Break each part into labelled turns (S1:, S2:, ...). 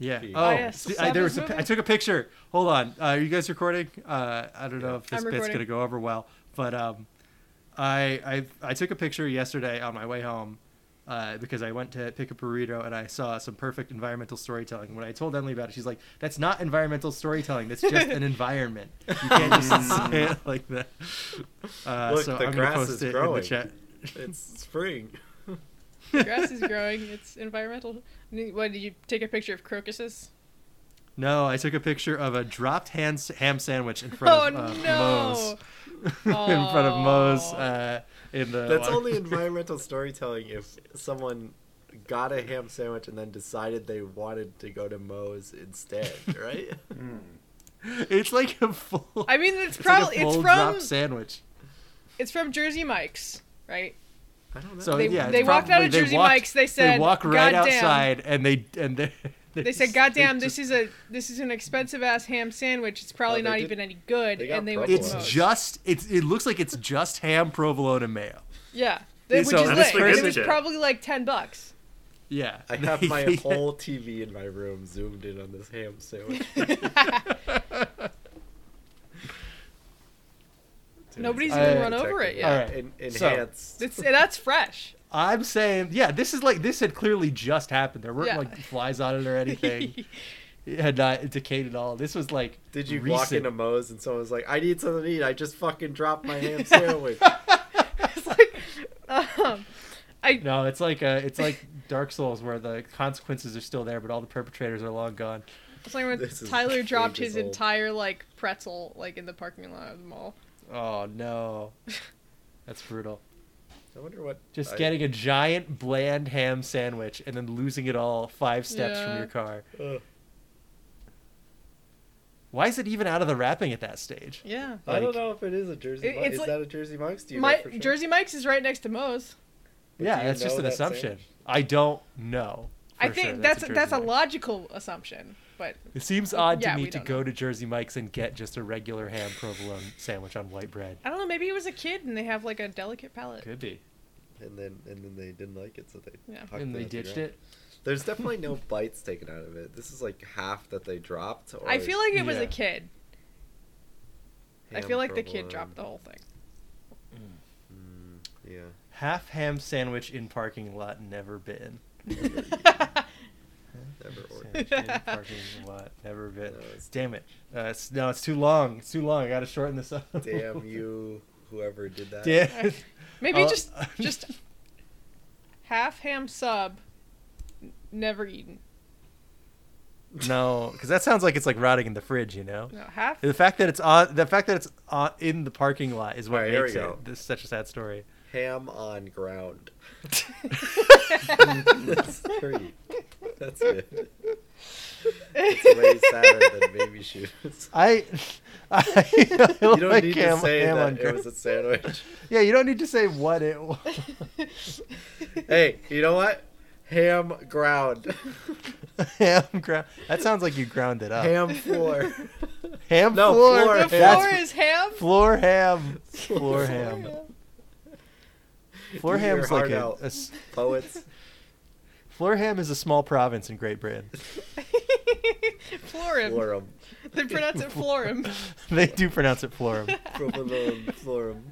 S1: Yeah.
S2: Gee.
S1: Oh,
S3: yes,
S1: see,
S3: the
S1: I, there
S3: Sabbath
S1: was. A, pi- I
S3: movie?
S1: took a picture. Hold on. Uh, are you guys recording? Uh, I don't know if this
S3: I'm
S1: bit's
S3: recording.
S1: gonna go over well, but um, I I I took a picture yesterday on my way home. Uh, because I went to pick a burrito and I saw some perfect environmental storytelling. When I told Emily about it, she's like, "That's not environmental storytelling. That's just an environment. You can't just say it like that." Uh,
S2: Look,
S1: so
S2: the
S1: I'm
S2: grass
S1: gonna post
S2: is
S1: it in the
S2: growing.
S1: chat.
S2: It's spring.
S3: The grass is growing. It's environmental. What did you take a picture of crocuses?
S1: No, I took a picture of a dropped ham, ham sandwich in front
S3: Oh,
S1: of uh,
S3: no.
S1: Moe's. in front of Moe's
S3: Aw.
S1: uh, in the.
S2: That's
S1: walk-
S2: only environmental storytelling if someone got a ham sandwich and then decided they wanted to go to Moe's instead, right?
S1: Mm. it's like a full.
S3: I mean, it's
S1: it's like a
S3: probably it's
S1: full
S3: from
S1: dropped sandwich.
S3: it's from Jersey Mike's, right?
S2: I don't know.
S1: So
S3: They-
S1: yeah, it's
S3: they walked out
S1: probably-
S3: of
S1: they
S3: Jersey
S1: walked-
S3: Mike's, they said,
S1: they walk right
S3: "God damn."
S1: outside and they and they.
S3: They said, "God damn, this is a this is an expensive ass ham sandwich. It's probably
S2: Oh, they
S3: not
S2: did-
S3: even any good."
S2: they got
S3: and they went to
S1: It's
S2: provolone.
S3: Moe's.
S1: just it's it looks like it's just ham, provolone, and mayo.
S3: yeah, They- which
S1: so
S3: is
S1: this
S3: lit. It
S1: person-
S3: was probably like ten bucks.
S1: Yeah,
S2: I have my
S1: Yeah.
S2: whole TV in my room zoomed in on this ham sandwich.
S3: Nobody's
S1: even
S3: run over it yet.
S1: Alright,
S2: En-
S1: so-
S2: enhanced.
S3: It's, that's fresh.
S1: I'm saying, yeah, this is like this had clearly just happened. There weren't
S3: Yeah.
S1: like flies on it or anything. it had not decayed at all. This was like
S2: Did you walk
S1: recent.
S2: into Moe's and someone was like, I need something to eat. I just fucking dropped my ham sandwich.
S3: It's like, um, I
S1: No, it's like uh, it's like Dark Souls where the consequences are still there, but all the perpetrators are long gone.
S3: it's like when
S2: This is
S3: Tyler
S2: eight
S3: dropped
S2: years
S3: his
S2: old.
S3: entire like pretzel like in the parking lot of the mall.
S1: Oh no, that's brutal.
S2: I wonder what.
S1: Just
S2: I-
S1: getting a giant bland ham sandwich and then losing it all five steps from
S3: Yeah.
S1: your car.
S2: Ugh.
S1: Why is it even out of the wrapping at that stage?
S3: Yeah,
S2: I don't
S1: Like-
S2: know if it is a Jersey.
S3: It-
S2: Mike's.
S3: it's
S2: is
S3: like-
S2: that a Jersey Mike's? Do you know
S3: my
S2: for sure?
S3: Jersey Mike's is right next to Moe's.
S2: But
S1: yeah,
S2: do you
S1: that's just
S2: know
S1: an
S2: that
S1: assumption.
S2: sandwich?
S1: I don't know.
S3: I
S1: for
S3: think
S1: sure.
S3: that's
S1: Jersey
S3: that's a
S1: Mike's.
S3: logical assumption, but
S1: It seems odd
S3: Yeah,
S1: to me
S3: we
S1: to
S3: don't
S1: go to Jersey Mike's and get just a regular ham provolone sandwich on white bread.
S3: I don't know. Maybe he was a kid and they have like a delicate palate.
S1: Could be.
S2: And then and then they didn't like it, so they
S3: Yeah.
S2: hucked
S1: And
S2: it
S1: they
S2: up the
S1: ditched
S2: ground.
S1: it.
S2: There's definitely no bites taken out of it. This is like half that they dropped. Or
S3: I feel like it was
S1: Yeah.
S3: a kid. I
S2: ham
S3: feel like the kid
S2: provolone.
S3: dropped the whole thing.
S2: Mm, yeah.
S1: Half ham sandwich in parking lot never been.
S2: Never ordered.
S1: Sandwich in parking lot never been.
S2: No, it's-
S1: Damn it. Uh, it's, no, it's too long. It's too long. I gotta shorten this up.
S2: Damn you, whoever did that.
S1: Damn.
S3: Maybe
S1: Uh,
S3: just just half ham sub, n- never eaten.
S1: No, because that sounds like it's like rotting in the fridge, you know.
S3: No half.
S1: The fact that it's on, the fact that it's on, in the parking lot is what
S2: All right, here
S1: makes
S2: we
S1: it
S2: go.
S1: this such a sad story.
S2: Ham on ground. That's three. That's good. It's way sadder than baby shoes.
S1: I, I you
S2: You don't need to say that it was a sandwich.
S1: Yeah, you don't need to say what it was.
S2: hey, you know what? Ham ground.
S1: ham ground. That sounds like you ground it up.
S2: Ham floor.
S1: Ham
S2: No,
S1: floor.
S2: floor
S3: the
S2: ham.
S1: That's
S3: floor is ham.
S1: floor ham. Floor ham. Floor
S2: Do your
S1: ham's like
S2: heart
S1: a,
S2: out.
S1: a s-
S2: Poets.
S1: floor ham is a small province in Great Britain.
S3: florum.
S2: Florum.
S3: They pronounce it florum.
S1: they do pronounce it florum.
S2: Provolone. Florum.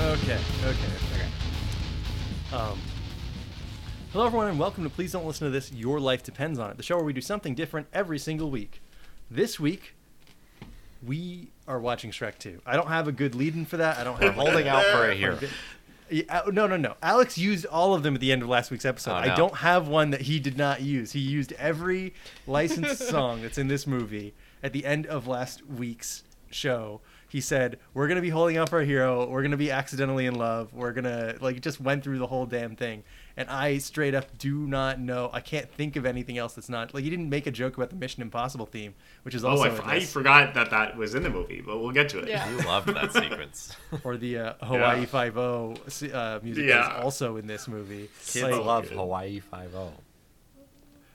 S1: Okay, okay, okay. Um, hello, everyone, and welcome to Please Don't Listen to This Your Life Depends on It, the show where we do something different every single week. This week, we are watching Shrek 2. I don't have a good lead in for that. I don't
S2: We're
S1: have
S2: holding out for a hero.
S1: Yeah, uh, no, no, no. Alex used all of them at the end of last week's episode.
S2: Oh,
S1: I
S2: no.
S1: don't have one that he did not use. He used every licensed song that's in this movie at the end of last week's show. He said, "We're gonna be holding out for a hero. We're gonna be accidentally in love. We're gonna like just went through the whole damn thing." And I straight up do not know. I can't think of anything else that's not like he didn't make a joke about the Mission Impossible theme, which is
S4: Oh,
S1: also
S4: I,
S1: in
S4: f- I
S1: this.
S4: forgot that that was in the movie, but we'll get to it.
S3: Yeah.
S2: You loved that sequence.
S1: or the uh, Hawaii
S4: Yeah.
S1: Five O uh, music
S4: Yeah.
S1: is also in this movie.
S5: Kids
S1: Like-
S5: love
S4: good.
S5: Hawaii Five O.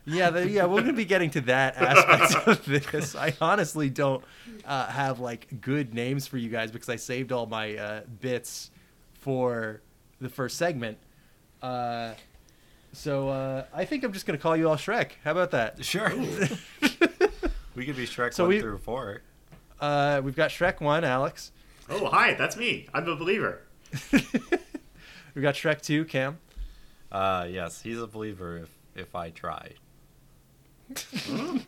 S1: Yeah, the, yeah, we're gonna be getting to that aspect of this. I honestly don't uh, have like good names for you guys because I saved all my uh, bits for the first segment. Uh, so uh, I think I'm just gonna call you all Shrek. How about that?
S2: Sure.
S5: We could be Shrek
S1: So
S5: one
S1: we-
S5: through four.
S1: Uh, we've got Shrek one, Alex.
S4: Oh, hi, that's me. I'm a believer.
S1: We've got Shrek two, Cam.
S2: Uh, yes, he's a believer if if I try.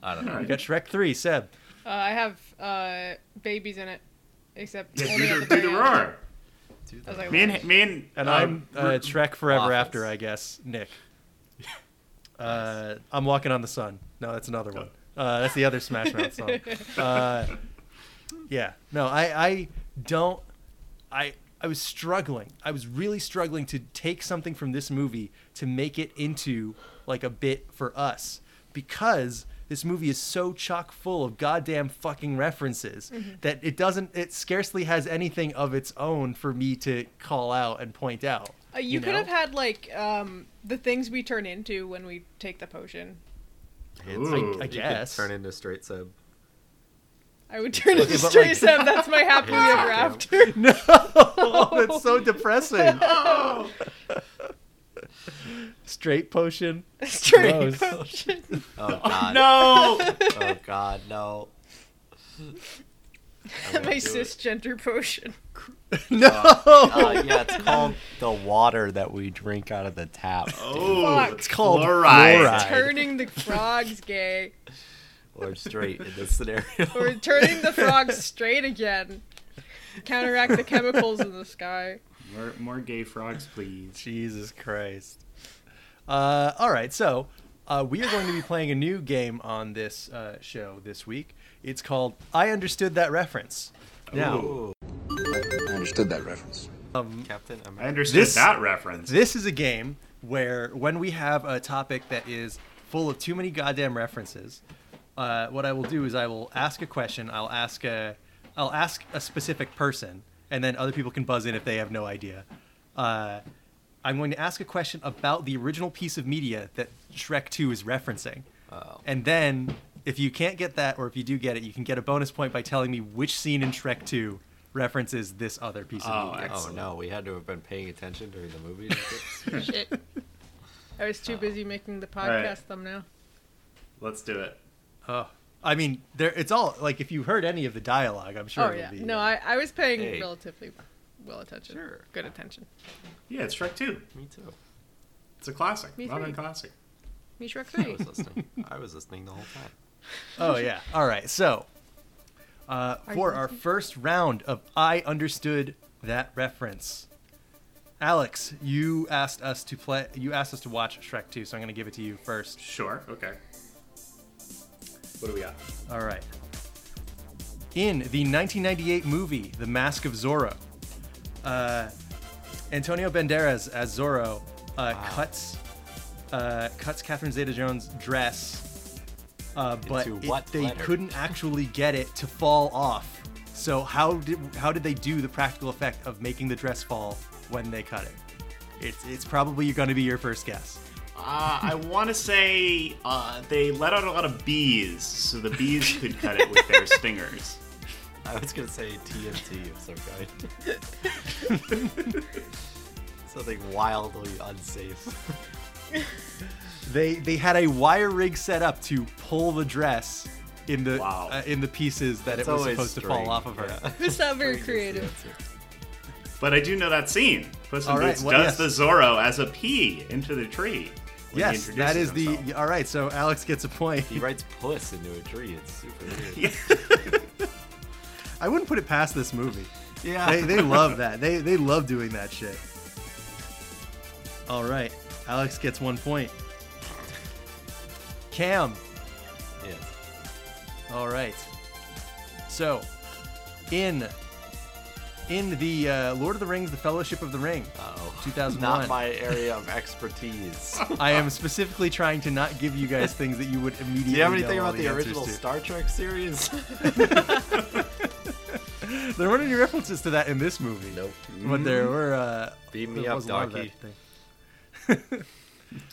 S2: I don't know.
S4: All
S1: We
S4: right.
S1: got Shrek three, Seb.
S3: Uh, I have uh, babies in it, except
S4: Yeah,
S3: only
S4: do,
S3: at the
S4: the, do the
S3: very end.
S4: roar.
S2: Do
S3: I
S2: that.
S3: was like,
S4: Me and me and,
S1: And
S4: um,
S1: I'm uh,
S4: Ru-
S1: Shrek forever
S2: Waffles.
S1: after, I guess. Nick. Uh, I'm walking on the sun. No, that's another one. Uh, that's the other Smash Mouth song. Uh, yeah. No, I I don't. I I was struggling. I was really struggling to take something from this movie to make it into like a bit for us because this movie is so chock full of goddamn fucking references that it doesn't it scarcely has anything of its own for me to call out and point out.
S3: Uh, you, could
S1: know?
S3: have had like um, the things we turn into when we take the potion.
S4: Ooh.
S1: I
S5: You could
S1: guess.
S5: turn into straight sub.
S3: I would turn into
S1: but, like-
S3: straight Seb. That's my happily
S5: Yeah.
S3: ever after.
S1: No, that's so depressing.
S4: Oh,
S1: Straight potion.
S3: straight
S1: Gross.
S3: potion.
S2: Oh god.
S4: no.
S2: Oh god, no. I won't
S3: my
S2: do it.
S3: cisgender potion.
S1: No.
S2: Uh, yeah, it's called the water that we drink out of the tap.
S4: Oh,
S3: Fuck.
S1: it's called
S4: Fluoride.
S1: fluoride.
S3: Turning the frogs gay,
S2: Or straight in this scenario.
S3: or turning the frogs straight again. Counteract the chemicals in the sky.
S4: More, more gay frogs, please.
S1: Jesus Christ. Uh, all right, so uh, we are going to be playing a new game on this uh, show this week. It's called I Understood That Reference. Now,
S4: Ooh,
S6: I understood that reference.
S2: Captain
S4: I
S2: America.
S4: understood
S1: This-
S4: that reference.
S1: this is a game where when we have a topic that is full of too many goddamn references, uh, what I will do is I will ask a question. I'll ask a, I'll ask a specific person, and then other people can buzz in if they have no idea. Uh, I'm going to ask a question about the original piece of media that Shrek 2 is referencing.
S2: Oh.
S1: And then, if you can't get that, or if you do get it, you can get a bonus point by telling me which scene in Shrek 2 references this other piece of
S4: Oh,
S1: media.
S2: Oh no, we had to have been paying attention during the movie.
S3: Shit. I was too busy making the podcast
S4: Alright.
S3: thumbnail. Oh,
S4: Let's do it.
S1: Oh, I mean, there. It's all like if you heard any of the dialogue, I'm sure.
S3: oh
S1: it'll
S3: yeah,
S1: be,
S3: no, I, I was paying
S2: Hey.
S3: relatively well attention.
S2: Sure.
S3: Good attention.
S4: Yeah, it's Shrek 2.
S2: Me too.
S4: It's a classic.
S3: Me
S4: Modern
S3: three.
S4: classic.
S3: Me Shrek
S2: I
S3: 3.
S2: was listening. I was listening the whole time.
S1: Oh yeah. All right. So, uh, for our first round of I understood that reference. Alex, you asked us to play. You asked us to watch Shrek 2, so I'm going to give it to you first.
S4: Sure. Okay. What do we got?
S1: All right. In the 1998 movie The Mask of Zorro, uh, Antonio Banderas as Zorro uh, cuts uh, cuts Catherine Zeta-Jones' dress, uh, but
S2: Into
S1: it-
S2: what
S1: they
S2: letter?
S1: couldn't actually get it to fall off. So how did how did they do the practical effect of making the dress fall when they cut it? It's it's probably going to be your first guess.
S4: Uh, I want to say uh, they let out a lot of bees, so the bees could cut it with their stingers.
S2: I was gonna say TMT of some kind. Something wildly unsafe.
S1: They they had a wire rig set up to pull the dress in the
S4: Wow.
S1: uh, in the pieces that
S2: It's
S1: it was
S2: always
S1: supposed to
S2: string,
S1: fall off of her.
S2: yeah.
S3: It's not
S2: String
S3: very
S2: is the
S3: creative.
S2: answer.
S4: But I do know that scene. Puss in
S1: All right,
S4: Boots
S1: well,
S4: does
S1: yes.
S4: the Zorro as a pea into the tree. when he
S1: Yes, that
S4: introduces
S1: is the
S4: himself.
S1: all right. So Alex gets a point.
S2: He writes puss into a tree. It's super weird.
S4: Yeah.
S1: I wouldn't put it past this movie.
S4: Yeah.
S1: They, they love that. They they love doing that shit. All right, Alex gets one point. Cam,
S2: Yes.
S1: all right. So, in in the uh, Lord of the Rings: The Fellowship of the Ring,
S2: Uh-oh.
S1: 2001.
S2: Not my area of expertise.
S1: I am specifically trying to not give you guys things that you would immediately.
S2: Do you have
S1: know
S2: anything
S1: all
S2: about the,
S1: answers
S2: original
S1: to.
S2: Star Trek series?
S1: There weren't any references to that in this movie.
S5: Nope.
S1: But
S2: Mm-hmm.
S1: there were. Uh,
S5: Beam
S1: there
S5: me up,
S1: was a lot of that
S5: donkey.
S1: thing.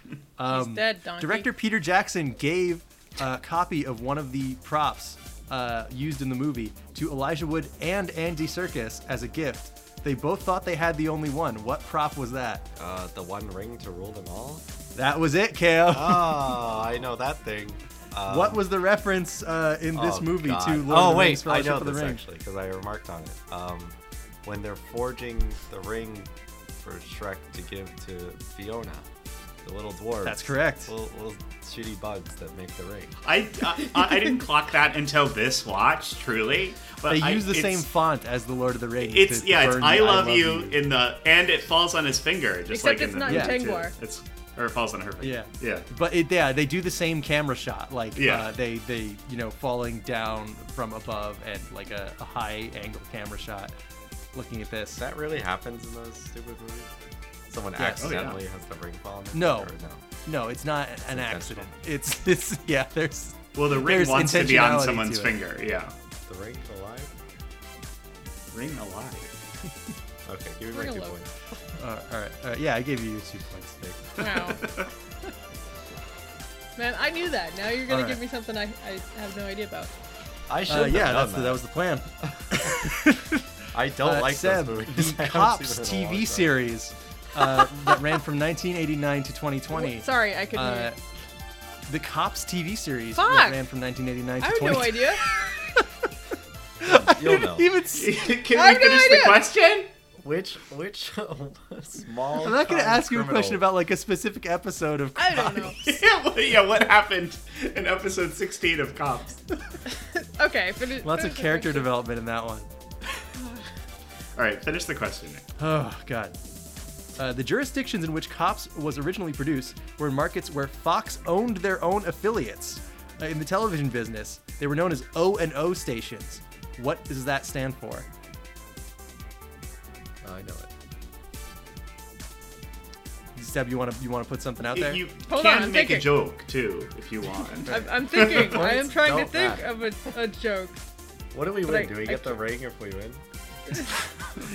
S3: He's
S1: um,
S3: dead, donkey.
S1: director Peter Jackson gave a copy of one of the props uh, used in the movie to Elijah Wood and Andy Serkis as a gift. They both thought they had the only one. What prop was that?
S2: uh, the One Ring to rule them all.
S1: That was it, Cam.
S2: Oh, I know that thing. Um,
S1: what was the reference uh, in this
S2: oh,
S1: movie
S2: God.
S1: to Lord
S2: oh,
S1: of the
S2: wait,
S1: Rings: Fellowship
S2: I know
S1: of the
S2: this
S1: Ring?
S2: actually because I remarked on it. Um, when they're forging the ring for Shrek to give to Fiona, the little dwarf.
S1: That's correct.
S2: Little, little shitty bugs that make the ring.
S4: I, I I didn't clock that until this watch, truly. But
S1: They
S4: I-
S1: use the
S4: it's-
S1: same font as the Lord of the Rings.
S4: It's
S1: to
S4: yeah, it's
S1: burn the
S4: I love, you, in the and it falls on his finger,
S3: Except
S4: just like in
S3: it's
S4: the
S3: not
S1: in
S4: movie, too.
S3: Tengwar.
S4: It's or it falls on her finger.
S1: Yeah.
S4: yeah.
S1: But it, yeah, they do the same camera shot, like
S4: Yeah.
S1: uh, they they you know falling down from above and like a, a high angle camera shot, looking at this.
S2: That really happens in those stupid movies. Someone
S1: yeah.
S2: accidentally has the ring fall on their
S1: No.
S2: finger, or
S1: no, it's not an
S2: intentional.
S1: accident. It's it's yeah. There's
S4: Well, the ring
S1: There's
S4: wants to be on
S1: intentionality
S4: someone's
S1: to it.
S4: finger. Yeah,
S2: no. The ring's alive.
S4: ring alive.
S2: Okay, give me
S3: Ring
S2: my two
S3: alive.
S2: points.
S1: uh, all right, all right. Yeah, I gave you your two points. Nick.
S3: Wow. Man, I knew that. Now you're gonna
S1: Alright.
S3: give me something I, I have no idea about.
S2: I should.
S1: Uh, yeah,
S2: have done
S1: that's
S2: that.
S1: the, that was the plan.
S2: I don't
S1: Uh,
S2: like
S1: Seb,
S2: those movies. I
S1: The
S2: haven't
S1: Cops
S2: seen them in a long
S1: TV
S2: time.
S1: series uh, that ran from 1989 to 2020.
S3: Sorry, I couldn't hear.
S1: Uh,
S3: it.
S1: the Cops TV series
S3: Fuck!
S1: that ran from 1989 to
S3: I have
S1: 20.
S3: no idea.
S2: You'll know.
S1: Even see-
S4: Can
S3: I
S4: we
S3: have no
S4: finish the
S3: idea.
S4: question?
S2: Which which small?
S1: I'm not going to
S2: time
S1: ask you a question
S2: criminal-
S1: about like a specific episode of.
S3: I don't know.
S4: yeah, what, yeah. What happened in episode sixteen of Cops? All
S3: Okay, finish.
S1: Lots of
S3: finish the
S1: character
S3: question.
S1: development in that one.
S4: right, finish the question. Nick.
S1: Oh god. Uh, the jurisdictions in which Cops was originally produced were markets where Fox owned their own affiliates. Uh, in the television business, they were known as O and O stations. What does that stand for?
S2: Oh, I know it.
S1: Seb, you want to you want to put something out
S4: If
S1: there?
S4: You
S3: Hold
S4: can
S3: on, I'm
S4: make
S3: thinking.
S4: a joke too if you want.
S3: I'm, I'm thinking. I am trying to
S2: Don't
S3: think
S2: matter.
S3: of a, a joke.
S2: What do we
S3: But
S2: win?
S3: I-
S2: do we
S3: I
S2: get the ring if we win?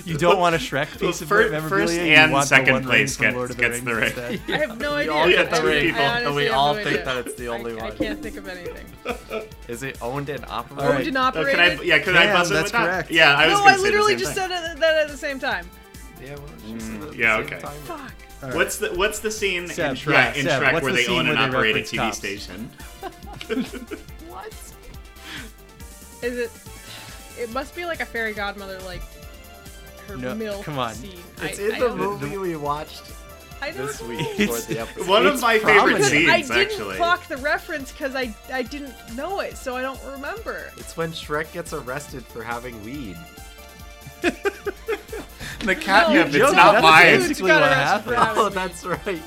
S1: You don't want a Shrek
S4: Well,
S1: piece of
S4: fir-
S1: memorabilia.
S4: first
S1: you
S4: and
S1: want the
S4: second
S1: one ring
S4: place
S1: from
S4: gets-
S1: Lord of
S4: gets
S1: Rings
S4: the ring.
S1: instead.
S3: I have no idea.
S2: all get the
S3: I-
S2: ring,
S3: I
S2: and we
S3: honestly have
S2: all
S3: no
S2: think
S3: idea.
S2: that it's the only
S3: I, I
S2: one.
S3: can't think of anything.
S2: Is it owned and operated?
S1: All right.
S3: Owned and
S4: Oh, can I?
S3: operated.
S4: Yeah, can I
S1: Cam,
S4: buzz in
S1: that's
S4: with that?
S1: correct.
S4: Yeah, I was
S3: no,
S4: gonna
S3: I
S4: say
S3: literally
S4: the same
S3: just
S4: thing.
S3: said it- that at the same time.
S2: Yeah, well, she said it at the
S4: yeah,
S2: same
S4: okay.
S2: time.
S3: Fuck.
S1: All right.
S4: What's the What's the scene
S1: Seb,
S4: in Shrek,
S1: yeah,
S4: in
S1: Seb,
S4: Shrek
S1: what's
S4: where
S1: the
S4: they
S1: scene
S4: own and
S1: where they
S4: operate a
S1: reference
S4: TV
S1: cops?
S4: station?
S3: What? Is it? It must be like a fairy godmother, like her
S1: No,
S3: milk
S1: come on.
S3: scene.
S2: It's
S3: I,
S2: in
S3: I
S2: the
S3: don't-
S2: movie we watched
S3: I don't
S2: this
S3: know.
S2: week
S1: It's-
S2: for the episode.
S4: One of
S1: It's
S4: my favorite
S1: prominent.
S4: scenes,
S3: I didn't
S4: actually.
S3: clock the reference because I I didn't know it, so I don't remember.
S2: It's when Shrek gets arrested for having weed. the cat.
S3: No,
S4: Yeah, but
S1: Joe,
S4: it's not
S1: that's
S4: mine.
S1: basically
S3: It's gotta
S1: what
S3: rest
S1: happened.
S3: around.
S2: Oh, that's right.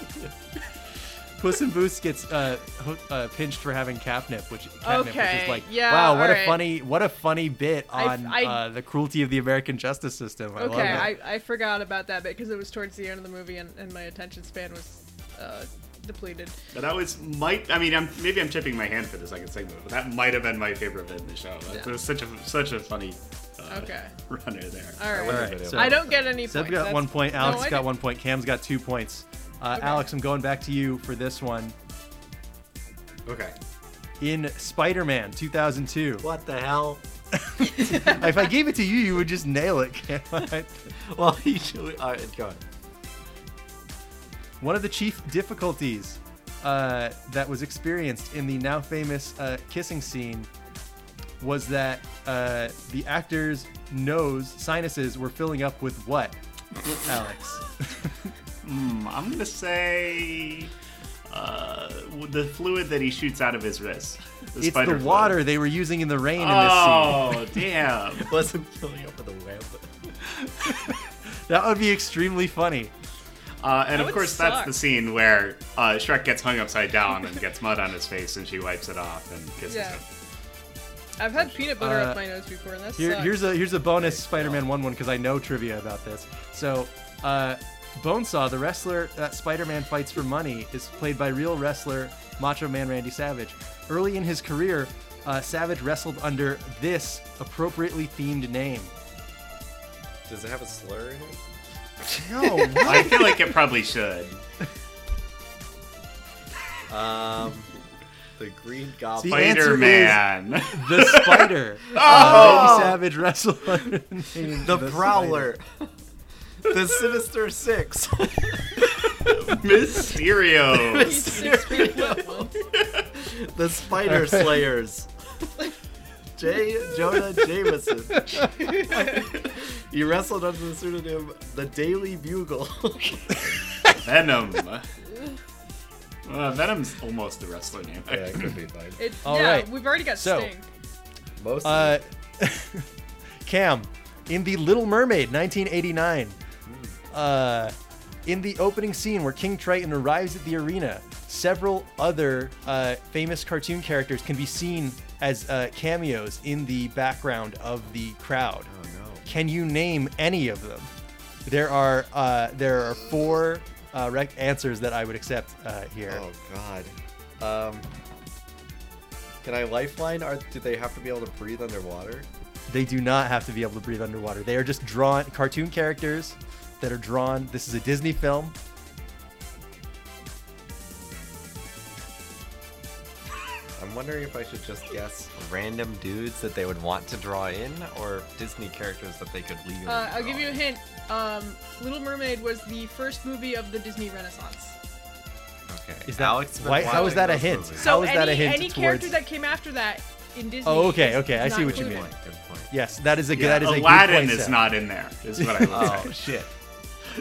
S1: Puss in Boots gets uh, ho- uh, pinched for having catnip, which catnip, which
S3: Okay,
S1: is like,
S3: yeah,
S1: wow, what a
S3: alright.
S1: funny, what a funny bit on
S3: I-
S1: uh, the cruelty of the American justice system. I love
S3: okay,
S1: it.
S3: I, I forgot about that bit because it was towards the end of the movie and, and my attention span was uh, depleted.
S4: But that was might. I mean, I'm, maybe I'm tipping my hand for the second segment, but that might have been my favorite bit in the show. That
S3: Yeah.
S4: was such a such a funny uh,
S3: Okay.
S4: runner there.
S3: All right.
S2: wonder
S1: All
S2: if
S1: right,
S2: it
S1: so
S3: I don't get any
S1: Seb
S3: points.
S1: got
S3: that's-
S1: one point,
S3: No,
S1: Alex
S3: I
S1: got
S3: didn't-
S1: one point, Cam's got two points. Uh,
S3: Okay.
S1: Alex, I'm going back to you for this one.
S4: Okay.
S1: In Spider-Man 2002,
S2: What the hell?
S1: if I gave it to you, you would just nail it. Cam.
S2: Well, you should. All right, go on.
S1: One of the chief difficulties uh, that was experienced in the now famous uh, kissing scene was that uh, the actor's nose sinuses were filling up with what? Alex.
S4: Hmm, I'm gonna say uh, the fluid that he shoots out of his wrist. The
S1: It's
S4: spider
S1: the
S4: fluid.
S1: water they were using in the rain in this scene.
S4: Oh damn!
S5: Wasn't filling up with a web.
S1: That would be extremely funny.
S4: Uh, and
S3: That
S4: of
S3: would
S4: course, that's
S3: suck.
S4: the scene where uh, Shrek gets hung upside down and gets mud on his face, and she wipes it off and kisses
S3: Yeah.
S4: him.
S3: I've had peanut butter
S1: Uh,
S3: up my nose before, and that's
S1: Here, here's a here's a bonus Spider-Man one one because I know trivia about this. So, uh, Bonesaw, the wrestler that Spider-Man fights for money, is played by real wrestler Macho Man Randy Savage. Early in his career, uh, Savage wrestled under this appropriately themed name.
S5: Does it have a slur in it?
S1: No, what?
S4: I feel like it probably should.
S5: Um, the Green Goblin.
S1: The answer is-
S4: Spider Man.
S1: the Spider. Uh, Randy Savage wrestled under the name.
S5: Oh. the Prowler. the Sinister Six.
S4: Mysterio.
S3: He's six feet one.
S5: the Spider Slayers. J. Jonah Jameson. he wrestled under the pseudonym The Daily Bugle.
S4: Venom. Uh, Venom's almost the wrestler name.
S5: could be fine.
S3: It,
S1: All
S3: yeah,
S1: right.
S3: we've already got
S1: So-
S3: Sting.
S5: Most
S1: Uh, Cam, in The Little Mermaid, 1989. Uh, in the opening scene where King Triton arrives at the arena, several other uh, famous cartoon characters can be seen as uh, cameos in the background of the crowd.
S2: Oh no.
S1: Can you name any of them? There are uh, there are four uh, rec- answers that I would accept uh, here.
S5: Oh God. Um, can I lifeline? Are do they have to be able to breathe underwater?
S1: They do not have to be able to breathe underwater. They are just drawn cartoon characters that are drawn. This is a Disney film.
S5: I'm wondering if I should just guess.
S2: Random dudes that they would want to draw in, or Disney characters that they could legally.
S3: Uh, I'll give
S2: draw
S3: you a
S2: in?
S3: hint. Um, Little Mermaid was the first movie of the Disney Renaissance.
S2: Okay.
S1: Is that-
S2: Alex? been
S1: why- how is
S2: watching
S1: that a
S2: those
S1: hint?
S2: movies.
S3: So
S1: How is
S3: any,
S1: that a hint
S3: any
S1: towards-
S3: character that came after that in Disney.
S1: Oh, okay,
S3: is
S1: okay, I
S3: not
S1: see what you
S2: Good
S3: included.
S1: mean.
S2: point, good point.
S1: Yes, that is a
S2: Yeah,
S1: that is a good
S4: Aladdin
S1: point,
S4: is
S1: Seth.
S4: not in there, is what I would say.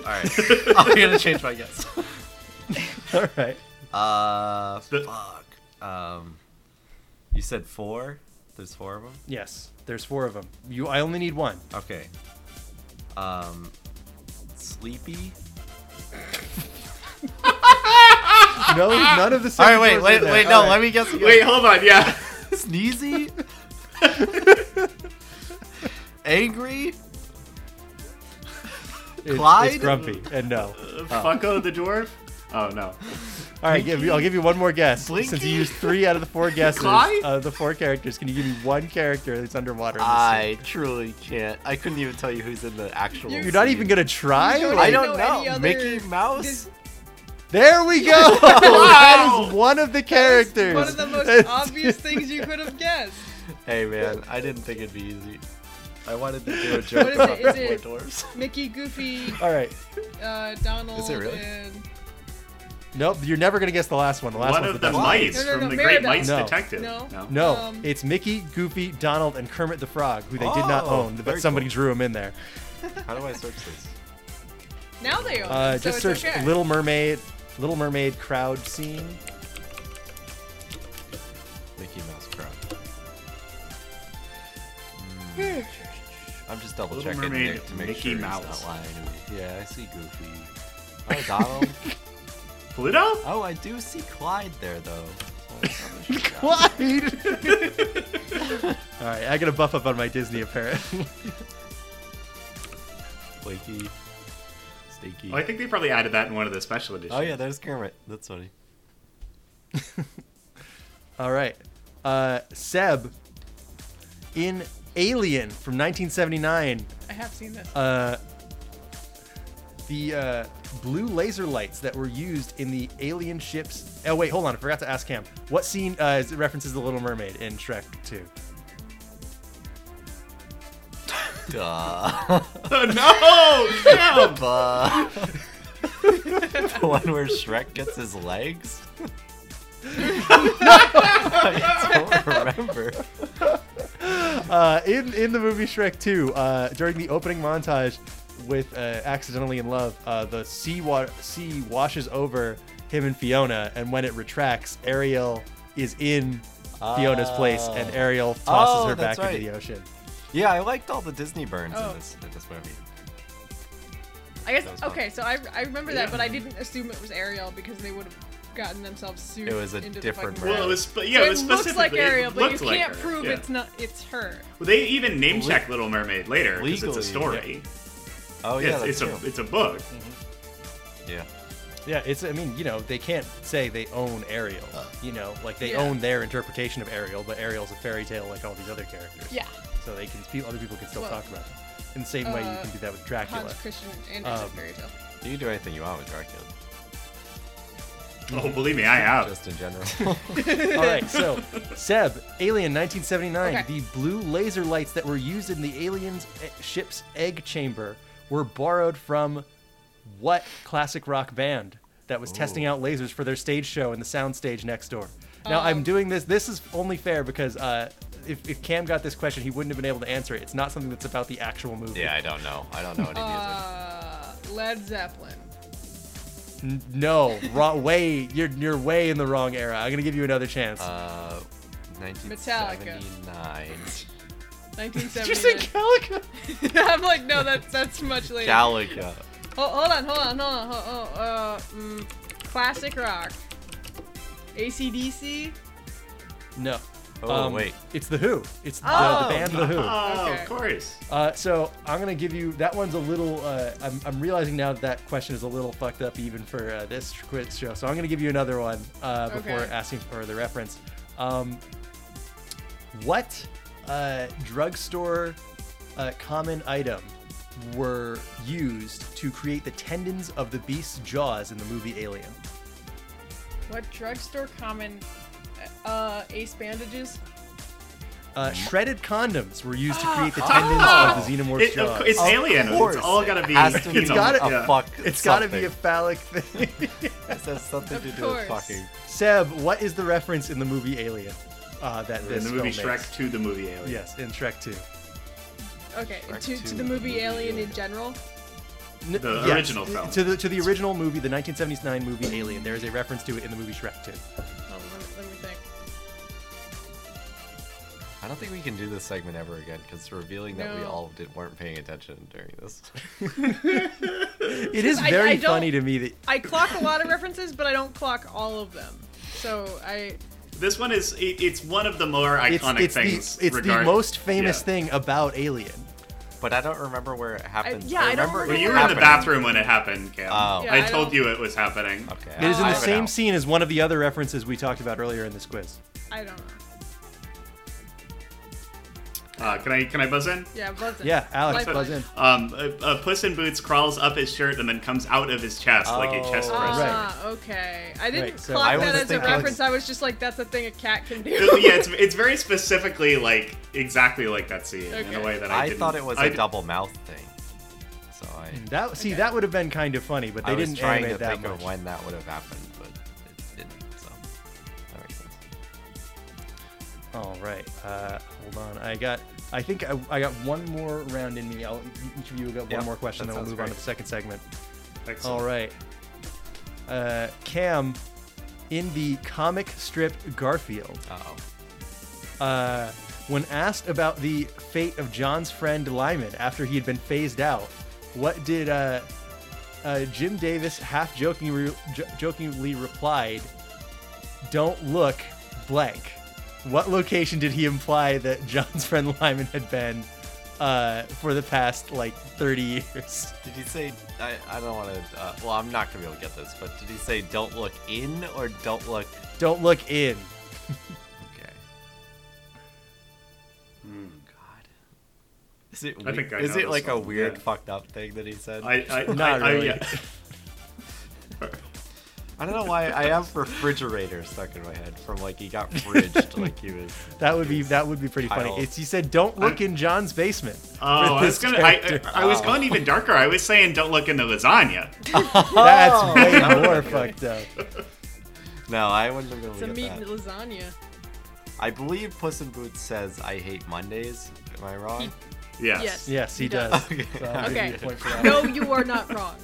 S2: Oh shit. All right. I'm gonna change my guess.
S1: All right.
S2: Uh,
S4: The-
S2: fuck. Um, you said four. There's four of them.
S1: Yes, there's four of them. You, I only need one.
S2: Okay. Um, sleepy.
S1: No, none of the.
S2: All right,
S1: seven
S2: wait,
S1: dwarfs
S2: wait,
S1: are there.
S2: wait.
S1: All
S2: No,
S1: right.
S2: let me guess. again.
S4: Wait, hold on, yeah.
S2: Sneezy. Angry.
S1: It's,
S2: Clyde?
S1: It's grumpy and no.
S4: Funko the dwarf? Oh no.
S1: All right, give, I'll give you one more guess. Since
S2: Blinky?
S1: you used three out of the four guesses
S2: Clyde?
S1: of the four characters, can you give me one character that's underwater? In this
S2: I
S1: scene?
S2: truly can't. I couldn't even tell you who's in the actual.
S3: You're
S1: You're not
S2: scene.
S1: even gonna try.
S3: You
S2: I
S1: Like,
S2: don't
S3: know any
S2: know.
S3: other
S2: Mickey Mouse.
S3: Dis-
S1: There we go. That is one of the characters.
S3: One of the most
S1: That's-
S3: obvious things you could have guessed.
S2: Hey man, I didn't think it'd be easy.
S5: I wanted to do a
S3: What
S5: joke.
S3: is it? Is
S2: Four
S3: it
S2: dwarfs.
S3: Mickey, Goofy,
S1: All right.
S3: uh, Donald,
S2: Is it really?
S3: and
S1: Nope, you're never gonna guess the last one. The last
S4: One
S1: one's
S4: of the
S1: best one.
S4: mice
S3: No, no,
S4: from
S3: no,
S4: the Great
S3: Merida.
S4: Mice
S1: No.
S4: Detective.
S3: No.
S1: No,
S3: Um,
S1: it's Mickey, Goofy, Donald, and Kermit the Frog, who they did not
S2: Oh,
S1: own,
S2: very
S1: but somebody
S2: cool.
S1: drew them in there.
S2: How do I search this?
S3: now they own.
S1: Uh,
S3: it, so
S1: just
S3: it's
S1: search
S3: okay.
S1: Little Mermaid, Little Mermaid crowd scene.
S2: Mickey Mouse crowd. Hmm. I'm just double
S4: Little
S2: checking
S4: Mermaid,
S2: here to make
S4: Mickey
S2: sure
S4: Mouse.
S2: he's not lying to me. Yeah, I see Goofy. Oh, Donald.
S4: Pluto?
S2: oh, I do see Clyde there though. So I probably should have got-
S1: What? All right, I gotta buff up on my Disney apparently.
S2: Flaky, Stinky.
S4: Oh, I think they probably added that in one of the special editions.
S2: Oh yeah, there's Kermit. That's funny.
S1: All right, uh, Seb. In Alien from 1979,
S3: I have seen this.
S1: uh, the uh, blue laser lights that were used in the alien ships. Oh wait, hold on, I forgot to ask Cam. What scene uh, is- references the Little Mermaid in Shrek 2?
S2: Duh.
S4: Oh, no! Damn!
S2: Buh. the one where Shrek gets his legs? I don't remember.
S1: Uh, in in the movie Shrek 2, uh, during the opening montage with uh, "Accidentally in Love," uh, the sea water sea washes over him and Fiona, and when it retracts, Ariel is in Fiona's place, and
S2: Oh.
S1: Ariel tosses
S2: Oh,
S1: her back
S2: that's right.
S1: into the ocean.
S2: Yeah, I liked all the Disney burns
S3: Oh.
S2: in this in this movie.
S3: I guess
S2: That was fun.
S3: okay, so I, I remember that,
S4: Yeah.
S3: but I didn't assume it was Ariel because they would have gotten themselves sued.
S2: It was a
S3: into the
S2: different
S3: fucking
S4: Well,
S2: brand.
S3: wall.
S4: it was, but yeah, it, was
S3: so it looks like
S4: specifically-
S3: Ariel,
S4: it
S3: but you
S4: looked like
S3: can't
S4: her,
S3: prove
S4: yeah.
S3: it's not it's her.
S4: Well, they even name check Little Mermaid later because it's
S2: Legally,
S4: a story.
S2: Oh yeah,
S4: it's,
S2: that's true.
S4: it's a it's a book.
S2: yeah.
S1: Yeah, it's. I mean, you know, they can't say they own Ariel. You know, like they
S3: Yeah.
S1: own their interpretation of Ariel, but Ariel's a fairy tale like all these other characters.
S3: Yeah,
S1: So they can. People, other people can still
S3: Well,
S1: talk about them. In the same way you
S3: uh,
S1: can do that with
S3: Hans
S1: Dracula.
S3: Christian Andersen
S1: Um,
S3: fairy tale.
S2: You can do anything you want with Dracula,
S4: Oh, believe me, I have.
S2: just in general.
S1: All right, so Seb, Alien 1979,
S3: Okay.
S1: the blue laser lights that were used in the alien's e- ship's egg chamber were borrowed from what classic rock band that was testing out lasers for their stage show in the soundstage next door? Now I'm doing this. This is only fair because uh, if, if Cam got this question, he wouldn't have been able to answer it. It's not something that's about the actual movie.
S2: yeah, I don't know. I don't know any music.
S3: Uh, Led Zeppelin.
S1: N- no, wrong, way you're you're way in the wrong era. I'm gonna give you another chance.
S2: Uh, 1979.
S3: 1979.
S1: Did you say Calico?
S3: I'm like, no, that's that's much later.
S2: Galaga.
S3: Ho- hold on, hold on, hold on. Hold on. Uh, mm, classic rock. ACDC.
S1: No. Um,
S2: Oh, wait.
S1: It's the Who. It's the,
S3: Oh.
S1: the band The Who.
S4: Oh,
S3: Okay.
S4: of course.
S1: Uh, so I'm gonna give you that one's a little. Uh, I'm, I'm realizing now that that question is a little fucked up even for uh, this quiz show. So I'm gonna give you another one uh, before
S3: Okay.
S1: asking for the reference. Um, what uh, drugstore uh, common item were used to create the tendons of the beast's jaws in the movie Alien?
S3: What drugstore common? Uh, Ace bandages.
S1: Uh,
S2: Mm.
S1: shredded condoms were used to create the tendons
S3: Oh.
S1: of the xenomorph's
S4: It-
S1: jaws.
S4: of cou- it's alien.
S2: course,
S4: It's all gotta
S2: it
S4: be.
S2: has to
S4: it's
S2: be
S4: all-
S1: gotta-
S2: a
S4: yeah.
S2: fuck.
S1: It's got to
S2: something.
S1: be a phallic thing.
S2: This has something
S3: Of
S2: to do with
S3: course.
S2: fucking.
S1: Seb, what is the reference in the movie Alien? Uh, that
S4: In
S1: this
S4: the movie
S1: film makes?
S4: Shrek to the movie Alien.
S1: Yes, in Shrek 2.
S3: Okay,
S2: Back
S3: to, to
S2: to
S3: the
S2: the
S3: movie
S2: movie
S3: Alien in
S2: Alien.
S3: general.
S1: N-
S4: The original film.
S1: To the to the original movie, the 1979 movie Alien. There is a reference to it in the movie Shrek 2.
S3: Oh, let, me, let me think.
S2: I don't think we can do this segment ever again because it's revealing that we
S3: No.
S2: all did, weren't paying attention during this.
S1: It is
S3: I-
S1: very
S3: I don't-
S1: funny to me that
S3: I clock a lot of references, but I don't clock all of them. So I
S4: This one is. It, it's one of the more
S1: it's,
S4: iconic
S1: it's,
S4: things.
S1: the, it's the
S4: regard-
S1: most famous
S4: yeah.
S1: thing about Alien.
S2: But I don't remember where it happened.
S3: yeah, I don't
S2: remember.
S3: remember
S4: Well,
S2: it
S4: you were in the
S2: happening.
S4: bathroom when it happened, Cam.
S2: Oh.
S3: Yeah,
S4: I,
S3: I
S4: told
S3: don't-
S4: you it was happening.
S2: Okay.
S1: It is in
S2: I
S1: the
S2: have it
S1: same
S2: out.
S1: scene as one of the other references we talked about earlier in this quiz.
S3: I don't know.
S4: Uh, can I can I buzz in?
S3: Yeah, buzz in.
S1: Yeah, Alex,
S3: Buzz
S1: buzz in.
S4: Um, a, a Puss in Boots crawls up his shirt and then comes out of his chest like a chest
S2: Oh.
S4: burster.
S3: Ah, okay. I didn't
S1: Right, so
S3: clock
S1: I
S3: that
S2: was
S3: as a
S2: thinking-
S3: reference. I was just like, that's a thing a cat can do.
S4: yeah, it's, it's very specifically like exactly like that scene in a
S3: Okay.
S4: way that I,
S2: I
S4: didn't,
S2: thought it was
S4: I
S2: a
S4: d-
S2: double mouth thing. So I.
S4: Hmm.
S1: That see
S3: Okay.
S1: that would have been kind of funny, but they
S2: I was
S1: didn't
S2: trying
S1: animate
S2: to
S1: that
S2: think
S1: much.
S2: of when that would have happened, but it didn't. So that makes sense.
S1: All right. Uh, hold on. I got. I think I, I got one more round in me. I'll each of you got one
S2: Yeah,
S1: more question,
S2: that
S1: then we'll
S2: sounds
S1: move on to
S2: great.
S1: the second segment.
S4: Excellent.
S1: All right. Uh, Cam, in the comic strip Garfield,
S2: Uh
S1: uh, when asked about the fate of John's friend Lyman after he had been phased out, what did uh, uh, Jim Davis half jokingly, jo- jokingly replied, Don't look blank? What location did he imply that John's friend Lyman had been uh, for the past like 30 years?
S2: oh. Did he say? I, I don't want to. Uh, well, I'm not gonna be able to get this. But did he say don't look in or don't look?
S1: Don't look in.
S2: Okay. Hmm. God. Is it?
S4: I think
S2: we-
S4: I
S2: is
S4: know
S2: it
S4: this
S2: like a
S4: one,
S2: weird
S4: yeah.
S2: fucked up thing that he said?
S4: I, I,
S1: Not
S4: I,
S1: really.
S4: I, yeah.
S2: I don't know why I have refrigerator stuck in my head from like he got fridged like he was.
S1: That would be that would be pretty funny.
S2: Kyle.
S1: It's, he said, "Don't look in John's basement."
S4: Oh, I
S1: with
S4: was
S1: this
S4: gonna. I, I,
S1: character. Oh.
S4: I was going even darker. I was saying, "Don't look into lasagna."
S1: That's way more fucked up.
S2: No, I wouldn't have been able
S3: it's a
S2: to
S3: meat
S2: get
S3: and
S2: that.
S3: lasagna.
S2: I believe Puss in Boots says I hate Mondays. Am I wrong?
S4: Yes.
S3: Yes.
S1: Yes, he
S3: He
S1: does.
S3: does.
S2: Okay.
S1: So I'll give you
S3: Okay.
S1: a point for that.
S3: No, you are not wrong.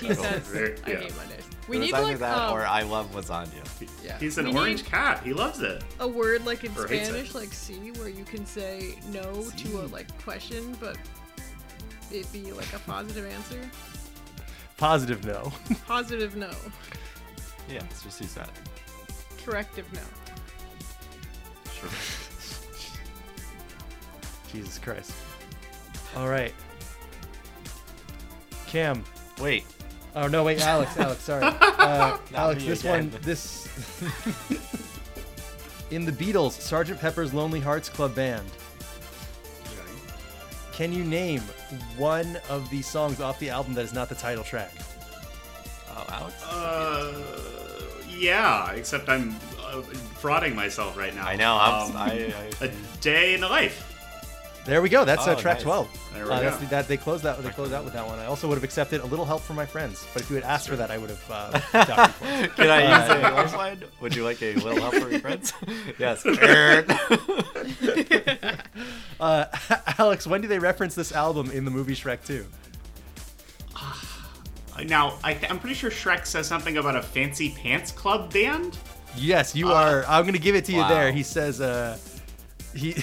S2: Alright,
S3: he
S2: cool.
S3: says,
S4: Very-
S3: I
S4: yeah.
S3: hate Mondays. We
S2: it was
S3: need
S2: either
S3: like
S2: that
S3: um,
S2: or I love lasagna.
S3: yeah.
S4: He's an
S3: We need
S4: orange cat. He loves it.
S3: a word like in
S4: Or hates it.
S3: Spanish, like "si," where you can say no to a like question, but it be like a positive answer.
S1: Positive no.
S3: Positive no,
S2: Yeah, it's just use that.
S3: corrective no.
S2: Sure.
S1: Jesus Christ. All right. Cam.
S2: Wait,
S1: Oh no, wait, Alex. Alex, sorry. Uh, Alex,
S2: me
S1: this
S2: again.
S1: one, this. In the Beatles, Sgt. Pepper's Lonely Hearts Club Band. Can you name one of the songs off the album that is not the title track?
S2: oh Alex,
S4: Uh, yeah. Except I'm uh, frauding myself right now.
S2: I know. I'm,
S4: Um,
S2: I, I,
S4: a day in the life.
S1: There we go. That's uh,
S2: Oh,
S1: track
S2: nice.
S1: 12.
S4: There we
S1: Uh, that's
S4: go.
S1: the- that they closed that. They closed out with that one. I also would have accepted a little help from my friends, but if you had asked for that, I would have. Uh, docked you points.
S2: Can I use
S1: Uh,
S2: a lifeline? Would you like a little help from your friends? yes. Er. Err.
S1: uh, Alex, when do they reference this album in the movie Shrek 2?
S4: Now I th- I'm pretty sure Shrek says something about a fancy pants club band.
S1: Yes, you are. I'm going to give it to you
S2: Uh, wow.
S1: there. He says, uh, he,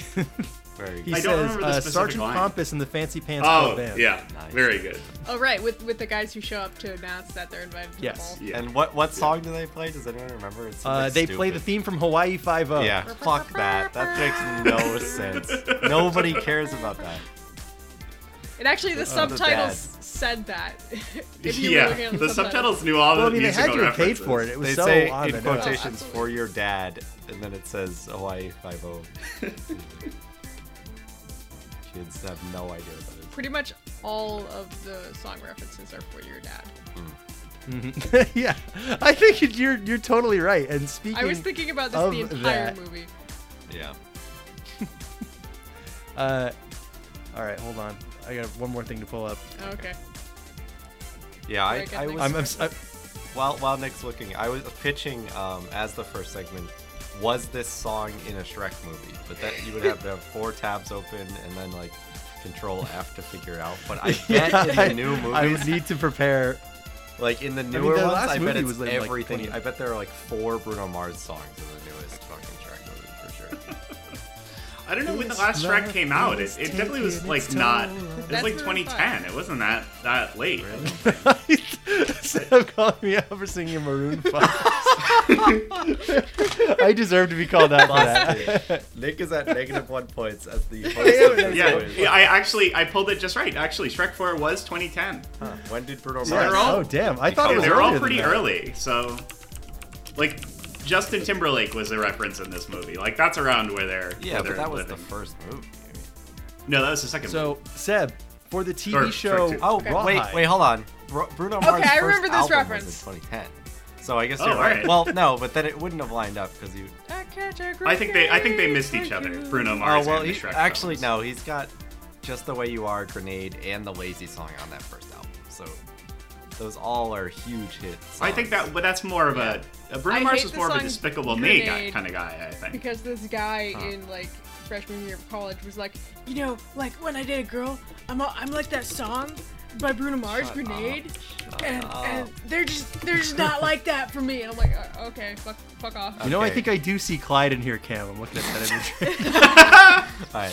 S2: Very
S1: he
S4: I
S2: good.
S4: don't
S1: says,
S4: remember the
S1: uh,
S4: specific
S1: Sergeant
S4: line.
S1: Compass and the Fancy Pants
S4: Oh
S1: Club Band.
S4: yeah,
S2: Nice.
S4: very good.
S3: Oh right, with with the guys who show up to announce that they're invited to
S1: Yes.
S3: the ball.
S4: Yeah.
S2: And what what song do they play? Does anyone remember? It's
S1: Uh, they
S2: something
S1: play the
S2: stupid.
S1: theme from Hawaii Five oh. O.
S2: Yeah, fuck that. That makes no sense. Nobody cares about that.
S3: And actually, the
S2: Oh, the
S3: subtitles
S2: dads.
S3: said that. if you were looking
S4: yeah,
S3: at the,
S4: the subtitles knew all
S1: Well, I
S4: the
S1: mean, they had
S4: musical
S1: to have paid
S4: references.
S1: for it. It was
S2: They
S1: so
S2: say
S1: on
S2: in
S1: the nose.
S2: quotations
S3: Oh,
S2: for your dad, and then it says Hawaii Five oh." O. Kids have no idea about it.
S3: Pretty much all of the song references are for your dad.
S1: yeah, I think you're you're totally right. And speaking,
S3: I was thinking about this
S1: of
S3: the entire
S1: that-
S3: movie.
S2: Yeah.
S1: Uh, all right, hold on. I got one more thing to pull up.
S3: Oh, okay.
S2: Yeah, I,
S3: Very good,
S2: I
S3: thanks.
S2: was
S1: I'm, I'm, si
S2: while while Nick's looking, I was pitching um, as the first segment. Was this song in a Shrek movie? But that you would have to have four tabs open and then like Control F to figure out. But I bet in
S1: I-
S2: the new
S1: I
S2: movies,
S1: would need to prepare.
S2: like in the
S1: mean,
S2: newer
S1: their
S2: ones,
S1: last
S2: I bet
S1: movie
S2: it's
S1: was, like, like,
S2: everything.
S1: 20.
S2: I bet there are like four Bruno Mars songs in the newest fucking Shrek movie for sure.
S4: I don't know when the
S1: This
S4: last Shrek
S1: love
S4: came out. It,
S1: is
S4: it definitely was
S1: taking
S4: like
S1: its
S4: not.
S1: toll.
S4: It was
S3: That's
S4: like
S3: what I
S4: 2010. It wasn't that that late.
S1: Stop calling me out for singing Maroon Five. I deserve to be called out for that.
S2: Nick is at negative one points as the
S1: Yeah,
S2: host. of
S4: Yeah,
S2: yeah,
S4: yeah, I actually I pulled it just right. Actually, Shrek 4 was 2010.
S2: Uh, When did Bruno Mars?
S4: they're all-
S1: oh damn! I thought
S4: Yeah,
S1: it was
S4: they were all
S1: earlier
S4: pretty
S1: than that.
S4: early. So, like, Justin Timberlake was a reference in this movie. Like, that's around where they're.
S2: yeah,
S4: where
S2: but
S4: they're
S2: that was
S4: living.
S2: the first movie. I mean.
S4: No, that was the second.
S1: So Seb, for the TV
S4: Or Shrek
S1: show,
S4: two.
S2: Oh,
S1: okay.
S2: wait, wait, hold on. Bru- Bruno Mars'
S3: I
S2: first
S3: remember this
S2: album
S3: reference.
S2: was in 2010. So I guess
S4: Oh,
S2: you're right.
S4: alright.
S2: Well, no, but then it wouldn't have lined up because you.
S4: movie. I think they I think they missed each other. Bruno Mars
S2: oh well,
S4: and the
S2: he,
S4: Shrek.
S2: actually
S4: films.
S2: no, he's got just the way you are, Grenade, and the Lazy Song on that first album. So those all are huge hits.
S4: I think that,
S2: would
S4: but that's more of a, a Bruno
S3: I
S4: Mars
S3: hate
S4: was
S3: the
S4: more of a
S3: song
S4: Despicable Me guy,
S3: Grenade
S4: kind of guy. I think.
S3: Because this guy in like freshman year of college was like, you know, like when I date a girl, I'm a, I'm like that song by Bruno Mars,
S2: Shut
S3: Grenade,
S2: up.
S3: and,
S2: Shut
S3: and they're just they're just not like that for me. And I'm like, "Uh, okay, fuck, fuck off.
S1: You know, I
S2: Okay.
S1: think I do see Clyde in here, Cam. I'm looking at that image.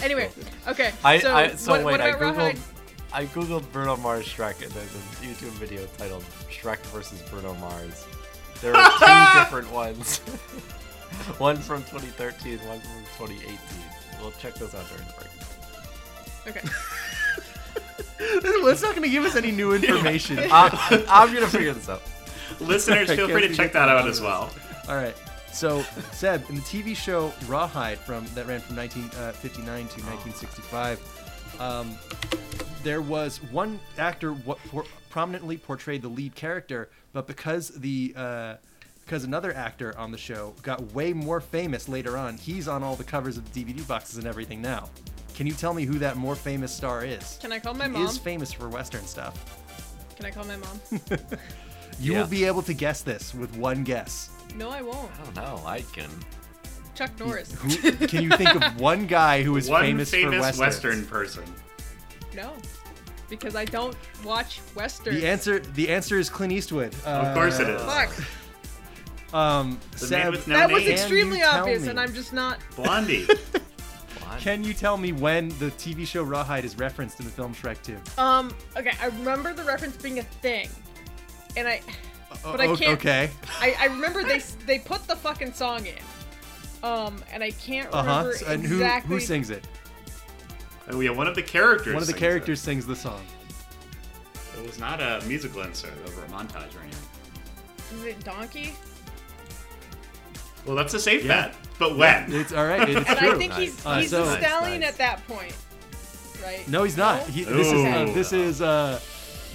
S3: Anyway, okay.
S2: I
S3: so,
S2: I, so
S3: what,
S2: wait,
S3: what
S2: I
S3: about
S2: googled
S3: Rawhide?
S2: I googled Bruno Mars Shrek and there's a YouTube video titled Shrek versus Bruno Mars. There are two different ones. one from 2013, one from 2018. We'll check those out during the break.
S3: Okay.
S1: That's not going to give us any new information.
S2: I, I'm gonna figure this out.
S4: Listeners,
S1: I
S4: feel
S1: guess
S4: free to
S1: we
S4: check
S1: get
S4: that
S1: the
S4: out as well.
S1: All right. So, Seb, in the TV show Rawhide from that ran from 1959 to 1965, um, there was one actor what por- prominently portrayed the lead character, but because the uh, because another actor on the show got way more famous later on, he's on all the covers of DVD boxes and everything now. Can you tell me who that more famous star is?
S3: Can I call my
S1: He
S3: mom?
S1: Is famous for Western stuff.
S3: Can I call my mom?
S1: You
S2: Yeah.
S1: will be able to guess this with one guess.
S3: No, I won't.
S2: I don't know. I can.
S3: Chuck Norris.
S1: Who, can you think of one guy who is
S4: One
S1: famous,
S4: famous,
S1: for westerns?
S4: Western person.
S3: No. because I don't watch westerns.
S1: The answer the answer is Clint Eastwood.
S4: Of course it is.
S3: Fuck.
S1: Um,
S4: The
S1: Seb,
S4: man with no
S3: That was
S4: name.
S1: ex-
S3: extremely
S1: you tell
S3: obvious,
S1: me.
S3: and I'm just not.
S4: Blondie.
S1: can you tell me when the TV show Rawhide is referenced in the film Shrek 2?
S3: Um. Okay, I remember the reference being a thing, and I, but I
S1: Uh, O-
S3: can't.
S1: Okay.
S3: I, I remember they s- they put the fucking song in. Um, and I can't
S1: Uh huh.
S3: remember
S1: and who
S3: exactly.
S1: who sings it?
S4: Oh yeah, one of the characters.
S1: One of the
S4: sings
S1: characters sings the song.
S4: It. it was not a musical insert over a montage or anything.
S3: Is it Donkey?
S4: Well, that's a safe
S1: Yeah.
S4: bet. But when?
S1: It's all right. It's
S3: And
S1: true.
S3: I think he's
S1: Uh,
S3: he's
S1: so-
S3: a
S1: Nice,
S3: stallion
S2: nice.
S3: at that point, right?
S1: No, he's not. He, this is uh,
S4: Ooh.
S1: this is uh,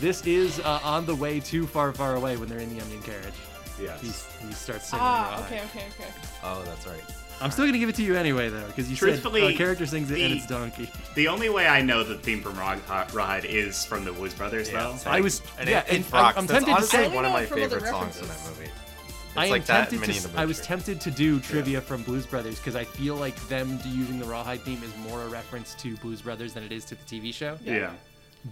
S1: this is uh, on the way too far, far away when they're in the onion carriage.
S4: Yes.
S1: He's, he starts singing.
S3: ah,
S1: Rawhide.
S3: okay, okay, okay.
S2: Oh, that's right.
S1: I'm still gonna give it to you anyway, though, because you said
S4: Truthfully,
S1: a character sings it and
S4: the-
S1: it's donkey.
S4: The only way I know the theme from Raw- Rawhide is from the Blues Brothers,
S2: Yeah,
S4: though.
S2: same.
S1: I was
S2: And
S1: yeah,
S2: it, it
S1: and I,
S2: rocks.
S1: I'm
S2: That's
S1: tempted to
S2: honestly
S1: say
S2: one of
S3: I
S2: my
S3: only know it from
S2: favorite
S3: other
S2: songs in that
S3: references.
S2: movie. It's
S1: I am
S2: like that
S1: tempted
S2: many
S1: to.
S2: in the
S1: I was
S2: movie.
S1: tempted to do trivia from Blues Brothers because I feel like them using the Rawhide theme is more a reference to Blues Brothers than it is to the TV show.
S4: yeah.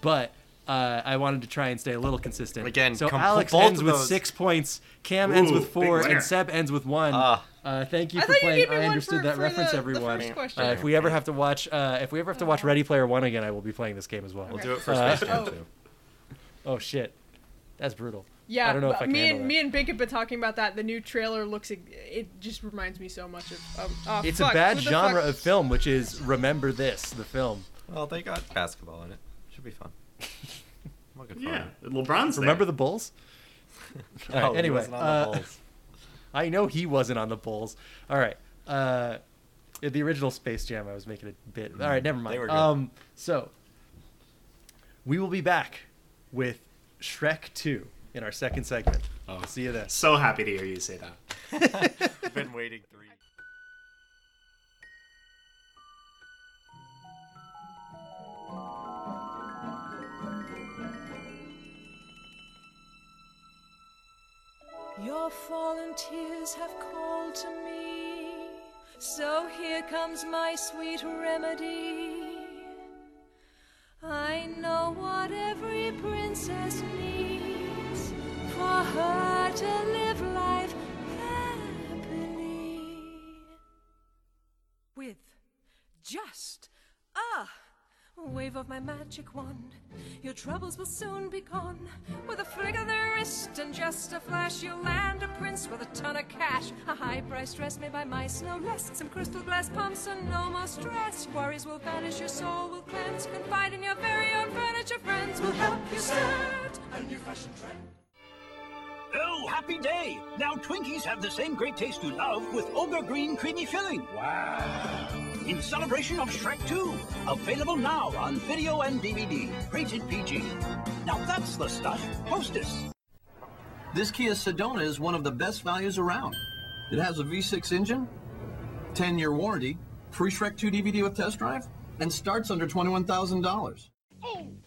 S1: But uh, I wanted to try and stay a little consistent.
S2: Again,
S1: so
S2: com-
S1: Alex
S2: both
S1: ends
S2: of
S1: with
S2: those-
S1: six points, Cam ends
S4: Ooh,
S1: with
S4: big
S1: four,
S4: winner.
S1: and Seb ends with one.
S2: Ah.
S1: uh, thank you
S3: I
S1: for
S3: thought you
S1: playing.
S3: gave me
S1: I
S3: one
S1: understood
S3: for-
S1: that
S3: for
S1: reference,
S3: the- the
S1: everyone.
S3: first question. Uh-huh.
S1: uh, if we ever have to watch, uh, if we ever have to watch Ready Player One again, I will be playing this game as well.
S3: We'll
S2: Do it for
S1: Uh,
S2: Space Jam
S3: Oh.
S2: 2.
S1: Oh shit, that's brutal.
S3: Yeah,
S1: I don't know if
S3: but
S1: I can
S3: me
S1: handle
S3: and
S1: that.
S3: me and Bink have been talking about that. The new trailer looks. ex- It just reminds me so much of. Um, oh,
S1: It's
S3: fuck,
S1: a bad
S3: who the
S1: genre
S3: fuck-
S1: of film, which is remember this, the film.
S2: Well, they got basketball in it. Should be fun. I'm looking forward
S4: Yeah.
S2: to it.
S4: LeBron's
S1: Remember
S4: there.
S1: the Bulls? All
S2: Oh,
S1: right,
S2: he
S1: anyway,
S2: wasn't on
S1: uh,
S2: the Bulls.
S1: I know he wasn't on the Bulls. All right. Uh, in the original Space Jam, I was making a bit. All right, never mind.
S2: were good.
S1: Um, so we will be back with Shrek 2 in our second segment. I'll see you then.
S4: So happy to hear you say that.
S2: I've been waiting three.
S7: Your fallen tears have called to me, so here comes my sweet remedy. I know what every princess needs for her to live life happily. With just a wave of my magic wand, your troubles will soon be gone. With a flick of the wrist and just a flash, you'll land a prince with a ton of cash. A high priced dress made by mice, no less. Some crystal glass pumps and no more stress. Worries will vanish, your soul will cleanse. Confide in your very own furniture friends, will help you set a new fashion trend.
S8: Oh, happy day! Now Twinkies have the same great taste you love with Green creamy filling. Wow! In celebration of Shrek 2, available now on video and DVD, rated PG. Now that's the stuff. Hostess. This Kia Sedona is one of the best values around. It has a V6 engine, 10-year warranty, free Shrek 2 DVD with test drive, and starts under $21,000.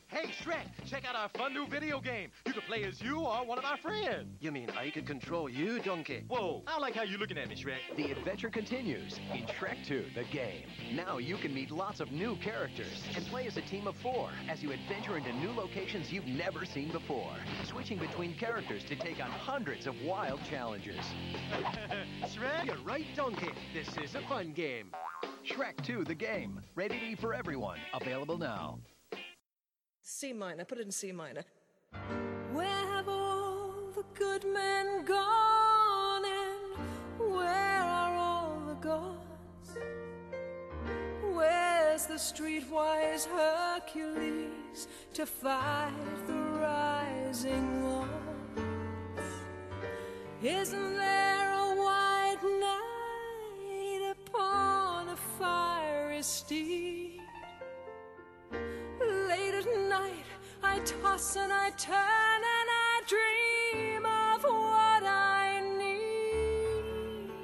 S9: Hey, Shrek, check out our fun new video game. You can play as you or one of our friends. You mean I could control you, Donkey? Whoa, I like how you're looking at me, Shrek. The adventure continues in Shrek 2, the game. Now you can meet lots of new characters and play as a team of four as you adventure into new locations you've never seen before, switching between characters to take on hundreds of wild challenges. Shrek? You're right, Donkey. This is a fun game. Shrek 2, the game. Rated E for everyone. Available now.
S7: C minor, put it in C minor. Where have all the good men gone? And where are all the gods? Where's the streetwise Hercules to fight the rising odds? Isn't there a white knight upon a fiery steed? Late at night, I toss and I turn and I dream of what I need.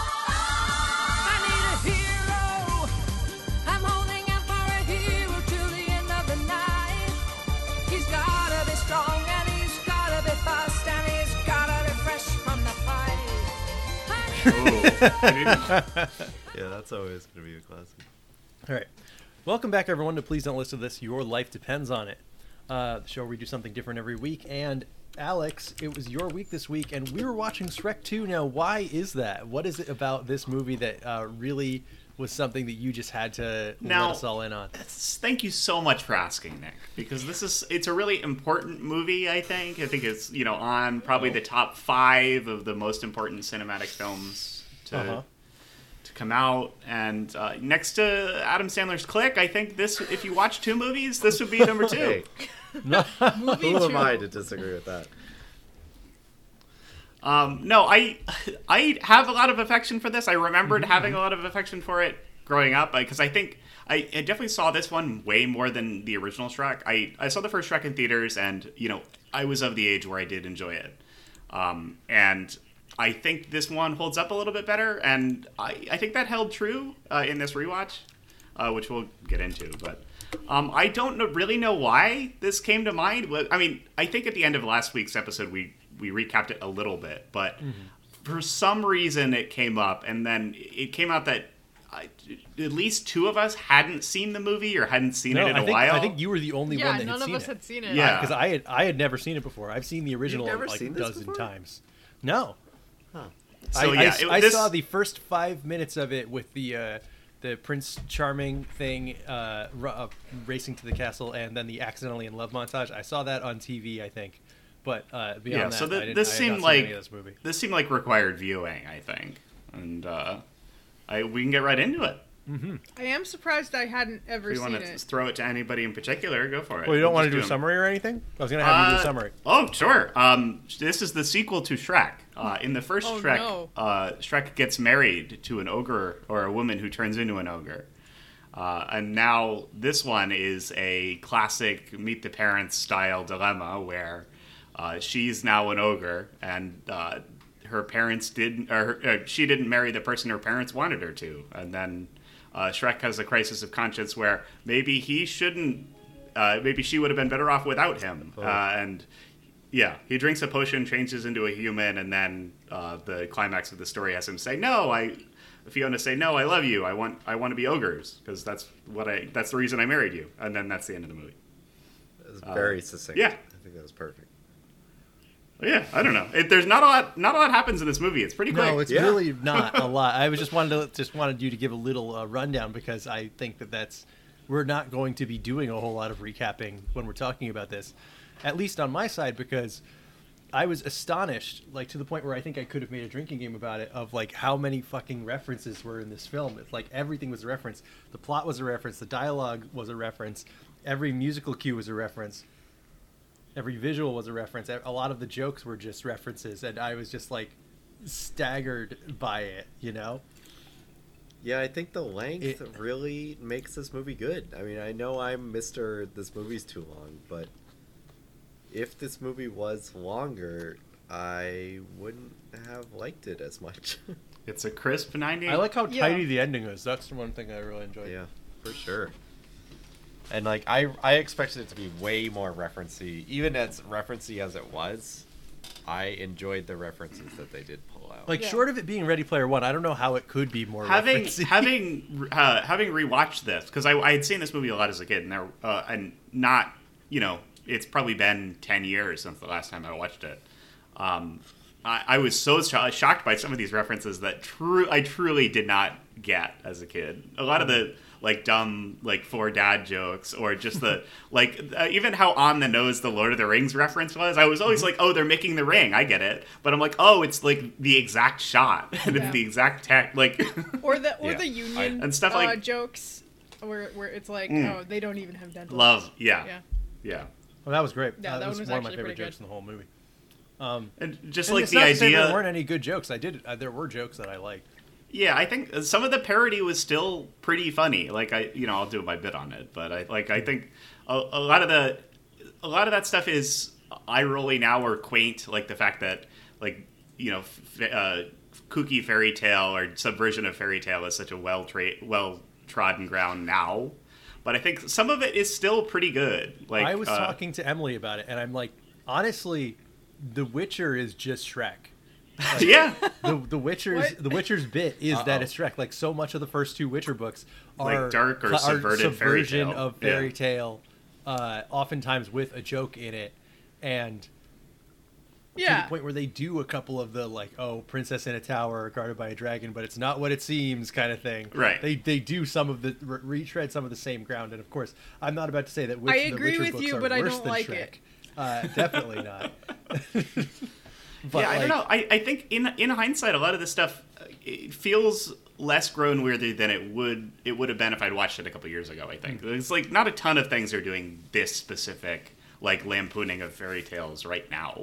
S7: I need a hero. I'm holding out for a hero till the end of the night. He's gotta be strong and he's gotta be fast and he's gotta be fresh from the fight. I need
S5: Yeah, that's always gonna be a classic.
S1: All right. Welcome back, everyone, to Please Don't Listen to This. Your life depends on it. Uh, the show where we do something different every week. And Alex, it was your week this week, and we were watching Shrek 2. Now, why is that? What is it about this movie that uh, really was something that you just had to
S4: Now-
S1: let us all in on?
S4: That's- thank you so much for asking, Nick, because this is it's a really important movie. I think I think it's you know on probably the top five of the most important cinematic films to
S1: Uh-huh.
S4: to come out, and uh, next to Adam Sandler's Click, I think this if you watch two movies, this would be number two.
S5: Hey,
S3: Movie
S5: who
S3: two.
S5: am I to disagree with that?
S4: Um, no, I I have a lot of affection for this. I remembered having a lot of affection for it growing up because I think I, I definitely saw this one way more than the original Shrek. I, I saw the first Shrek in theaters, and you know I was of the age where I did enjoy it, um, and I think this one holds up a little bit better, and I, I think that held true uh, in this rewatch, uh, which we'll get into, but. Um, I don't know, really know why this came to mind. Well, I mean, I think at the end of last week's episode, we we recapped it a little bit, but
S1: Mm-hmm.
S4: for some reason it came up, and then it came out that I, at least two of us hadn't seen the movie or hadn't seen it in
S1: I
S4: a
S1: think,
S4: while.
S1: I think you were the only
S3: Yeah,
S1: one that
S3: none
S1: had
S3: of
S1: seen
S3: us
S1: it.
S3: had seen it.
S4: Yeah.
S1: because I had I had never seen it before. I've seen the original
S5: never
S1: like
S5: seen this
S1: dozen
S5: before?
S1: times. No.
S4: So,
S1: I,
S4: yeah,
S1: I,
S4: it-
S1: I
S4: this-
S1: saw the first five minutes of it with the uh, the Prince Charming thing, uh, ru- uh, racing to the castle, and then the accidentally in love montage. I saw that on TV, I think. But uh, beyond
S4: yeah.
S1: that,
S4: so
S1: I
S4: th-
S1: didn't-
S4: this
S1: I had not
S4: seemed
S1: seen
S4: like
S1: any of this movie.
S4: this seemed like required viewing, I think, and uh, I we can get right into it.
S3: I am surprised I hadn't ever
S4: If you
S3: seen
S4: want
S3: it.
S4: to throw it to anybody in particular, go for it.
S1: Well, you don't
S4: We'll
S1: want to
S4: just
S1: do a
S4: them.
S1: summary or anything. I was gonna have you do
S4: Uh,
S1: a summary.
S4: Oh, sure. Um, this is the sequel to Shrek. Uh, in the first
S3: Oh,
S4: Shrek,
S3: no.
S4: uh, Shrek gets married to an ogre or a woman who turns into an ogre. Uh, and now this one is a classic meet the parents style dilemma where uh, she's now an ogre and uh, her parents didn't, or her, uh, she didn't marry the person her parents wanted her to. And then uh, Shrek has a crisis of conscience where maybe he shouldn't, uh, maybe she would have been better off without him. Uh, and yeah, he drinks a potion, changes into a human, and then uh, the climax of the story has him say, "No, I." Fiona say, "No, I love you. I want. I want to be ogres because that's what I. That's the reason I married you." And then that's the end of the movie.
S5: That was very succinct.
S4: yeah.
S5: I think that was perfect.
S4: Yeah, I don't know. It, there's not a lot. Not a lot happens in this movie. It's pretty quick.
S1: No, it's
S5: Yeah.
S1: really not a lot. I was just wanted to just wanted you to give a little uh, rundown because I think that that's we're not going to be doing a whole lot of recapping when we're talking about this, at least on my side because I was astonished, like to the point where I think I could have made a drinking game about it of like how many fucking references were in this film. It's like everything was a reference. The plot was a reference. The dialogue was a reference. Every musical cue was a reference. Every visual was a reference. A lot of the jokes were just references, and I was just like staggered by it. You know?
S5: Yeah, I think the length
S1: It-
S5: really makes this movie good. I mean, I know I'm Mister. This movie's too long, but if this movie was longer, I wouldn't have liked it as much.
S4: It's a crisp ninety.
S1: I like how
S3: Yeah.
S1: tidy the ending was. That's the one thing I really enjoyed.
S5: yeah, for sure.
S2: And like I, I expected it to be way more referencey. Even as referencey as it was, I enjoyed the references that they did pull out.
S1: Like
S3: Yeah.
S1: short of it being Ready Player One, I don't know how it could be more
S4: having
S1: referencey.
S4: having uh, having rewatched this because I, I had seen this movie a lot as a kid and there uh, and not you know it's probably been ten years since the last time I watched it. Um, I, I was so sho- shocked by some of these references that true I truly did not get as a kid. A lot of the like dumb like four dad jokes or just the like uh, even how on the nose the Lord of the Rings reference was. I was always like, oh, they're making the ring. I get it, but I'm like, oh, it's like the exact shot and
S3: Yeah.
S4: it's the exact tech like.
S3: Or the or
S2: Yeah.
S3: the union
S4: And stuff
S3: uh,
S4: like- Mm.
S3: jokes, where where it's like, oh, they don't even have dental.
S4: Love, yeah, yeah,
S3: Yeah.
S1: well, that was great.
S3: Yeah,
S1: that,
S3: that
S1: was,
S3: one was
S1: one of my
S3: actually
S1: favorite
S3: pretty
S1: jokes
S3: good.
S1: in the whole movie.
S4: and just
S1: And
S4: like
S1: it's
S4: the
S1: not to say
S4: idea.
S1: there weren't any good jokes. I did. Uh, there were jokes that I liked.
S4: yeah, I think some of the parody was still pretty funny. Like I, you know, I'll do my bit on it, but I like I think a, a lot of the a lot of that stuff is eye rolling now or quaint, like the fact that like you know, f- uh, kooky fairy tale or subversion of fairy tale is such a well tra- well trodden ground now. But I think some of it is still pretty good. Like
S1: I was
S4: uh,
S1: talking to Emily about it, and I'm like, honestly, The Witcher is just Shrek.
S4: yeah.
S1: the The Witcher's
S3: What?
S1: the Witcher's bit is that it's Shrek. Like so much of the first two Witcher books
S4: Like
S1: are
S4: dark or
S1: are
S4: subverted fairy
S1: subversion
S4: tale.
S1: of
S4: Yeah.
S1: fairy tale, uh, oftentimes with a joke in it, and to
S3: Yeah.
S1: the point where they do a couple of the like, oh, princess in a tower guarded by a dragon, but it's not what it seems kind of thing.
S4: Right.
S1: They they do some of the re- retread some of the same ground, and of course, I'm not about to say that. Witch,
S3: I
S1: the
S3: agree
S1: Witcher
S3: with
S1: books
S3: you,
S1: are
S3: but I
S1: worse
S3: don't
S1: than
S3: like
S1: Shrek.
S3: it.
S1: Uh, definitely not. but
S4: yeah,
S1: like,
S4: I don't know. I, I think in in hindsight, a lot of this stuff uh, it feels less grown weirder than it would it would have been if I'd watched it a couple years ago. I think
S1: Hmm.
S4: it's like not a ton of things are doing this specific like lampooning of fairy tales right now.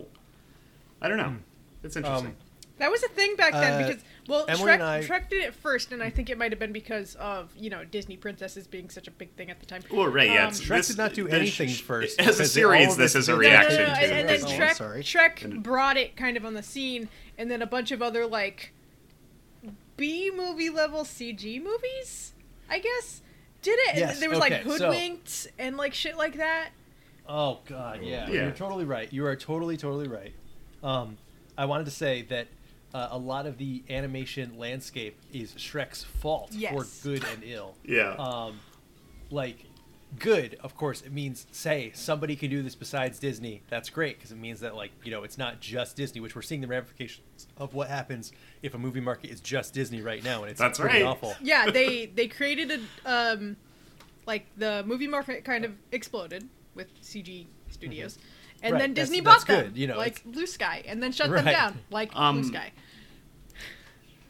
S4: I don't know.
S1: Hmm.
S4: It's interesting.
S1: Um,
S3: That was a thing back then
S1: Uh,
S3: because well,
S1: Emily
S3: Shrek,
S1: and I-
S3: Shrek did it first, and I think it might have been because of you know Disney princesses being such a big thing at the time.
S4: well, right, yeah.
S3: Um,
S4: it's-
S1: Shrek
S4: this-
S1: did not do
S4: this-
S1: anything first,
S4: As
S1: because
S4: a
S1: it- all
S4: series,
S1: of
S4: this
S1: this
S4: is a
S1: did-
S3: No, no, no,
S4: reaction
S3: no,
S4: to.
S3: and, and then
S4: this.
S1: Disney.
S3: Shrek,
S1: Oh, Sorry.
S3: Shrek brought it kind of on the scene, and then a bunch of other like B movie level CG movies, I guess, did it.
S1: Yes,
S3: and there was like
S1: okay, so-
S3: hoodwinked and like shit like that.
S1: Oh God, yeah.
S4: Yeah.
S1: You're totally right. You are totally, totally right. Um, I wanted to say that uh, a lot of the animation landscape is Shrek's fault
S3: Yes.
S1: for good and ill.
S4: Yeah.
S1: Um, like, good, of course, it means say somebody can do this besides Disney. That's great because it means that like you know it's not just Disney, which we're seeing the ramifications of what happens if a movie market is just Disney right now, and it's
S4: That's
S1: pretty
S4: right.
S1: awful.
S3: Yeah, they they created a um, like the movie market kind of exploded with CG studios. And
S1: Mm-hmm. Right,
S3: then
S1: that's-
S3: Disney
S1: that's
S3: bought them,
S1: good, you know,
S3: like Blue Sky, and then shut them
S1: Right.
S3: down, like
S4: Um,
S3: Blue Sky.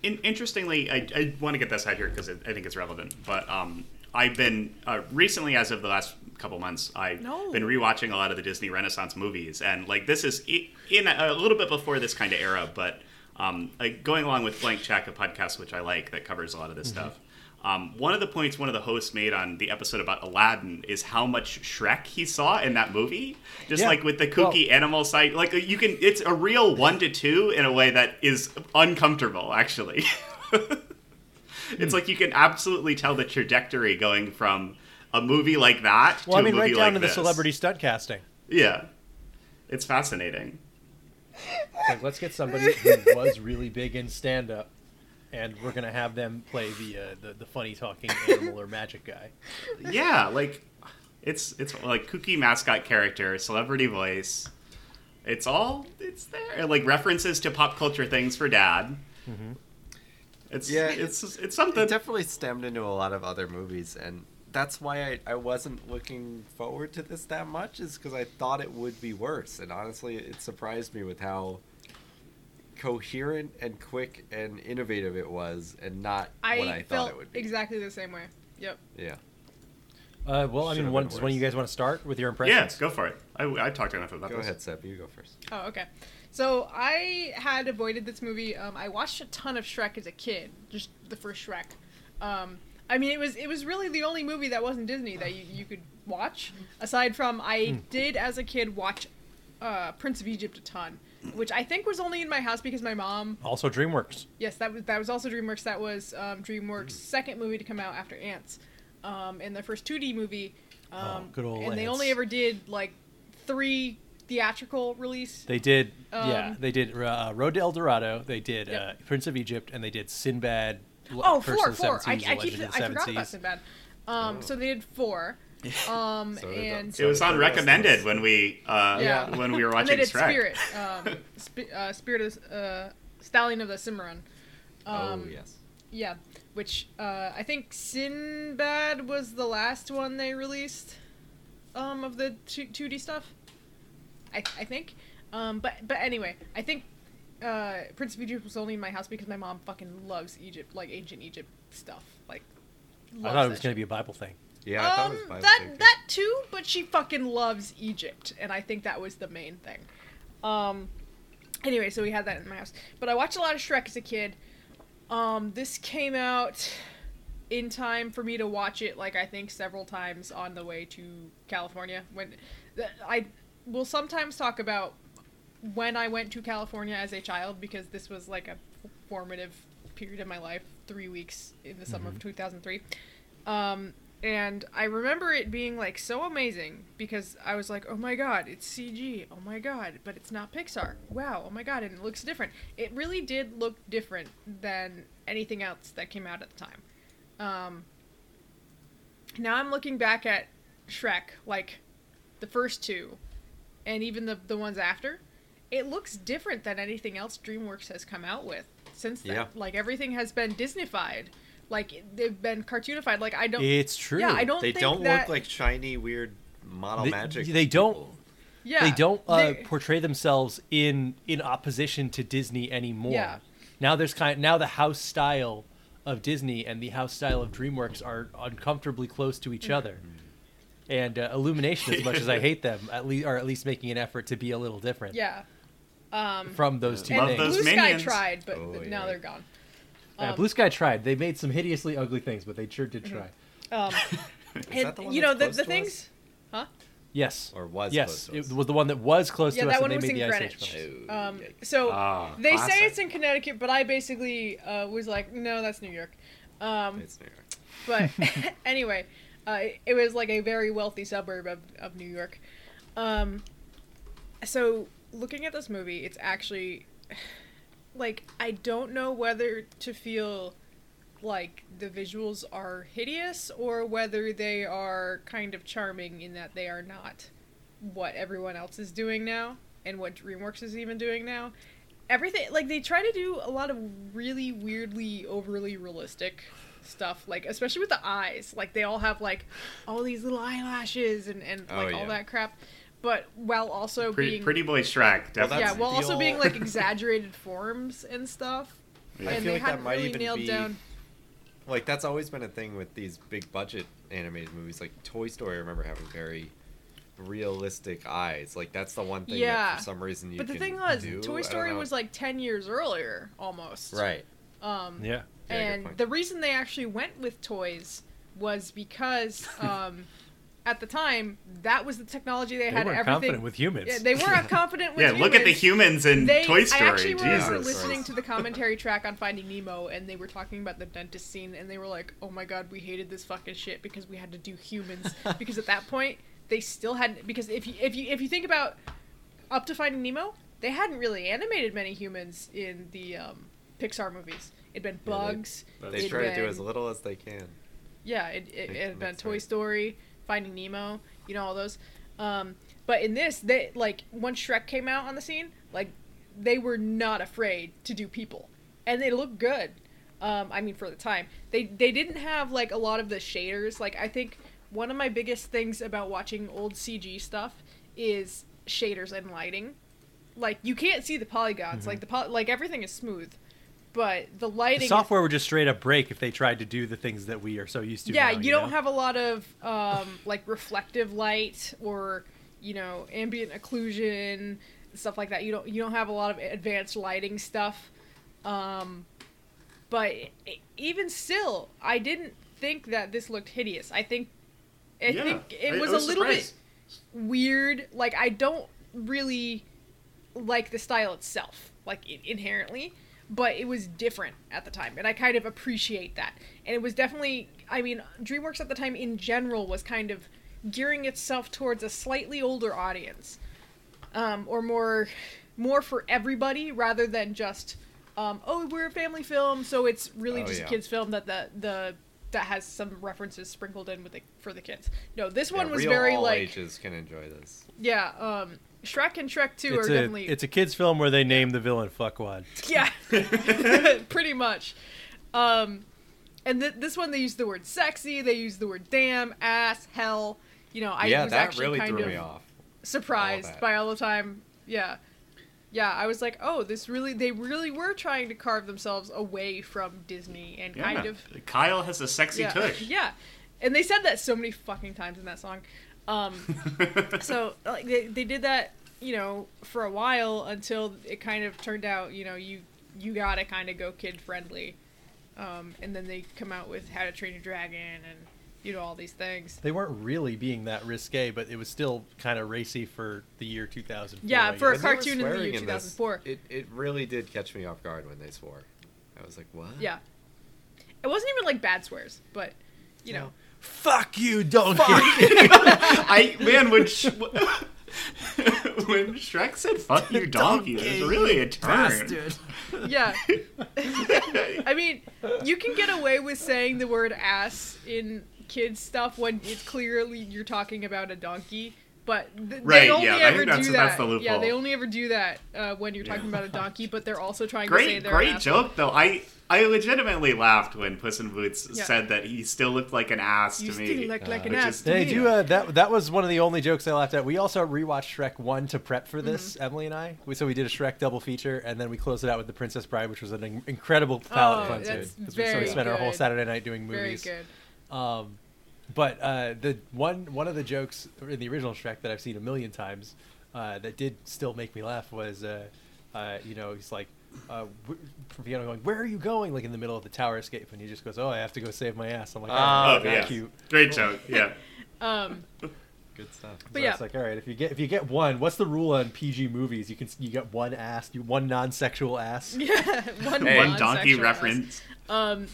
S4: in, interestingly, I, I want to get this out here because I think it's relevant. But um, I've been uh, recently, as of the last couple months, I've
S3: No.
S4: been rewatching a lot of the Disney Renaissance movies, and like this is i- in a, a little bit before this kind of era, but um, like, going along with Blank Check, a podcast which I like that covers a lot of this stuff. Um, one of the points one of the hosts made on the episode about Aladdin is how much Shrek he saw in that movie, just
S1: Yeah.
S4: like with the
S1: Well-
S4: kooky animal side. Like uh, you can, it's a real one to two in a way that is uncomfortable. Actually,
S1: Hmm.
S4: it's like you can absolutely tell the trajectory going from a movie like that
S1: Well, I
S4: to
S1: mean,
S4: a movie
S1: right down
S4: like
S1: to the
S4: this.
S1: celebrity stunt casting.
S4: Yeah, it's fascinating.
S1: Like, let's get somebody who was really big in stand up, and we're gonna have them play the, uh, the the funny talking animal or magic guy.
S4: Yeah, like it's it's like kooky mascot character, celebrity voice. It's all it's there. And, Like references to pop culture things for dad.
S1: Mm-hmm.
S4: It's
S5: Yeah,
S4: it's it's,
S5: It
S4: something.
S5: definitely stemmed into a lot of other movies, and that's why I, I wasn't looking forward to this that much, is because I thought it would be worse. And honestly, it surprised me with how coherent and quick and innovative it was, and not
S3: I,
S5: what I
S3: felt
S5: thought it would be.
S3: exactly the same way. Yep.
S5: Yeah.
S1: Uh, well, I
S5: Should've
S1: mean, one,
S5: been
S1: does one of you
S5: worse.
S1: guys want to start with your
S4: yeah,
S1: impressions?
S4: go for it. I I talked enough about
S5: Go
S4: this.
S5: ahead, Seb. You go first.
S3: Oh, okay. So I had avoided this movie. Um, I watched a ton of Shrek as a kid, just the first Shrek. Um, I mean, it was it was really the only movie that wasn't Disney that you, you could watch. Aside from, I
S1: Hmm.
S3: did as a kid watch uh, Prince of Egypt a ton, which I think was only in my house because my mom.
S1: Also, DreamWorks.
S3: Yes, that was that was also DreamWorks. That was um, DreamWorks'
S1: Hmm.
S3: second movie to come out after Ants, um, and their first 2D movie. Um,
S1: Oh, good old
S3: And they only
S1: Ants.
S3: ever did like three theatrical release.
S1: They did, yeah,
S3: Um,
S1: they did uh, Road to El Dorado. They did
S3: Yep.
S1: uh, Prince of Egypt, and they did Sinbad. L-
S3: Oh,
S1: Curse of
S3: four,
S1: the Seven
S3: four. I,
S1: Seas,
S3: I
S1: The
S3: keep.
S1: Legend of the
S3: I
S1: Seven
S3: forgot about
S1: Seas.
S3: Sinbad. Um, so they did four. Um,
S5: So did
S3: and
S5: that.
S4: It was on
S5: Sorry, that was-
S4: recommended when we uh,
S3: Yeah.
S4: when we were
S3: and they
S4: watching
S3: did
S4: Shrek.
S3: Spirit. Um, sp- uh, Spirit of the- uh, Stallion of the Cimarron. Um,
S5: oh, yes.
S3: Yeah, which uh, I think Sinbad was the last one they released um, of the two D stuff. I, I think, um, but but anyway, I think uh, Prince of Egypt was only in my house because my mom fucking loves Egypt, like ancient Egypt stuff. Like,
S1: I thought it was going to be a Bible thing.
S5: Yeah, I thought
S3: Um,
S5: it was by
S3: that
S5: mistake.
S3: that too, but she fucking loves Egypt, and I think that was the main thing. Um, anyway, so we had that in my house, but I watched a lot of Shrek as a kid. Um, this came out in time for me to watch it, like I think several times on the way to California. When th- I will sometimes talk about when I went to California as a child because this was like a
S5: Mm-hmm.
S3: formative period of my life, three weeks in the summer of 2003. Um, and I remember it being like so amazing because I was like, "Oh my god, it's CG. Oh my god, but it's not Pixar. Wow. Oh my god, and it looks different." It really did look different than anything else that came out at the time. Um, now I'm looking back at Shrek, like the first two, and even the the ones after. It looks different than anything else DreamWorks has come out with since then.
S2: Yeah.
S3: Like everything has been Disneyfied. Like they've been cartoonified. Like I don't.
S1: It's true.
S3: Yeah, I don't.
S5: They
S3: think
S5: don't
S3: that-
S5: look like shiny, weird model
S1: They-
S5: magic.
S1: they don't-
S5: people.
S3: Yeah,
S1: they don't uh,
S3: they-
S1: portray themselves in in opposition to Disney anymore.
S3: Yeah.
S1: Now there's kind now the house style of Disney and the house style of DreamWorks are uncomfortably close to
S3: Mm-hmm.
S1: each other. And uh, Illumination, as much as I hate them, at least are at least making an effort to be a little different
S3: yeah. Um,
S1: from those two
S4: Love
S1: things.
S4: those
S3: Blue Sky
S4: minions.
S3: tried, but
S5: Oh,
S3: now
S5: yeah.
S3: they're gone.
S1: Yeah, Blue Sky tried. They made some hideously ugly things, but they sure did try.
S3: Um, and,
S5: that the one
S3: you know the,
S5: that's
S3: the
S5: close to us?
S3: things.
S1: Yes.
S5: Or was
S1: yes,
S5: close to us.
S1: it was the one that was close
S3: Yeah,
S1: to us,
S3: that
S1: and
S3: one
S1: they
S3: was
S1: made
S3: in
S1: the
S3: Greenwich.
S1: Ice Age films.
S5: Oh,
S3: Um,
S5: yikes.
S3: so
S2: Ah,
S3: they
S2: classic.
S3: say it's in Connecticut, but I basically uh, was like, no, that's New York. Um,
S5: It's New York.
S3: but anyway, uh, it was like a very wealthy suburb of, of New York. Um, so looking at this movie, it's actually like I don't know whether to feel like the visuals are hideous or whether they are kind of charming in that they are not what everyone else is doing now and what DreamWorks is even doing now. Everything like they try to do a lot of really weirdly overly realistic stuff, like especially with the eyes. Like they all have like all these little eyelashes and, and
S5: Oh,
S3: like
S5: yeah.
S3: all that crap. But while also
S4: Pretty,
S3: being
S4: pretty boy Shrek, definitely.
S3: yeah,
S5: That's
S3: while
S5: the
S3: also being
S5: old-
S3: like exaggerated forms and stuff.
S4: I
S3: And
S5: feel
S3: they
S5: like that
S3: hadn't
S5: might
S3: really
S5: even
S3: nailed
S5: be-
S3: down.
S5: Like that's always been a thing with these big budget animated movies. Like Toy Story, I remember having very realistic eyes. Like that's the one thing
S3: Yeah.
S5: that for some reason you.
S3: But the
S5: can
S3: thing was,
S5: do. I
S3: Toy
S5: don't
S3: Story
S5: know.
S3: was like ten years earlier almost.
S5: right.
S3: Um,
S1: Yeah.
S5: Yeah, good
S3: and
S5: point.
S3: the reason they actually went with toys was because um, at the time that was the technology they,
S1: They
S3: had.
S1: weren't
S3: Everything.
S1: confident with humans.
S3: Yeah, they weren't confident with
S4: Yeah, look at the
S3: humans.
S4: humans in
S3: They,
S4: Toy Story.
S3: I actually
S4: Jesus.
S3: remember listening to the commentary track on Finding Nemo, and they were talking about the dentist scene, and they were like, "Oh my god, we hated this fucking shit because we had to do humans." because at that point, they still hadn't. Because if you if you if you think about up to Finding Nemo, they hadn't really animated many humans in the um, Pixar movies. It'd been
S5: Yeah, they-
S3: Bugs.
S5: They
S3: it'd
S5: try to do
S3: been-
S5: as little as they can.
S3: yeah, it, it,
S5: Like,
S3: it had been
S5: that's
S3: Toy
S5: right.
S3: Story, Finding Nemo, you know all those. Um, but in this, they like once Shrek came out on the scene, like they were not afraid to do people, and they looked good. Um, I mean, for the time, they they didn't have like a lot of the shaders. Like I think one of my biggest things about watching old CG stuff is shaders and lighting. Like you can't see the polygons. Like the poly- like everything is smooth, but Mm-hmm. the lighting.
S1: The
S3: is-
S1: software would just straight up break if they tried to do the things that we are so used to.
S3: yeah
S1: now,
S3: you don't
S1: know?
S3: have a lot of um, like reflective light or you know ambient occlusion stuff like that you don't you don't have a lot of advanced lighting stuff um, but e- even still i didn't think that this looked hideous i think i
S4: Yeah,
S3: think it
S4: I- I
S3: was, a little
S4: surprised.
S3: bit weird like i don't really like the style itself, like i inherently, but it was different at the time, and I kind of appreciate that. And it was definitely, I mean, DreamWorks at the time in general was kind of gearing itself towards a slightly older audience, um, or more, more for everybody rather than just, um, oh, we're a family film, so it's really
S5: Oh,
S3: just
S5: yeah.
S3: a kids film that the the that has some references sprinkled in with the for the kids. No, this one
S5: Yeah,
S3: was
S5: real
S3: very
S5: all
S3: like
S5: ages can enjoy this.
S3: yeah, um, Shrek and Shrek Two
S1: It's
S3: are
S1: a,
S3: definitely
S1: it's a kids film where they name the villain fuckwad.
S3: Yeah, pretty much. Um, and th- this one, they used the word sexy. They used the word damn, ass, hell. You know, I
S5: yeah,
S3: was
S5: that
S3: actually
S5: really
S3: kind
S5: threw
S3: of
S5: me off.
S3: surprised
S5: all that.
S3: by all the time. Yeah, yeah, I was like, oh, this really. They really were trying to carve themselves away from Disney and
S4: Yeah.
S3: kind of
S4: Kyle has a sexy
S3: yeah,
S4: tush.
S3: yeah. And they said that so many fucking times in that song. Um, so like they, they did that you know for a while until it kind of turned out you know you you gotta kind of go kid friendly um, and then they come out with how to train your dragon and you know all these things
S1: They weren't really being that risque, but it was still kind of racy for the year 2000.
S3: Yeah, for a
S5: When they were
S3: cartoon in the year
S5: swearing this,
S3: 2004.
S5: it, it really did catch me off guard when they swore. I was like, what?
S3: yeah it wasn't even like bad swears but you know
S10: Fuck you, donkey.
S4: I man, when Sh- when Shrek said "fuck you, donkey," it was really a turn.
S3: Yeah. I mean, you can get away with saying the word ass in kids stuff when it's clearly you're talking about a donkey. But th-
S4: Right,
S3: they only
S4: yeah, I
S3: ever
S4: think that's-
S3: do that.
S4: that's the
S3: Yeah,
S4: loophole.
S3: they only ever do that uh, when you're talking about a donkey. But they're also trying to say
S4: Great,
S3: they're an
S4: great
S3: asshole.
S4: joke though. I I legitimately laughed when Puss in Boots
S3: Yeah.
S4: said that he still looked like an ass
S3: You
S4: to me.
S3: still look like an
S4: Uh, which
S3: ass
S4: is-
S3: to
S4: yeah.
S3: me.
S1: Did you? Uh, that that was one of the only jokes I laughed at. We also rewatched Shrek one to prep for
S3: Mm-hmm.
S1: this. Emily and I. We, so we did a Shrek double feature, and then we closed it out with The Princess Bride, which was an in- incredible palate
S3: Oh,
S1: cleanser.
S3: that's
S1: 'cause we- so we
S3: very
S1: spent our whole
S3: good.
S1: Saturday night doing
S3: Very
S1: movies.
S3: good.
S1: Um, but uh, the one one of the jokes in the original Shrek that I've seen a million times uh, that did still make me laugh was, uh, uh, you know, he's like, uh, wh- Fiona going, "Where are you going?" Like in the middle of the tower escape, and he just goes, "Oh, I have to go save my ass." I'm like, "Oh,
S4: Oh,
S1: that's
S4: yeah.
S1: cute."
S4: Great joke. Yeah.
S3: Um,
S2: Good stuff.
S1: So
S3: but yeah,
S1: it's like, all right, if you get if you get one, what's the rule on PG movies? You can you get one ass, you one non-sexual ass.
S3: one,
S4: One donkey
S3: non-sexual ass.
S4: reference.
S3: Um,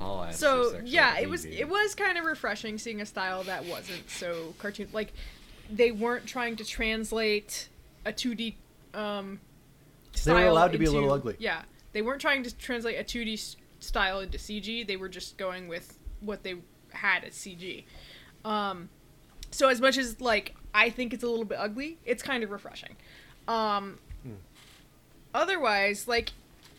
S2: All ass are
S3: so
S2: sexual
S3: yeah,
S2: at
S3: it was
S2: TV.
S3: it was kind of refreshing seeing a style that wasn't so cartoon. Like they weren't trying to translate a two D. Um,
S1: They were
S3: style
S1: allowed to be a
S3: into-
S1: little ugly.
S3: Yeah, they weren't trying to translate a two D style into CG. They were just going with what they had as CG. Um, so as much as like I think it's a little bit ugly, it's kind of refreshing. Um, Otherwise, like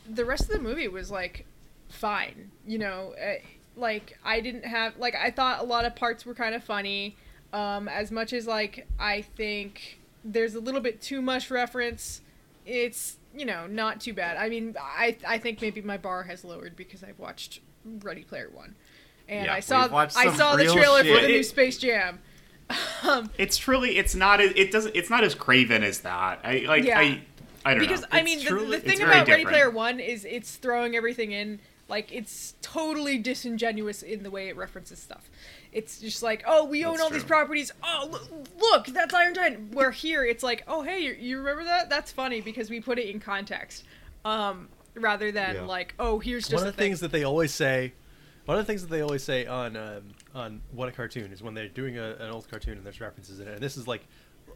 S3: the rest of the movie was like fine. You know, eh, like I didn't have like I thought a lot of parts were kind of funny. Um, as much as like I think there's a little bit too much reference, it's you know not too bad. I mean, I I think maybe my bar has lowered because I've watched Ready Player One, and
S2: Yeah,
S3: I saw
S2: we've watched
S3: I
S2: some
S3: saw the
S2: real
S3: trailer for
S4: shit.
S3: the new
S4: It-
S3: Space Jam.
S4: It's truly. It's not. as- It doesn't. It's not as craven as that. I like.
S3: Yeah.
S4: I. I don't
S3: because
S4: know.
S3: I
S4: It's
S3: mean the,
S4: truly-
S3: the
S4: it's
S3: thing
S4: very
S3: about Ready
S4: different.
S3: Player One is it's throwing everything in like it's totally disingenuous in the way it references stuff. It's just like oh we own
S4: That's
S3: all these
S4: true.
S3: properties oh lo- look that's Iron Giant. Where here it's like oh hey you, you remember that that's funny because we put it in context um, rather than
S2: Yeah.
S3: like oh here's just
S1: one
S3: a
S1: of the
S3: thing.
S1: things that they always say one of the things that they always say on um, on what a cartoon is when they're doing a, an old cartoon and there's references in it and this is like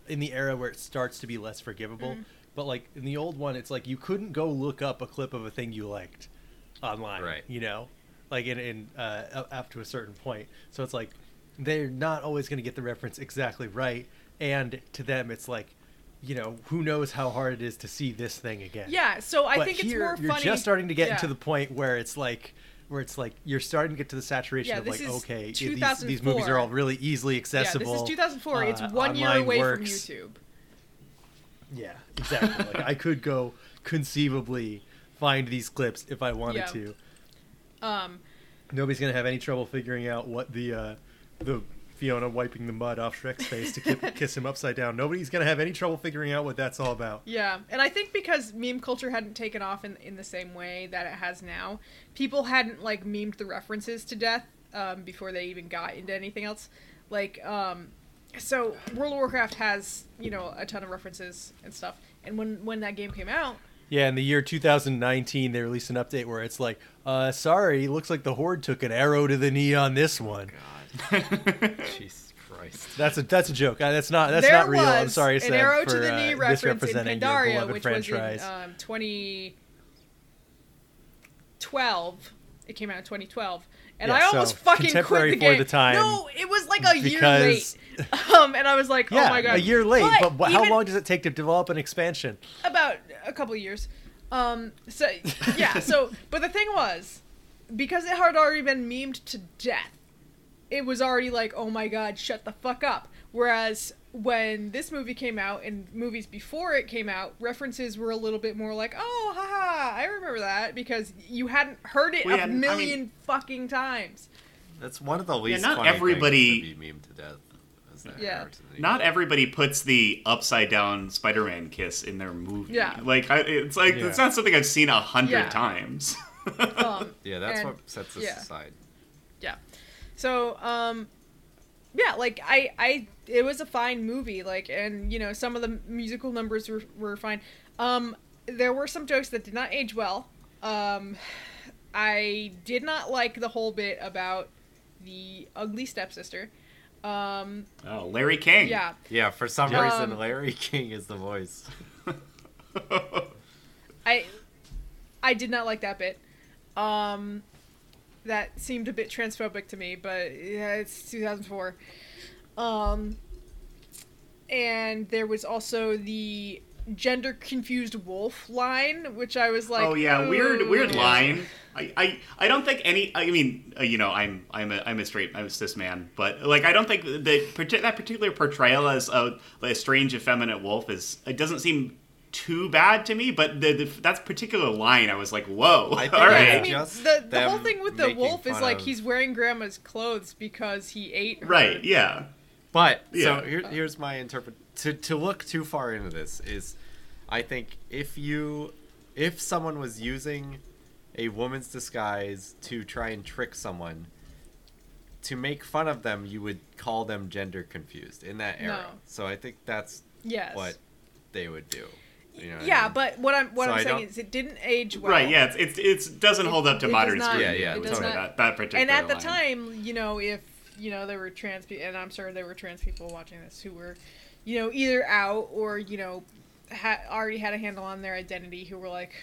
S1: in the era where it starts to be less forgivable
S3: Mm-hmm.
S1: but like in the old one it's like you couldn't go look up a clip of a thing you liked online
S2: Right.
S1: you know like in, in uh, up- up to a certain point so it's like they're not always going to get the reference exactly right and to them it's like you know who knows how hard it is to see this thing again
S3: yeah, so I
S1: but
S3: think
S1: here,
S3: it's more
S1: you're
S3: funny.
S1: just starting to get
S3: yeah.
S1: into the point where it's like where it's like you're starting to get to the saturation
S3: Yeah,
S1: of
S3: this
S1: like
S3: is
S1: okay these, these movies
S3: 2004.
S1: are all really easily
S3: yeah,
S1: accessible
S3: this is 2004. it's
S1: uh,
S3: one year
S1: online
S3: away
S1: works.
S3: from YouTube.
S1: yeah exactly like i could go conceivably find these clips if i wanted
S3: Yeah.
S1: to
S3: Um,
S1: nobody's gonna have any trouble figuring out what the uh the fiona wiping the mud off shrek's face to ki- kiss him upside down nobody's gonna have any trouble figuring out what that's all about
S3: Yeah, and I think because meme culture hadn't taken off in, in the same way that it has now, people hadn't like memed the references to death um, before they even got into anything else. Like, um, so World of Warcraft has you know a ton of references and stuff. And when when that game came out,
S1: Yeah, in the year 2019, they released an update where it's like, uh, sorry, looks like the Horde took an arrow to the knee on this
S5: Oh,
S1: one.
S2: Jesus Christ.
S1: That's a that's a joke. Uh, That's not that's
S3: there
S1: not real.
S3: Was
S1: I'm sorry,
S3: an
S1: Seb,
S3: arrow
S1: for,
S3: to the
S1: uh,
S3: knee reference in
S1: misrepresenting your
S3: Pandaria,
S1: beloved
S3: which
S1: franchise.
S3: was in um, 2012. It came out in 2012, and
S1: Yeah,
S3: I almost
S1: so,
S3: fucking quit
S1: contemporary
S3: the
S1: for
S3: game.
S1: the time,
S3: no, it was like a year
S1: because-
S3: late, um, and I was like,
S1: yeah,
S3: oh my god,
S1: a year late. But, wha- how
S3: even
S1: long does it take to develop an expansion?
S3: About a couple of years. Um, so yeah, so but the thing was, because it had already been memed to death, it was already like, oh my god, shut the fuck up. Whereas when this movie came out and movies before it came out, references were a little bit more like, oh, haha, I remember that because you hadn't heard it
S4: Well,
S3: a
S4: yeah, I mean-
S3: million fucking times.
S2: That's one of the least.
S4: not
S2: funny things
S4: everybody-
S2: to be memed to death. is that
S3: Yeah.
S2: arrow to the knee.
S4: Not everybody puts the upside down Spider-Man kiss in their movie.
S3: Yeah.
S4: Like I, it's like
S1: Yeah.
S4: it's not something I've seen a hundred
S3: Yeah.
S4: times.
S3: Um,
S2: Yeah, that's
S3: and-
S2: what sets us
S3: yeah.
S2: aside.
S3: yeah so um yeah like i i it was a fine movie like and you know some of the musical numbers were, were fine um there were some jokes that did not age well um i did not like the whole bit about the ugly stepsister. Um,
S4: Oh, Larry King.
S3: yeah,
S5: Yeah, for some
S3: Um,
S5: reason, Larry King is the voice.
S3: I I did not like that bit. Um, that seemed a bit transphobic to me, but yeah, it's 2004. Um, and there was also the gender confused wolf line, which I was like,
S4: oh yeah, weird, weird
S3: "Ooh."
S4: line. I, I, I don't think any. I mean, uh, you know, I'm, I'm a, I'm a straight, I'm a cis man, but like, I don't think the parti- that particular portrayal as a, a strange effeminate wolf is. It doesn't seem too bad to me, but the, the that particular line, I was like, whoa,
S5: I think
S4: all
S5: it's
S4: right,
S3: I mean,
S5: Just
S3: the, the whole
S5: them
S3: thing with the
S5: making
S3: wolf is
S5: fun
S3: like
S5: of-
S3: he's wearing grandma's clothes because he ate her.
S4: right, yeah,
S5: But
S4: Yeah.
S5: so here, here's my interpret to to look too far into this is, I think if you if someone was using a woman's disguise to try and trick someone to make fun of them, you would call them gender confused in that era.
S3: No.
S5: So I think that's
S3: Yes.
S5: what they would do. You know what I
S3: yeah,
S5: mean?
S3: but what I'm what
S5: So
S3: I'm
S5: I
S3: saying
S5: don't-
S3: is it didn't age well.
S4: right, yeah. It's it's, it's doesn't
S3: It-
S4: hold up
S3: it
S4: to
S3: does
S4: modern
S3: not-
S4: scrutiny.
S5: Yeah, yeah, it
S4: with
S5: does not.
S4: that, that particular
S3: and at the
S4: line.
S3: time, you know, if you know there were trans people, and I'm sure there were trans people watching this who were, you know, either out or you know, ha- already had a handle on their identity, who were like,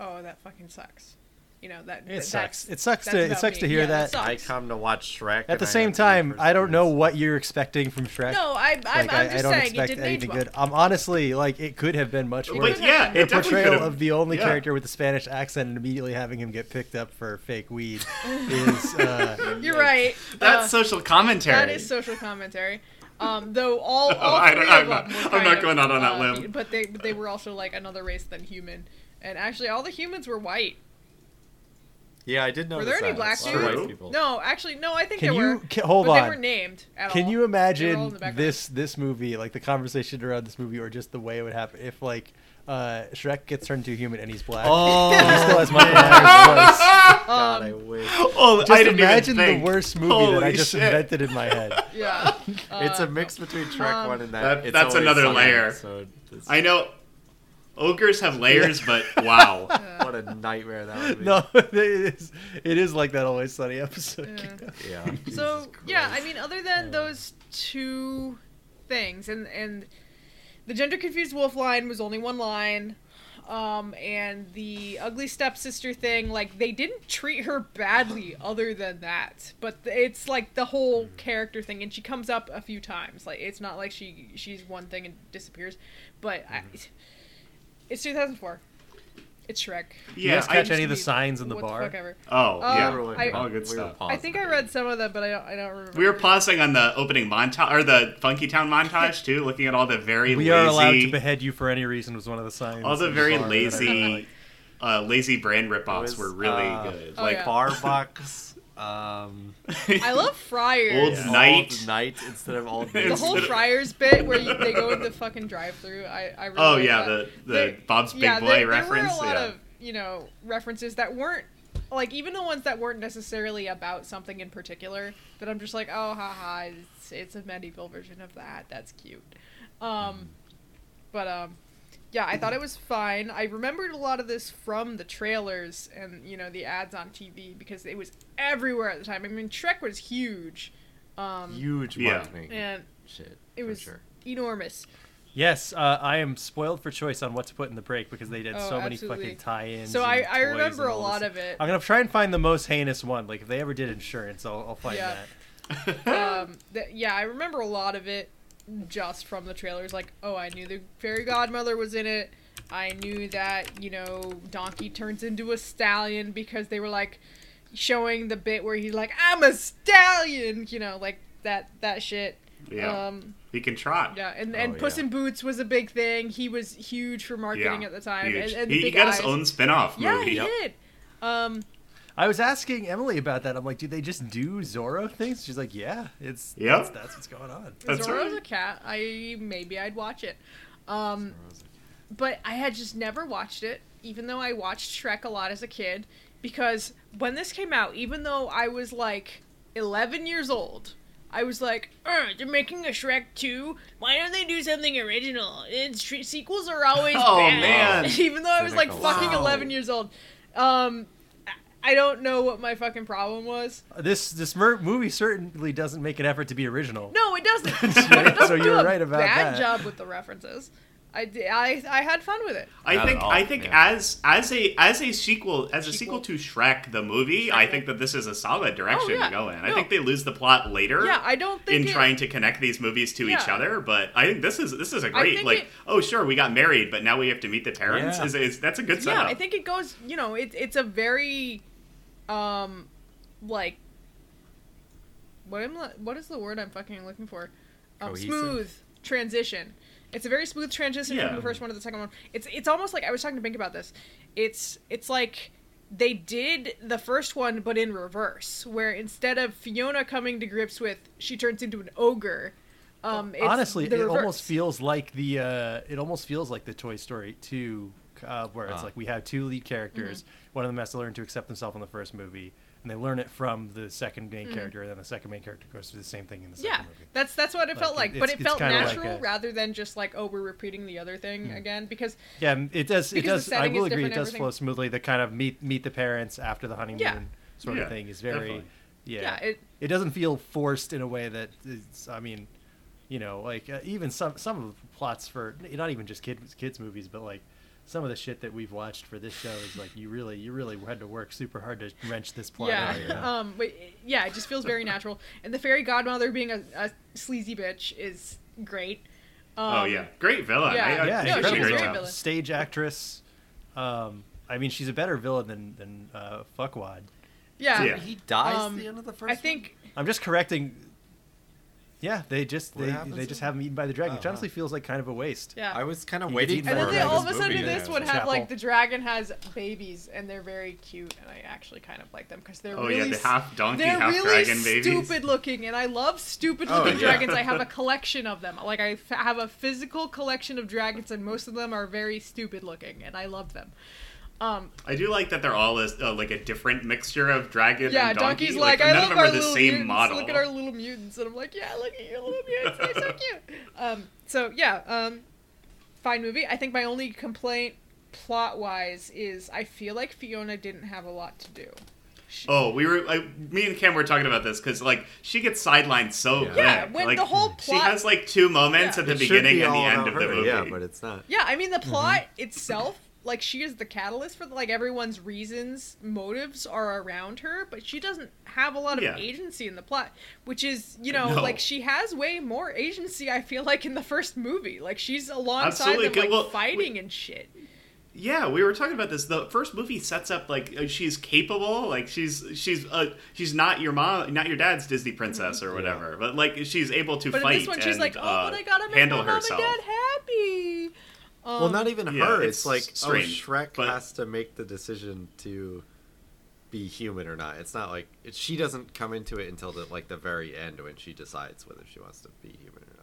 S3: "Oh, that fucking sucks," you know that
S1: It
S3: that-
S1: sucks. It
S3: that's-
S1: sucks
S3: that's
S1: to- it
S3: about
S1: sucks
S3: me.
S1: to hear
S3: Yeah,
S1: that.
S3: sucks.
S5: I come to watch Shrek.
S1: At the
S5: and I
S1: same
S5: have
S1: time,
S5: first
S1: I don't know
S5: person-
S1: what you're expecting from Shrek.
S3: no, I, I'm,
S1: like,
S3: I'm
S1: I-
S3: just
S1: I don't
S3: saying it
S1: expect
S3: didn't age
S1: anything
S3: well.
S1: good. Um, honestly, like it could have been much worse.
S4: but yeah, it
S1: The
S4: definitely
S1: portrayal
S4: could've-
S1: of the only
S4: yeah.
S1: character with a Spanish accent and immediately having him get picked up for fake weed is uh,
S3: You're right.
S4: That's
S3: Uh,
S4: social commentary.
S3: That is social commentary. Um, though all, all
S4: Oh, I
S3: three
S4: don't- I'm
S3: of
S4: not-
S3: them were
S4: I'm
S3: kind
S4: not
S3: of,
S4: going out on that
S3: uh,
S4: limb.
S3: But they but they were also like another race than human, and actually all the humans were white.
S5: Yeah, I did know.
S3: Were there any black
S4: True.
S3: dudes? No, actually, no. I think
S1: Can
S3: there
S1: you-
S3: were.
S1: ca- hold
S3: but
S1: on.
S3: They were named. At
S1: Can
S3: all.
S1: you
S3: They were all in
S1: imagine
S3: the background.
S1: this this movie, like the conversation around this movie, or just the way it would happen if like uh, Shrek gets turned to a human and he's black?
S5: Oh,
S1: he still has Michael Myers' voice.
S5: God, I wish.
S4: Oh, I
S1: Just
S4: didn't even
S1: imagine the
S4: think.
S1: worst movie that I
S4: Holy
S1: just
S4: shit.
S1: invented in my head.
S3: Yeah.
S5: It's a
S3: Uh,
S5: mix between Shrek
S3: Um,
S5: One and that.
S4: That-
S5: it's
S4: that's
S5: Always
S4: another
S5: Sunny,
S4: layer.
S5: So it's,
S4: I know ogres have layers, but wow.
S5: what a nightmare that would be.
S1: No, it is it is like that Always Sunny episode.
S3: Yeah.
S5: Yeah.
S3: so
S5: Jesus
S3: yeah, I
S5: Christ.
S3: mean, other than those two things, and and the gender confused wolf line was only one line, um, and the ugly stepsister thing, like they didn't treat her badly, other than that. But th- it's like the whole
S1: Hmm.
S3: character thing, and she comes up a few times. Like it's not like she she's one thing and disappears, but I,
S1: Hmm.
S3: it's 2004. It's Shrek.
S4: Yeah,
S1: you guys
S4: I
S1: catch
S4: just
S1: any of the
S3: need-
S1: signs in the
S3: what
S1: bar?
S3: fuck ever.
S4: Oh,
S5: We were
S4: yeah.
S3: Um,
S5: like-
S3: I-
S4: All good
S5: we were
S4: stuff.
S3: I think I
S5: pausing.
S3: read some of them, but I don't I don't remember.
S4: We were pausing on the opening montage or the Funky Town montage too, looking at all the very
S1: We
S4: lazy,
S1: are allowed to behead you for any reason was one of the signs.
S4: all the
S1: in
S4: very
S1: bar that I
S4: lazy, uh, lazy brand ripoffs
S5: It was,
S4: were really
S5: uh,
S4: good.
S3: Oh,
S4: like
S3: yeah.
S5: Bar bucks. Um,
S3: I love Friars.
S4: Old Night.
S5: Old night instead of old.
S4: The
S3: the
S5: Navy.
S3: whole
S4: Instead of-
S3: Friars bit where you, they go in the fucking drive-through. I, I really
S4: Oh,
S3: like
S4: yeah,
S3: that.
S4: the- the Bob's Big Boy
S3: there, there
S4: reference,
S3: were a lot
S4: yeah.
S3: of you know references that weren't like even the ones that weren't necessarily about something in particular. That I'm just like, oh, haha, it's it's a medieval version of that. That's cute. Um, but um, yeah, I thought it was fine. I remembered a lot of this from the trailers and you know the ads on TV because it was everywhere at the time. I mean, Shrek was huge. Um,
S5: huge
S4: Yeah.
S5: marketing
S3: and
S5: shit.
S3: it
S5: for
S3: was
S5: sure.
S3: enormous.
S1: Yes, uh, I am spoiled for choice on what to put in the break because they did
S3: Oh,
S1: so many
S3: absolutely.
S1: fucking tie-ins.
S3: So
S1: and
S3: I,
S1: toys
S3: I
S1: and
S3: remember a
S1: all this
S3: lot
S1: stuff.
S3: of it.
S1: I'm gonna try and find the most heinous one. Like if they ever did insurance, I'll, I'll find
S3: Yeah.
S1: that.
S3: Um, that, yeah, I remember a lot of it just from the trailers. Like, oh, I knew the fairy godmother was in it. I knew that you know Donkey turns into a stallion because they were like showing the bit where he's like, I'm a stallion. You know, like that that shit.
S4: yeah,
S3: Um,
S4: he can trot.
S3: yeah, and, and
S5: Oh,
S3: Puss
S5: yeah.
S3: in Boots was a big thing. He was huge for marketing
S4: Yeah,
S3: at the time.
S4: huge.
S3: And, and
S4: he, he
S3: big
S4: got
S3: eyes.
S4: his own spin-off
S3: Yeah,
S4: movie.
S3: he did. Um,
S1: I was asking Emily about that. I'm like, do they just do Zorro things? She's like, yeah, it's
S4: Yeah.
S1: that's, that's what's going on.
S4: That's
S3: Zorro's
S4: right.
S3: a cat. I maybe I'd watch it. Um, but I had just never watched it, even though I watched Shrek a lot as a kid, because when this came out, even though I was like 11 years old, I was like, "Uh, they're making a Shrek 2. Why don't they do something original? It's Shre- sequels are always
S4: Oh,
S3: bad."
S4: man.
S3: even though I was like
S5: Cynical.
S3: fucking
S5: Wow.
S3: 11 years old. Um, I- I don't know what my fucking problem was.
S1: This this mer- movie certainly doesn't make an effort to be original.
S3: No, it doesn't. But it doesn't
S1: So
S3: do
S1: you're
S3: a
S1: right about
S3: bad
S1: that.
S3: job with the references. I, di- I, I had fun with it.
S4: I
S2: Not
S4: think
S2: at all,
S4: I think
S2: yeah.
S4: as as a as a sequel as a sequel to Shrek the movie, I think that this is a solid direction
S3: Oh, yeah.
S4: to go in.
S3: No.
S4: I think they lose the plot later.
S3: Yeah, I don't think
S4: in
S3: it-
S4: trying to connect these movies to each
S3: Yeah.
S4: other, but I think this is this is a great
S3: think
S4: like
S3: it-
S4: oh sure we got married, but now we have to meet the parents.
S11: Yeah.
S4: Is, is that's a good
S3: yeah,
S4: setup?
S3: I think it goes. You know, it's it's a very, um, like, what am I- what is the word I'm fucking looking for? Um,
S2: Cohesive.
S3: smooth transition. It's a very smooth transition
S4: Yeah.
S3: from the first one to the second one. It's it's almost like I was talking to Bink about this. It's it's like they did the first one but in reverse, where instead of Fiona coming to grips with she turns into an ogre. Um, it's
S1: Honestly, it
S3: the reverse.
S1: almost feels like the uh, it almost feels like the Toy Story two, uh, where it's like we have two lead characters.
S3: Mm-hmm.
S1: One of them has to learn to accept themselves in the first movie, and they learn it from the second main character, and then the second main character goes through the same thing in the second
S3: Mm-hmm. Yeah,
S1: movie.
S3: that's that's what it felt
S1: Like,
S3: like,
S1: it-
S3: but
S1: it's-
S3: it
S1: it's
S3: felt
S1: kinda like
S3: natural
S1: a-
S3: rather than just like oh we're repeating the other thing again because
S1: Yeah, m- it does. It
S3: Because the
S1: does. I
S3: setting
S1: will
S3: is
S1: agree. It
S3: different,
S1: does flow
S3: everything.
S1: smoothly. The kind of meet meet the parents after the honeymoon sort
S4: Yeah,
S1: of thing is very.
S4: definitely.
S1: Yeah.
S3: Yeah, it-
S1: doesn't feel forced in a way that it's, I mean, you know, like uh, even some some of the plots for not even just kids kids movies, but like some of the shit that we've watched for this show is like you really you really had to work super hard to wrench this plot
S3: yeah,
S1: out. you know?
S3: um but yeah it just feels very natural and the fairy godmother being a, a sleazy bitch is great. Um,
S4: oh yeah, great villain.
S3: yeah.
S4: I, I,
S1: yeah,
S3: no, she's
S4: think she did a
S1: incredible
S4: great
S3: very
S4: job.
S3: villain.
S1: stage actress. Um, I mean, she's a better villain than than uh, fuckwad.
S3: yeah.
S4: Yeah.
S2: He dies
S3: Um,
S2: at the end of the first.
S3: I think
S1: I'm just correcting. Yeah, they just
S2: What
S1: they,
S2: happens
S1: they just
S2: then?
S1: have them eaten by the
S2: Oh,
S1: dragon,
S4: Uh-huh.
S1: which honestly feels like kind of a waste.
S3: yeah.
S2: one. I was kind of
S1: He
S2: waiting
S1: gets
S2: for.
S1: eaten
S3: and then
S1: by
S3: they
S1: the
S3: all of a
S2: this
S3: sudden
S2: movie
S3: in
S2: to
S3: this
S2: happen.
S3: one have
S1: Chapel.
S3: like the dragon has babies and they're very cute and I actually kind of like them because they're
S4: Oh
S3: really
S4: yeah, the half donkey,
S3: They're
S4: half
S3: really
S4: dragon babies.
S3: stupid looking, and I love stupid
S2: Oh,
S3: looking
S2: yeah.
S3: dragons. I have a collection of them. Like I f- have a physical collection of dragons, and most of them are very stupid looking, and I love them. Um,
S4: I do like that they're all a, uh, like a different mixture of dragon
S3: yeah,
S4: and donkey.
S3: donkey's like, I
S4: none
S3: love
S4: of them
S3: our
S4: are the
S3: little
S4: same
S3: mutants.
S4: model.
S3: Look at our little mutants, and I'm like, yeah, look at your little mutants, they're so cute. Um, so yeah, um, fine movie. I think my only complaint, plot wise, is I feel like Fiona didn't have a lot to do.
S4: Oh, we were I, me and Cam were talking about this because like she gets sidelined so
S2: Yeah.
S3: Yeah,
S4: quick.
S3: when
S4: Like,
S3: the whole
S4: she
S3: plot
S4: has like two moments
S3: Yeah.
S4: at the
S2: It should
S4: beginning
S2: be
S4: and the
S2: all
S4: end
S2: about
S4: of the
S2: her,
S4: movie.
S5: Yeah, but it's not.
S3: Yeah, I mean the
S4: Mm-hmm.
S3: plot itself, like she is the catalyst for like everyone's reasons, motives are around her, but she doesn't have a lot of
S4: Yeah.
S3: agency in the plot, which is, you know,
S4: No.
S3: like she has way more agency I feel like in the first movie. Like she's alongside
S4: Absolutely,
S3: them like
S4: well,
S3: fighting and shit.
S4: Yeah, we were talking about this. The first movie sets up like uh, she's capable, like she's she's uh, she's not your mom, not your dad's Disney princess or whatever, but like she's able to
S3: Mm-hmm. But in
S4: fight.
S3: this one she's
S4: and,
S3: like, "Oh,
S4: uh,
S3: but I got to make my
S4: handle
S3: mom
S4: herself.
S3: and dad happy." Um,
S5: well, not even
S4: yeah,
S5: her.
S4: it's
S5: It's, like
S4: strange,
S5: oh, Shrek
S4: but-
S5: has to make the decision to be human or not. It's not like it, she doesn't come into it until the like the very end when she decides whether she wants to be human or not.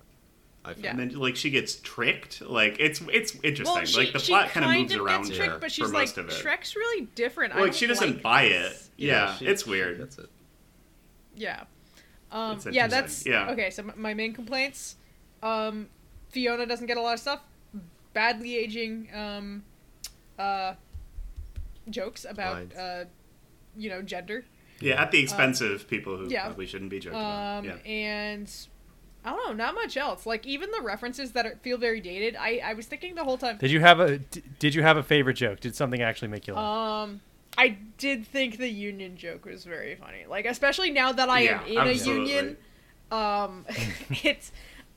S5: I feel.
S3: Yeah.
S4: And then like she gets tricked. Like it's it's interesting.
S3: well, she,
S4: like the
S3: she
S4: plot kind of moves
S3: gets
S4: around
S3: tricked,
S4: her
S3: but she's
S4: for
S3: like,
S4: most of it.
S3: Shrek's really different. I
S4: Well, like
S3: don't
S4: she doesn't
S3: like
S4: buy
S3: this."
S4: it. Yeah,
S5: she-
S4: it's
S5: she
S4: weird.
S5: gets it.
S3: Yeah. Um,
S4: It's
S3: yeah,
S4: interesting.
S3: that's
S4: Yeah.
S3: okay. So m- my main complaints: um, Fiona doesn't get a lot of stuff. Badly aging um, uh, jokes about
S5: Lines.
S3: uh, you know gender,
S4: Yeah, at the expense of people who
S3: Uh, yeah.
S4: probably shouldn't be joking. about.
S3: um,
S4: Yeah.
S3: and I don't know, not much else. Like even the references that are, feel very dated. I I was thinking the whole time.
S1: Did you have a d- Did you have a favorite joke? Did something actually make you laugh?
S3: Um, I did think the union joke was very funny. Like, especially now that I am in
S4: Yeah, absolutely.
S3: a union, um, it's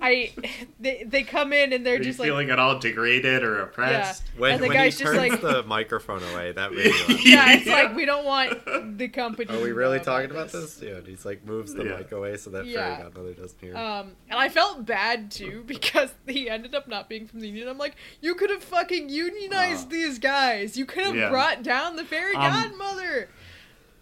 S3: I they they come in and they're
S4: Are you
S3: just like
S4: feeling at all degraded or oppressed?
S5: When,
S3: and the
S5: when
S3: guy's
S5: he
S3: just
S5: turns
S3: like,
S5: the microphone away, that made me laugh.
S3: yeah, it's like we don't want the company.
S5: Are we
S3: to
S5: really
S3: know
S5: talking about this? Yeah, and he's like moves the
S4: Yeah.
S5: mic away so that
S3: Yeah.
S5: Fairy Godmother doesn't hear.
S3: Um, and I felt bad too because he ended up not being from the union. I'm like, you could have fucking unionized these guys. You could have
S4: Yeah.
S3: brought down the fairy
S4: Um,
S3: godmother.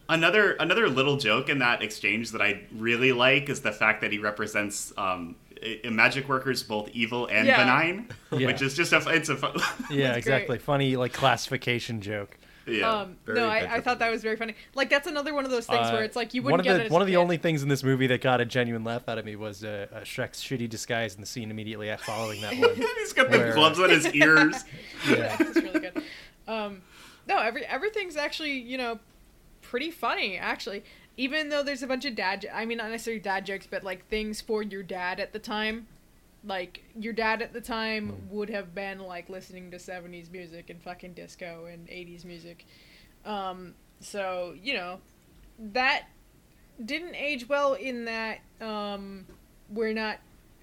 S4: Another another little joke in that exchange that I really like is the fact that he represents um, i- magic workers both evil and
S3: Yeah.
S4: benign,
S1: Yeah.
S4: which is just a it's a fun,
S1: yeah,
S3: Oh, that's
S1: exactly.
S3: great.
S1: Funny like classification joke.
S4: yeah.
S3: um,
S5: very
S3: no, I, I
S5: different.
S3: thought that was very funny. Like that's another one of those things
S1: Uh,
S3: where it's like you
S1: one
S3: wouldn't
S1: of
S3: get
S1: the
S3: it. as
S1: one
S3: a
S1: of the
S3: kid.
S1: only things in this movie that got a genuine laugh out of me was uh, uh, Shrek's shitty disguise in the scene immediately at- following that one.
S4: He's got the
S1: Where-
S4: gloves on his ears.
S3: yeah, it's really good. Um, no, every everything's actually you know pretty funny actually. Even though there's a bunch of dad, jo- I mean not necessarily dad jokes, but like things for your dad at the time. Like your dad at the time would have been like listening to 70s music and fucking disco and 80s music. Um, so you know that didn't age well in that um, we're not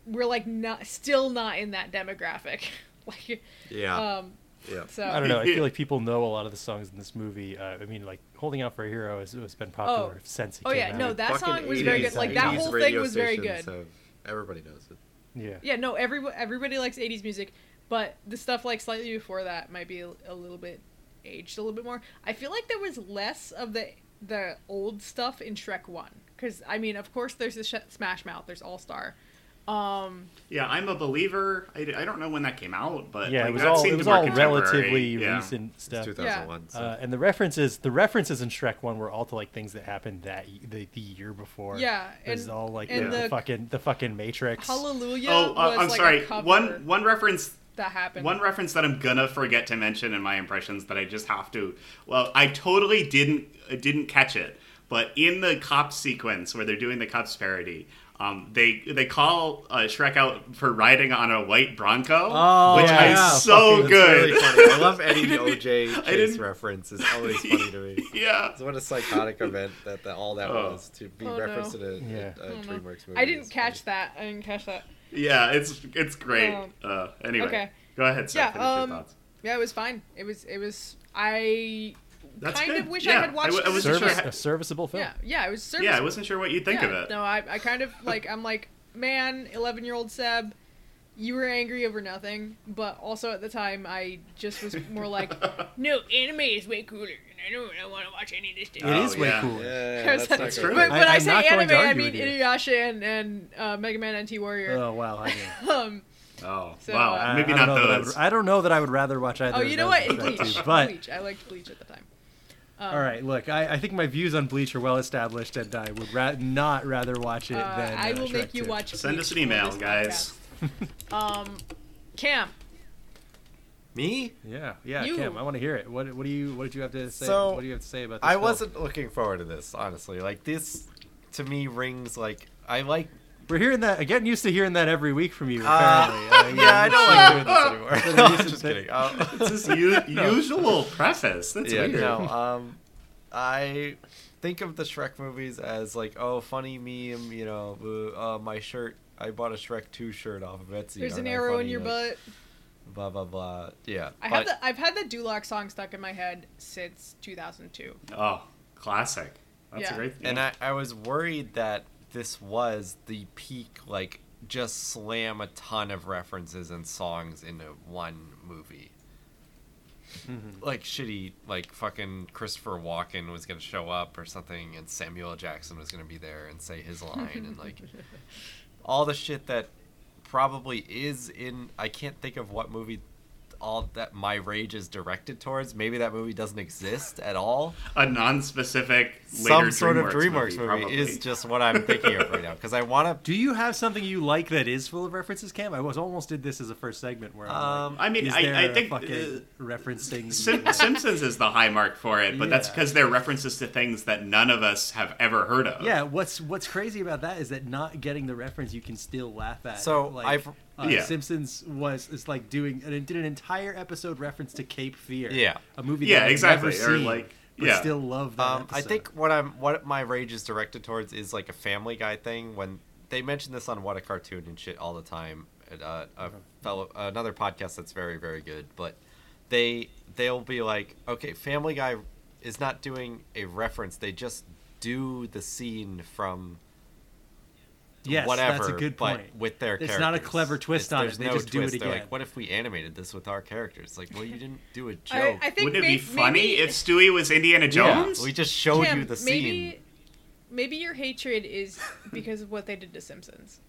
S3: we're like not still not in that demographic. like
S2: Yeah.
S3: um,
S2: yeah.
S3: so
S12: I don't know. I feel like people know a lot of the songs in this movie. Uh, I mean, like "Holding Out for a Hero" has, has been popular
S3: Oh.
S12: since it
S3: Oh
S12: came
S3: yeah,
S12: out.
S3: no, that
S2: Fucking
S3: song was very
S2: 80s
S3: good. Like that
S2: 80s
S3: whole thing
S2: radio
S3: was very
S2: stations
S3: good.
S2: have- everybody knows it.
S12: yeah.
S3: Yeah, no, every everybody likes '80s music, but the stuff like slightly before that might be a, a little bit aged a little bit more. I feel like there was less of the the old stuff in Shrek One, because I mean, of course, there's the Sh- Smash Mouth, there's All Star. Um,
S4: Yeah, I'm a believer. I, I don't know when that came out, but
S12: Yeah,
S4: like,
S12: it was
S4: that
S12: all
S4: seemed
S12: it was
S4: more
S12: all
S4: contemporary.
S12: relatively
S4: yeah.
S12: recent
S2: It's
S12: stuff.
S2: 2001. So.
S12: Uh, and the references, the references in Shrek One were all to like things that happened that y- the, the year before.
S3: Yeah,
S12: it was
S3: and-
S12: all like
S3: and
S12: the, the
S3: the-
S12: fucking the fucking Matrix.
S3: Hallelujah
S4: Oh, uh,
S3: was
S4: I'm
S3: like
S4: sorry.
S3: a cover
S4: One one reference
S3: that happened.
S4: One reference that I'm gonna forget to mention in my impressions that I just have to. Well, I totally didn't uh, didn't catch it, but in the cops sequence where they're doing the cops parody, um, they they call uh, Shrek out for riding on a white Bronco,
S1: Oh,
S4: which
S1: yeah,
S4: is so
S2: It's really
S4: good.
S2: funny. I love any
S4: didn't-
S2: OJ
S4: I
S2: Chase
S4: didn't-
S2: reference. It's always funny to me.
S4: yeah.
S2: It's what a psychotic event that, that all that
S4: Oh.
S2: was to be
S3: Oh, no.
S2: referenced in a, a-
S12: Yeah.
S2: a
S3: I don't know.
S2: DreamWorks movie.
S3: I didn't
S2: is
S3: catch
S2: funny.
S3: that. I didn't catch that.
S4: Yeah, it's it's great.
S3: Um,
S4: Uh, anyway,
S3: okay.
S4: go ahead, Seth.
S3: Yeah,
S4: finish your
S3: um,
S4: thoughts.
S3: Yeah, it was fine. It was. It was. I
S4: That's
S3: kind
S4: good.
S3: of wish
S4: Yeah,
S3: I had
S4: I
S3: watched.
S4: w- I
S3: it.
S4: wasn't
S12: Service,
S4: sure how-
S12: a serviceable film.
S3: Yeah, yeah, it was service.
S4: Yeah, I wasn't sure what you would think
S3: yeah,
S4: of it.
S3: No, I, I kind of like I'm like, man, eleven year old Seb, you were angry over nothing, but also at the time I just was more like, no, anime is way cooler, and I don't want to watch any of this
S4: Oh,
S12: It
S3: stuff.
S12: is way
S4: yeah.
S12: cool.
S2: Yeah,
S3: But-
S2: that's not
S4: That's
S2: gonna
S4: true.
S3: But
S12: I-
S3: when I,
S12: I'm
S3: say
S12: not going
S3: anime,
S12: to
S3: I
S12: argue
S3: mean
S12: with you.
S3: Inuyasha and and uh, Mega Man NT Warrior.
S12: Oh wow. I mean,
S3: Um,
S4: Oh,
S3: So,
S4: wow.
S3: uh,
S4: Maybe
S12: I
S4: not
S12: don't know that I,
S4: those.
S12: would, I don't know that I would rather watch either.
S3: oh,
S12: of
S3: you know
S12: those
S3: what?
S12: than Shrek
S3: Bleach.
S12: two, But
S3: Bleach. Oh. I liked Bleach at the time.
S1: All right, look, I, I think my views on Bleach are well established, and I would ra- not rather watch it
S3: Uh,
S1: than
S3: I
S1: uh,
S3: will
S1: Shrek
S3: make you
S1: 2.
S3: watch.
S4: Send
S3: Bleach
S4: us an
S3: for
S4: email,
S3: this
S4: guys.
S3: podcast. um, Cam,
S2: Me?
S1: Yeah, yeah,
S3: You.
S1: Kim, I want to hear it. What what do you what did you have to say?
S2: So,
S1: what do you have to say about this?
S2: I
S1: film?
S2: wasn't looking forward to this, honestly. Like this, to me, rings like I like.
S1: We're hearing that. Getting used to hearing that every week from
S2: Uh,
S1: you. Apparently,
S2: Yeah, I don't like doing this anymore. No, I'm just
S1: that-
S2: kidding. Um,
S4: It's his u- usual preface. That's
S2: yeah,
S4: weird.
S2: no. Um, I think of the Shrek movies as like, oh, funny meme. You know, boo, uh, my shirt. I bought a Shrek two shirt off of Etsy.
S3: there's
S2: aren't
S3: an
S2: I
S3: arrow in
S2: funny?
S3: your
S2: Like,
S3: butt.
S2: Blah blah blah. Yeah.
S3: I
S2: but-
S3: have the, I've had the Duloc song stuck in my head since 2002.
S4: Oh, classic. That's
S3: Yeah.
S4: a great thing.
S2: and I, I was worried that this was the peak like just slam a ton of references and songs into one movie like shitty like fucking christopher walken was gonna show up or something and samuel L. jackson was gonna be there and say his line and like all the shit that probably is in i can't think of what movie all that my rage is directed towards maybe that movie doesn't exist at all
S4: a non-specific
S2: some
S4: later
S2: sort
S4: DreamWorks
S2: of DreamWorks movie,
S4: probably.
S2: is just what I'm thinking of right now because I want to.
S1: Do you have something you like that is full of references, Cam? I was almost did this as a first segment where I'm
S2: Um,
S4: I
S1: like,
S4: mean,
S1: is there
S4: I, I
S1: a
S4: think
S1: fucking
S4: uh,
S1: referencing.
S4: Sim- Simpsons is the high mark for it, but that's
S1: Yeah.
S4: because they're references to things that none of us have ever heard of.
S1: yeah, what's what's crazy about that is that not getting the reference, you can still laugh at.
S2: So,
S1: like,
S2: I've-
S1: uh,
S4: Yeah.
S1: Simpsons was is like doing and it did an entire episode reference to Cape Fear.
S2: Yeah.
S1: a movie.
S4: Yeah,
S1: that I've
S4: exactly,
S1: Never
S4: or,
S1: seen,
S4: like,
S1: but
S4: yeah.
S1: still love that.
S2: Um, I
S1: episode.
S2: think what I'm what my rage is directed towards is like a Family Guy thing when they mention this on What a Cartoon and shit all the time. And, uh, a fellow another podcast that's very very good, but they they'll be like, okay, Family Guy is not doing a reference; they just do the scene from
S1: yes,
S2: whatever.
S1: that's a good point.
S2: But with their
S1: It's
S2: characters,
S1: not a clever twist
S2: It's-
S1: on it.
S2: there's
S1: They
S2: no
S1: just do it
S2: twist. They're
S1: again.
S2: Like, what if we animated this with our characters? Like, well, you didn't do a joke.
S3: I, I think
S4: Wouldn't it
S3: may-
S4: be funny
S3: maybe,
S4: if Stewie was Indiana
S2: Yeah,
S4: Jones?
S2: we just showed
S3: Cam,
S2: you the scene.
S3: maybe, Maybe your hatred is because of what they did to Simpsons.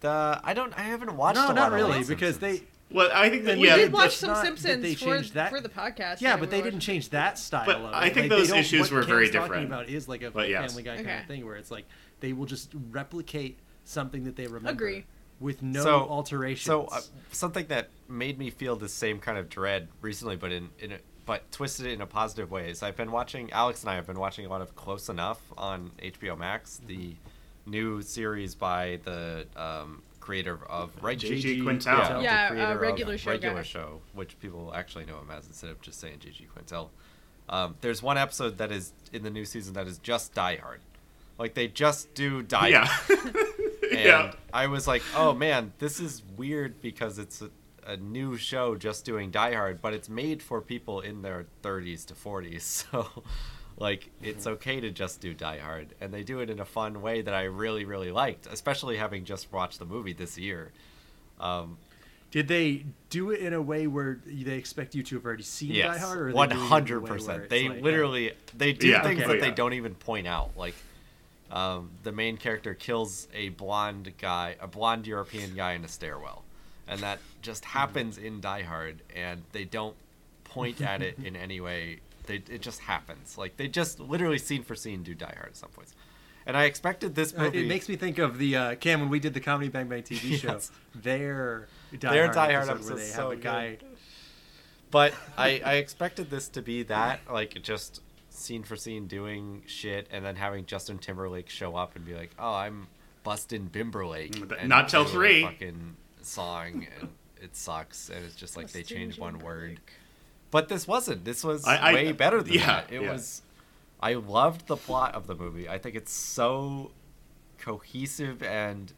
S2: The I don't. I haven't watched.
S1: no,
S2: a
S1: not
S2: lot of
S1: really,
S2: Late
S1: because
S2: Simpsons.
S1: they
S4: Well, I think that
S1: We
S4: yeah,
S3: we
S1: Yeah,
S3: did
S1: but
S3: watch
S1: it's
S3: some
S1: not that they
S3: Simpsons for,
S1: changed that-
S3: for the podcast.
S1: Yeah, but
S3: and we
S1: they
S3: watched-
S1: didn't change that style.
S4: But
S1: of it.
S4: I think
S1: Like, they
S4: those
S1: don't-
S4: issues
S1: what
S4: were
S1: Cam's
S4: very
S1: talking
S4: different.
S1: About is like a
S4: But yes.
S1: Family Guy kind
S3: Okay.
S1: of thing where it's like they will just replicate something that they remember
S3: Agree.
S1: with no
S2: So- uh,
S1: alterations.
S2: So uh, something that made me feel the same kind of dread recently, but in in a, but twisted it in a positive way. So I've been watching Alex and I have been watching a lot of Close Enough on HBO Max, the
S1: Mm-hmm.
S2: new series by the um, creator of right
S4: J.G. Quintel.
S2: the
S3: Yeah, uh,
S2: creator of
S3: Regular Show
S2: regular
S3: guy.
S2: show, which people actually know him as instead of just saying J.G. Quintel. Um, there's one episode that is in the new season that is just Die Hard, like they just do Die
S4: yeah.
S2: Hard. And
S4: yeah.
S2: I was like, oh man, this is weird because it's a, a new show just doing Die Hard, but it's made for people in their 30s to 40s. So, like, it's okay to just do Die Hard. And they do it in a fun way that I really, really liked, especially having just watched the movie this year. Um,
S1: Did they do it in a way where they expect you to have already seen Die
S2: yes,
S1: Hard? Or are
S2: one
S1: they doing it in a way
S2: hundred
S1: where
S2: percent.
S1: it's
S2: They
S1: like, uh,
S2: literally they do
S4: Yeah,
S2: things
S1: okay.
S2: that
S4: yeah.
S2: they don't even point out. Like um, the main character kills a blonde guy, a blonde European guy in a stairwell, and that just
S1: Mm-hmm.
S2: happens in Die Hard, and they don't point at it in any way. They, it just happens. Like they just literally scene for scene do Die Hard at some points. And I expected this
S1: Uh,
S2: movie.
S1: it makes me think of the uh, Cam when we did the comedy Bang Bang TV show.
S2: Yes.
S1: Their Die
S2: Their
S1: Hard
S2: Die Hard
S1: episode where
S2: episode's
S1: they
S2: so
S1: have a guy.
S2: but I, I expected this to be that like just scene for scene doing shit and then having justin timberlake show up and be like oh i'm bustin bimberlake
S4: Mm, But
S2: and
S4: not till
S2: do a
S4: three.
S2: fucking song and it sucks and it's just like they
S3: Justin
S2: changed one word
S3: Timberlake.
S2: but this wasn't this was
S4: I- I-
S2: way better than
S4: yeah,
S2: that it
S4: yeah.
S2: was i loved the plot of the movie i think it's so cohesive and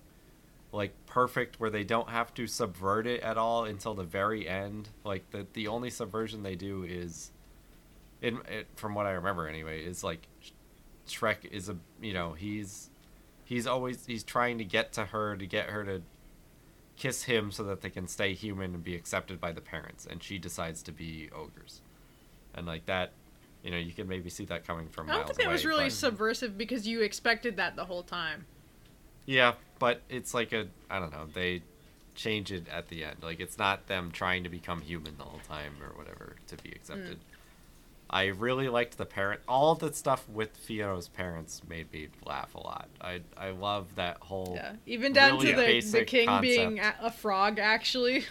S2: like perfect where they don't have to subvert it at all until the very end. Like the the only subversion they do is, in it, from what I remember anyway, is like Sh- Shrek is a you know he's he's always he's trying to get to her to get her to kiss him so that they can stay human and be accepted by the parents, and she decides to be ogres, and like that. You know, you can maybe see that coming from.
S3: I don't
S2: miles
S3: think that was
S2: away,
S3: really
S2: but-
S3: subversive because you expected that the whole time.
S2: Yeah, but it's like a I don't know. They change it at the end. Like it's not them trying to become human the whole time or whatever to be accepted.
S3: Hmm.
S2: I really liked the parent. All the stuff with Fiona's parents made me laugh a lot. I I love that whole.
S3: Yeah, even down
S2: really
S3: to the, the
S2: basic
S3: king being a,
S2: concept.
S3: a frog. Actually,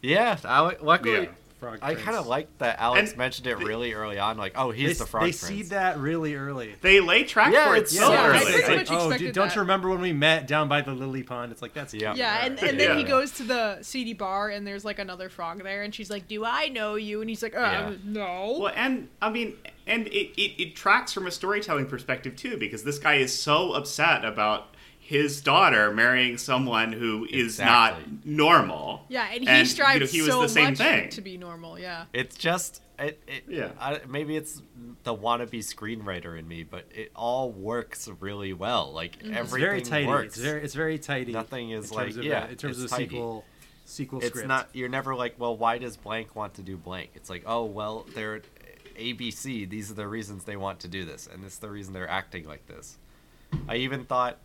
S2: Yeah, Ale luckily
S4: Yeah.
S1: Frog
S2: I
S1: Prince.
S2: kind of liked that Alex
S4: And
S2: mentioned it
S4: they-
S2: really early on. Like, oh,
S1: They,
S2: he's the frog
S1: they
S2: prince.
S1: see that really early.
S4: They lay track
S2: Yeah,
S4: for it
S2: it's-
S4: so
S2: yeah,
S4: early.
S2: I pretty
S4: Like,
S3: much
S1: oh,
S3: expected
S1: dude, don't
S3: that.
S1: you remember when we met down by the lily pond? It's like that's
S2: Yeah.
S1: cute.
S2: Yeah,
S3: yeah, and, and then he
S4: Yeah.
S3: goes to the CD bar and there's like another frog there, and she's like, "Do I know you?" And he's like, uh,
S2: Yeah.
S3: "No."
S4: Well, and I mean, and it, it, it tracks from a storytelling perspective too, because this guy is so upset about his daughter marrying someone who is
S2: Exactly.
S4: not normal.
S3: Yeah, and he
S4: you know,
S3: strives
S4: he was
S3: so
S4: the same
S3: much
S4: thing.
S3: to be normal. Yeah.
S2: It's just it, it
S4: Yeah.
S2: I, maybe it's the wannabe screenwriter in me, but it all works really well. Like
S1: It's
S2: everything
S1: very tidy.
S2: works.
S1: It's very it's very tidy.
S2: Nothing is
S1: in terms
S2: like-
S1: of,
S2: yeah,
S1: uh, in terms
S2: it's
S1: of
S2: tidy.
S1: sequel sequel
S2: it's
S1: script.
S2: not you're never like, well, why does blank want to do blank? It's like, oh, well, they're ABC. These are the reasons they want to do this, and this is the reason they're acting like this. I even thought,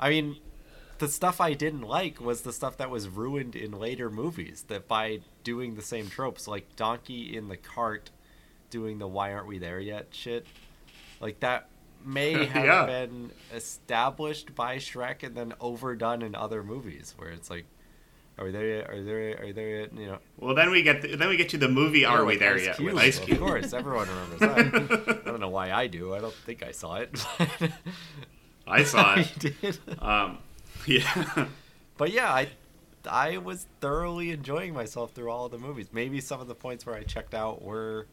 S2: I mean, the stuff I didn't like was the stuff that was ruined in later movies that by doing the same tropes, like Donkey in the cart doing the why aren't we there yet shit. Like that may have
S4: Yeah.
S2: been established by Shrek and then overdone in other movies where it's like are we there yet? Are there yet? Are there yet? You know,
S4: Well, then we get then we get to the movie. Are
S2: yeah,
S4: we
S2: with
S4: there
S2: Ice
S4: yet?
S2: Cube,
S4: With Ice
S2: Of
S4: Cube.
S2: course, everyone remembers that. I don't know why I do. I don't think I saw it. but
S4: I saw
S2: I
S4: it.
S2: did.
S4: Um, yeah.
S2: But yeah, I I was thoroughly enjoying myself through all of the movies. Maybe some of the points where I checked out were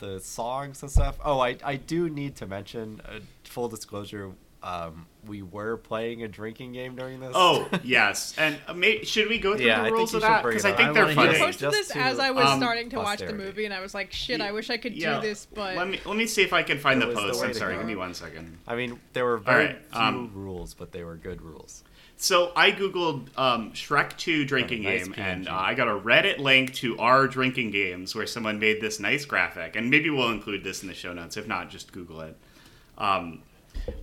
S2: the songs and stuff. Oh, I I do need to mention uh, full disclosure. Um, we were playing a drinking game during this.
S4: Oh yes, and uh, may, should we go through
S2: Yeah, I
S4: the
S2: think
S4: rules
S2: you
S4: of
S2: should
S4: that?
S2: bring it
S4: Because I
S2: up.
S4: think
S2: I
S4: they're
S2: wanna
S3: I
S2: hear
S4: funny.
S2: it.
S3: posted
S2: just
S3: this
S2: to,
S3: as I was
S4: um,
S3: starting to watch the
S2: posterity.
S3: movie, and I was like, "Shit, I wish I could do
S4: Yeah.
S3: this," but
S4: let me let me see if I can find
S2: It
S4: the
S2: was the
S4: post.
S2: way
S4: I'm
S2: to
S4: sorry,
S2: go.
S4: give me one second.
S2: I mean, there were very
S4: right,
S2: few
S4: um,
S2: rules, but they were good rules.
S4: So I googled um, Shrek 2 drinking
S2: Oh, nice
S4: game,
S2: PNG.
S4: and uh, I got a Reddit link to our drinking games where someone made this nice graphic, and maybe we'll include this in the show notes. If not, just Google it. Um,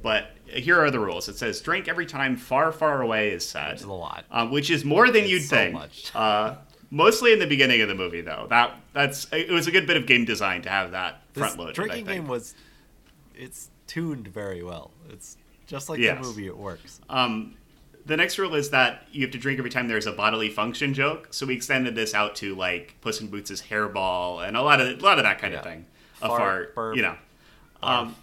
S4: but here are the rules. It says drink every time "Far, Far Away" is said,
S2: Which is a lot.
S4: um, which is more than
S2: It's
S4: you'd
S2: so
S4: think.
S2: much.
S4: Uh, mostly in the beginning of the movie, though. That that's it was a good bit of game design to have that
S2: This
S4: front loaded.
S2: drinking
S4: I think.
S2: game was it's tuned very well. It's just like
S4: Yes.
S2: the movie; it works.
S4: Um, The next rule is that you have to drink every time there's a bodily function joke. So we extended this out to like Puss in Boots' hairball and a lot of a lot of that kind of thing. A
S2: Fart,
S4: fart,
S2: burp,
S4: you know. Um,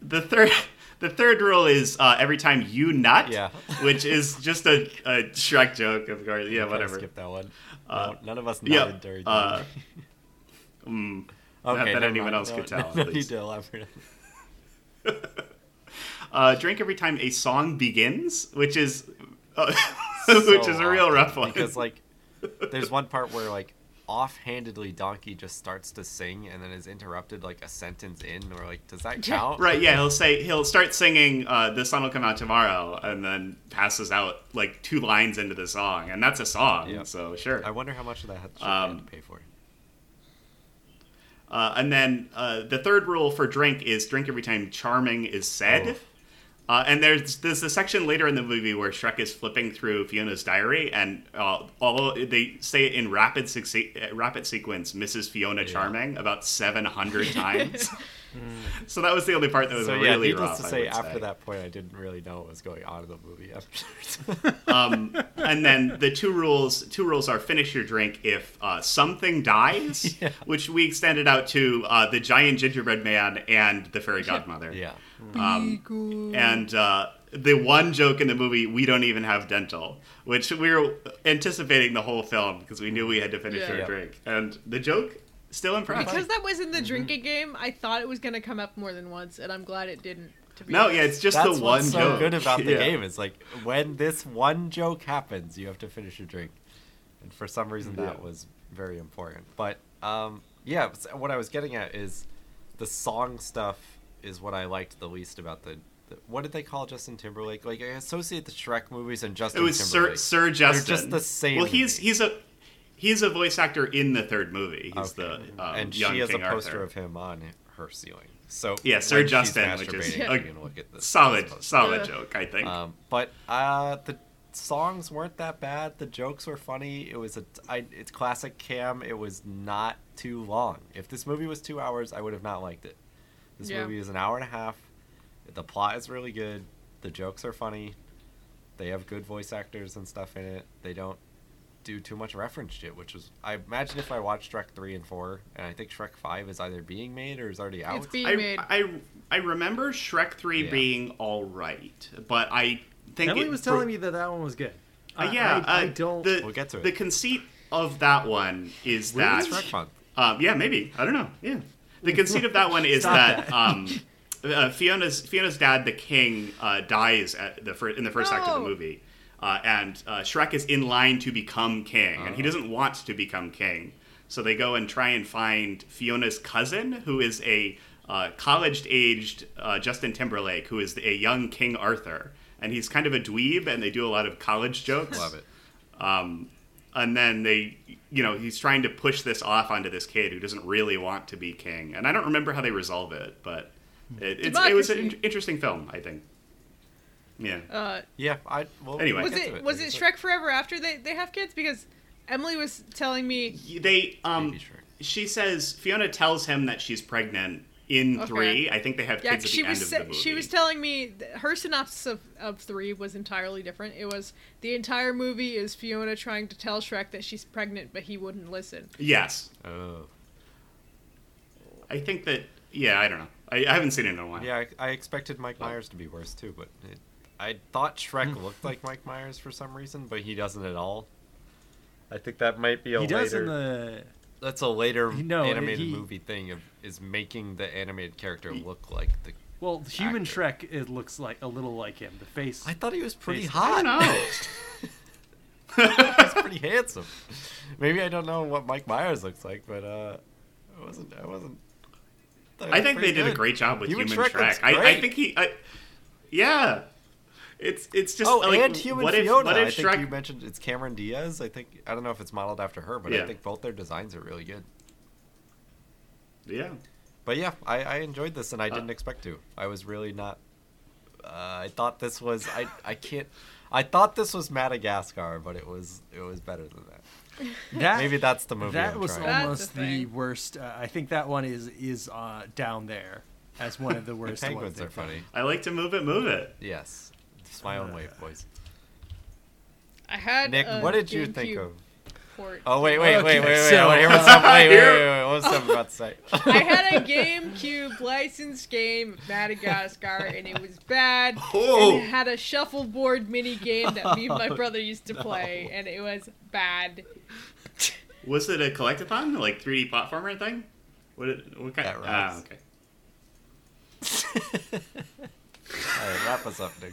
S4: the third the third rule is uh, every time you nut,
S2: Yeah.
S4: which is just a, a Shrek joke, of course. Yeah,
S2: Kinda
S4: whatever.
S2: Skip that one.
S4: Uh,
S2: no, none of us
S4: yeah,
S2: nodded during.
S4: uh,
S2: that.
S4: Mm, not
S2: okay,
S4: that
S2: never
S4: anyone
S2: mind.
S4: else
S2: no,
S4: could tell.
S2: No
S4: at
S2: need
S4: least.
S2: to elaborate. on
S4: Uh, drink every time a song begins, which is uh, which
S2: so
S4: is a real
S2: often,
S4: rough one.
S2: because like there's one part where like offhandedly donkey just starts to sing and then is interrupted like a sentence in or like does that count
S4: Right, yeah, he'll say he'll start singing uh, "The Sun Will Come Out Tomorrow" and then passes out like two lines into the song, and that's a song.
S2: Yeah.
S4: So sure.
S2: i wonder how much of that had Chopin
S4: Um,
S2: to pay for
S4: Uh, and then uh, the third rule for drink is drink every time charming is said.
S2: Oh.
S4: Uh, and there's there's a section later in the movie where Shrek is flipping through Fiona's diary, and uh, all they say it in rapid succe- uh, rapid sequence, Mrs. Fiona Charming, about seven hundred times. so that was the only part that was
S2: Mm. so yeah
S4: really
S2: needless
S4: rough.
S2: to
S4: I
S2: say
S4: would
S2: after
S4: say.
S2: that point i didn't really know what was going on in the movie afterwards
S4: Um, and then the two rules two rules are finish your drink if uh, something dies, which we extended out to uh, the giant gingerbread man and the fairy godmother.
S2: yeah
S4: Um, and uh, the one joke in the movie we don't even have dental, which we were anticipating the whole film because we knew we had to finish
S3: Yeah.
S4: our
S2: Yeah.
S4: drink, and the joke still impressed.
S3: Because that was in
S4: mm-hmm.
S3: the drinking game, I thought it was going to come up more than once, and I'm glad it didn't. To be
S4: no,
S3: honest.
S4: yeah, it's just
S2: that's
S4: the one
S2: what's so
S4: joke.
S2: good about the
S4: Yeah.
S2: game is like when this one joke happens you have to finish your drink and for some reason that
S4: Yeah.
S2: was very important but um, yeah s- what i was getting at is the song stuff is what i liked the least about the, the what did they call justin timberlake like i associate the shrek movies and
S4: It
S2: justin
S4: was Sir,
S2: timberlake
S4: Sir Justin.
S2: just the same
S4: Well,
S2: to
S4: he's
S2: me.
S4: he's a he's a voice actor in the third movie. He's
S2: Okay.
S4: the um,
S2: and
S4: young
S2: she has
S4: King
S2: a poster
S4: Arthur.
S2: of him on her ceiling so
S4: Yeah, Sir
S2: when she's
S4: Justin, which is
S2: masturbating,
S4: a
S2: you can look at this
S4: solid
S2: poster.
S4: solid
S3: Yeah.
S4: joke. I think.
S2: Um, but uh, the songs weren't that bad. The jokes were funny. It was a I, it's classic Cam. It was not too long. If this movie was two hours, I would have not liked it. This
S3: Yeah.
S2: movie is an hour and a half. The plot is really good. The jokes are funny. They have good voice actors and stuff in it. They don't do too much reference shit, which was I imagine if I watched Shrek three and four, and I think Shrek five is either being made or is already out.
S3: It's being
S4: I,
S3: made.
S4: I I remember Shrek three
S2: Yeah.
S4: being all right, but I think
S1: Emily
S4: it-
S1: was
S4: for-
S1: telling me that that one was good.
S4: Uh,
S1: I-
S4: yeah,
S1: I, I
S4: uh,
S1: don't.
S4: The,
S2: We'll get to it.
S4: The conceit of that one is
S2: Maybe it's
S4: that
S2: Shrek month.
S4: Um, yeah, maybe. I don't know. Yeah. The conceit of that one is that, um, uh, Fiona's Fiona's dad, the king, uh, dies at the fir- in the first act of
S3: No.
S4: the movie, uh, and uh, Shrek is in line to become king, and
S2: Oh.
S4: he doesn't want to become king. So they go and try and find Fiona's cousin, who is a uh, college-aged uh, Justin Timberlake, who is a young King Arthur, and he's kind of a dweeb, and they do a lot of college jokes.
S2: Love it.
S4: Um, and then they, you know, he's trying to push this off onto this kid who doesn't really want to be king. And I don't remember how they resolve it, but it, it's, it was an
S3: Democracy.
S4: in- interesting film, I think. Yeah.
S3: Uh,
S2: Yeah, I well,
S4: Anyway.
S2: we'll
S3: was
S2: get to
S3: it, was
S2: Like
S3: it
S2: I said.
S3: Shrek Forever after they, they have kids? Because Emily was telling me
S4: they, um,
S2: Maybe Shrek.
S4: she says Fiona tells him that she's pregnant in
S3: Okay.
S4: three. I think they have
S3: Yeah,
S4: kids at
S3: she
S4: the
S3: was
S4: end
S3: sa-
S4: of the movie.
S3: she was telling me th- her synopsis of, of three was entirely different. It was the entire movie is Fiona trying to tell Shrek that she's pregnant, but he wouldn't listen.
S4: yes,
S2: Oh.
S4: I think that. Yeah, I don't know. I, I haven't seen it in a while.
S2: Yeah, I, I expected Mike Myers to be worse too, but it, I thought Shrek looked like Mike Myers for some reason, but he doesn't at all. I think that might be a
S1: he
S2: later.
S1: does in the.
S2: That's a later
S1: He- no,
S2: animated
S1: he-
S2: movie thing of is making the animated character look like the.
S1: Well, human
S2: Actor.
S1: Shrek. It looks like a little like him. The face.
S2: I thought he was pretty
S1: Face-
S2: hot.
S4: I don't know.
S2: He's pretty handsome. Maybe I don't know what Mike Myers looks like, but uh, I wasn't. I wasn't. thought he
S4: I
S2: was
S4: think they
S2: pretty
S4: did a
S2: good.
S4: great job with
S2: Human
S4: Human,
S2: Shrek
S4: Shrek.
S2: looks
S4: I, I
S2: great.
S4: think he, I, yeah, it's it's just
S2: Oh,
S4: like
S2: and Human
S4: what if
S2: Fiona.
S4: what
S2: I
S4: if
S2: think you
S4: Shrek?
S2: mentioned it's Cameron Diaz. I think I don't know if it's modeled after her, but I
S4: Yeah.
S2: think both their designs are really good.
S4: Yeah,
S2: But yeah, I, I enjoyed this and I
S4: Uh,
S2: didn't expect to. I was really not. Uh, I thought this was I I can't. I thought this was Madagascar, but it was it was better than that.
S1: that,
S2: Maybe that's the movie.
S1: That
S2: I'm
S1: was
S2: trying.
S3: That's
S1: almost
S3: the
S1: the,
S3: thing.
S1: worst. Uh, I think that one is is uh, down there as one of the
S2: the
S1: worst. ones
S2: penguins
S1: they've
S2: are
S1: done.
S2: funny.
S4: I like to move it, move it.
S2: Yes, it's my own way, boys.
S3: I had
S2: Nick,
S3: a
S2: what did you think
S3: GameCube
S2: of?
S3: port.
S2: Oh wait, wait, wait, wait,
S13: Okay,
S2: wait,
S13: so-
S2: wait, wait, what's up? Wait, wait, wait, wait, what's up about to say?
S3: I had a GameCube licensed game of Madagascar, and it was bad.
S4: Oh.
S3: And it had a shuffleboard mini game that me and
S2: Oh,
S3: my brother used to play, and it was bad.
S4: Was it a collectathon, like 3D platformer thing? What? It, what kind?
S2: That
S4: ah,
S2: rocks.
S4: okay.
S2: Alright, wrap us up, Nick.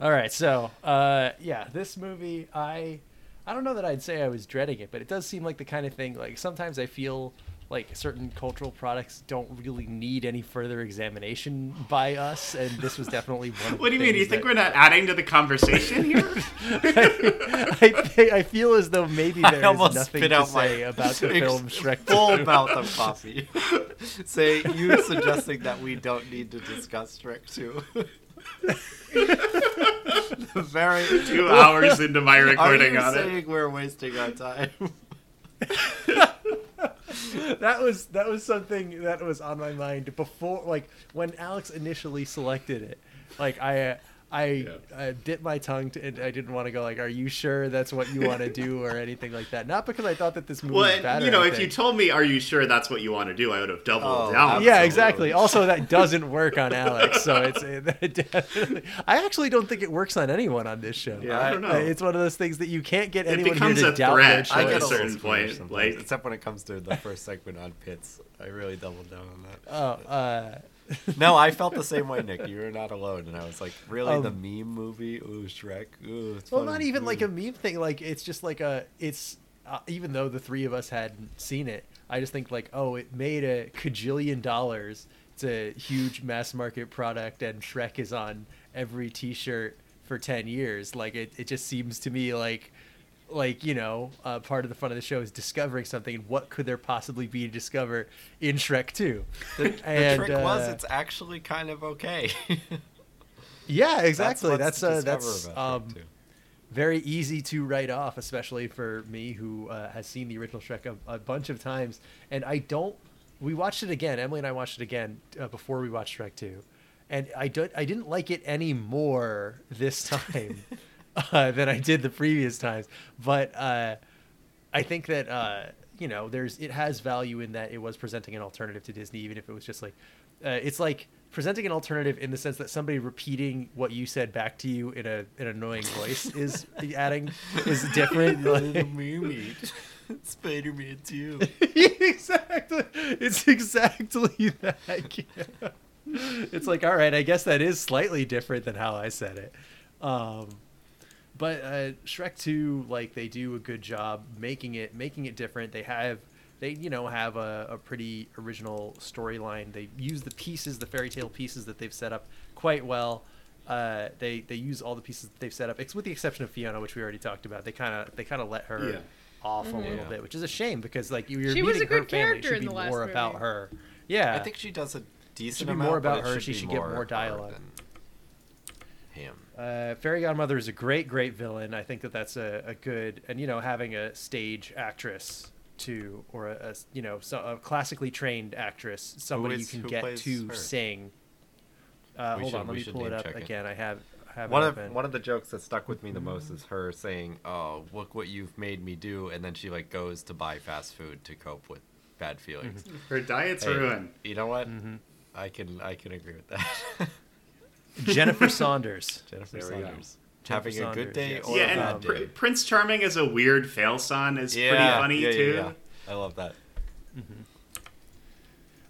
S1: All right, so uh, yeah, this movie, I, I don't know that I'd say I was dreading it, but it does seem like the kind of thing. Like sometimes I feel like certain cultural products don't really need any further examination by us, and this was definitely one. Of
S4: What do
S1: the
S4: you mean? You
S1: things
S4: think
S1: that-
S4: we're not adding to the conversation here?
S1: I, thi- I feel as though maybe
S2: I
S1: there is
S2: almost
S1: nothing
S2: spit
S1: to
S2: out my
S1: say about the film Shrek.
S2: Full
S1: 2.
S2: mouth of coffee. say you suggesting that we don't need to discuss Shrek 2. the very
S4: Two hours into my recording
S2: Are you
S4: on
S2: saying
S4: it.
S2: we're wasting our time?
S1: that was that was something that was on my mind before like when alex initially selected it like i uh, i uh, dipped my tongue to, and i didn't want to go like are you sure that's what you want to do or anything like that not because i thought that this movie
S4: Well,
S1: was bad
S4: and,
S1: or
S4: you know, if
S1: anything.
S4: you told me, "Are you sure that's what you want to do?" I would have doubled
S2: Oh,
S4: down.
S1: yeah,
S2: Absolutely.
S1: exactly. Also, that doesn't work on Alex, so it's it definitely. I actually don't think it works on anyone on this show.
S4: Yeah, I don't know.
S1: Uh, It's one of those things that you can't get anyone
S4: becomes
S1: here to
S4: a
S1: doubt their
S4: threat. I
S1: choice.
S4: get a certain
S2: little
S4: point,
S2: squeamish sometimes,
S4: like-
S2: except when it comes to the first segment on pits, I really doubled down on that.
S1: Oh, uh,
S2: No, I felt the same way, Nick. You were not alone, and I was like, really, the
S1: Um,
S2: meme movie? Ooh, Shrek. Ooh, it's
S1: Well,
S2: funny.
S1: not even like
S2: Ooh.
S1: a meme thing. Like it's just like a. It's uh, even though the three of us hadn't seen it, I just think like, oh, it made a cajillion dollars. It's a huge mass market product, and Shrek is on every T-shirt for ten years. Like it, it just seems to me like. Like you know, uh, part of the fun of the show is discovering something. And what could there possibly be to discover in Shrek Two?
S2: The trick was
S1: uh,
S2: it's actually kind of okay.
S1: yeah, exactly.
S2: That's what's
S1: That's uh,
S2: to
S1: that's
S2: discover about
S1: um,
S2: Shrek 2.
S1: very easy to write off, especially for me who uh, has seen the original Shrek a, a bunch of times. And I don't. We watched it again. Emily and I watched it again uh, before we watched Shrek Two, and I don't. I didn't like it any more this time uh, than I did the previous times. But uh, I think that uh, you know, there's it has value in that it was presenting an alternative to Disney, even if it was just like, uh, it's like presenting an alternative in the sense that somebody repeating what you said back to you in a an annoying voice is adding is different.
S2: Little
S1: Like-
S2: mermaid. Spider Man 2.
S1: exactly, it's exactly that. yeah. It's like, all right, I guess that is slightly different than how I said it. Um, but uh, Shrek Two, like they do a good job making it making it different. They have they you know have a, a pretty original storyline. They use the pieces, the fairy tale pieces that they've set up quite well. Uh, they they use all the pieces that they've set up, ex- with the exception of Fiona, which we already talked about. They kind of they kind of let her
S4: Yeah.
S1: off a little bit, which is a shame because like you- you're
S3: She
S1: meeting
S3: was a
S1: her
S3: good
S1: family. It
S3: character
S1: should
S3: in
S1: be
S3: the last
S1: more
S3: movie.
S1: about her. Yeah,
S2: I think she does a decent
S1: be
S2: amount,
S1: more
S2: but
S1: about
S2: it
S1: her.
S2: Should
S1: She
S2: be
S1: should get more
S2: her
S1: dialogue.
S2: than Him.
S1: Uh, Fairy Godmother is a great, great villain. I think that that's a, a good, and you know, having a stage actress too, or a, a s- you know, so, a classically trained actress, somebody
S2: is-
S1: you can
S2: who
S1: get
S2: plays
S1: to
S2: her?
S1: sing. Uh,
S2: We
S1: hold
S2: should-
S1: on,
S2: we
S1: let me
S2: should
S1: pull it
S2: name
S1: up
S2: check it.
S1: again. I have have
S2: One
S1: it
S2: of
S1: open.
S2: one of the jokes that stuck with me the most
S1: Mm.
S2: is her saying, "Oh, look what you've made me do," and then she like goes to buy fast food to cope with bad feelings.
S1: Mm-hmm.
S4: Her diet's
S2: Hey,
S4: ruined.
S2: You know what? I can I can agree with that.
S1: Jennifer Saunders.
S2: Jennifer
S4: There we go.
S2: Saunders having
S1: Jennifer
S2: a good day
S1: Saunders,
S2: or
S4: yeah,
S2: a
S4: and
S2: bad
S4: Pr-
S2: day.
S4: Prince Charming as a weird fail son is
S2: Yeah,
S4: pretty funny
S2: yeah, yeah,
S4: too.
S2: yeah. I love that.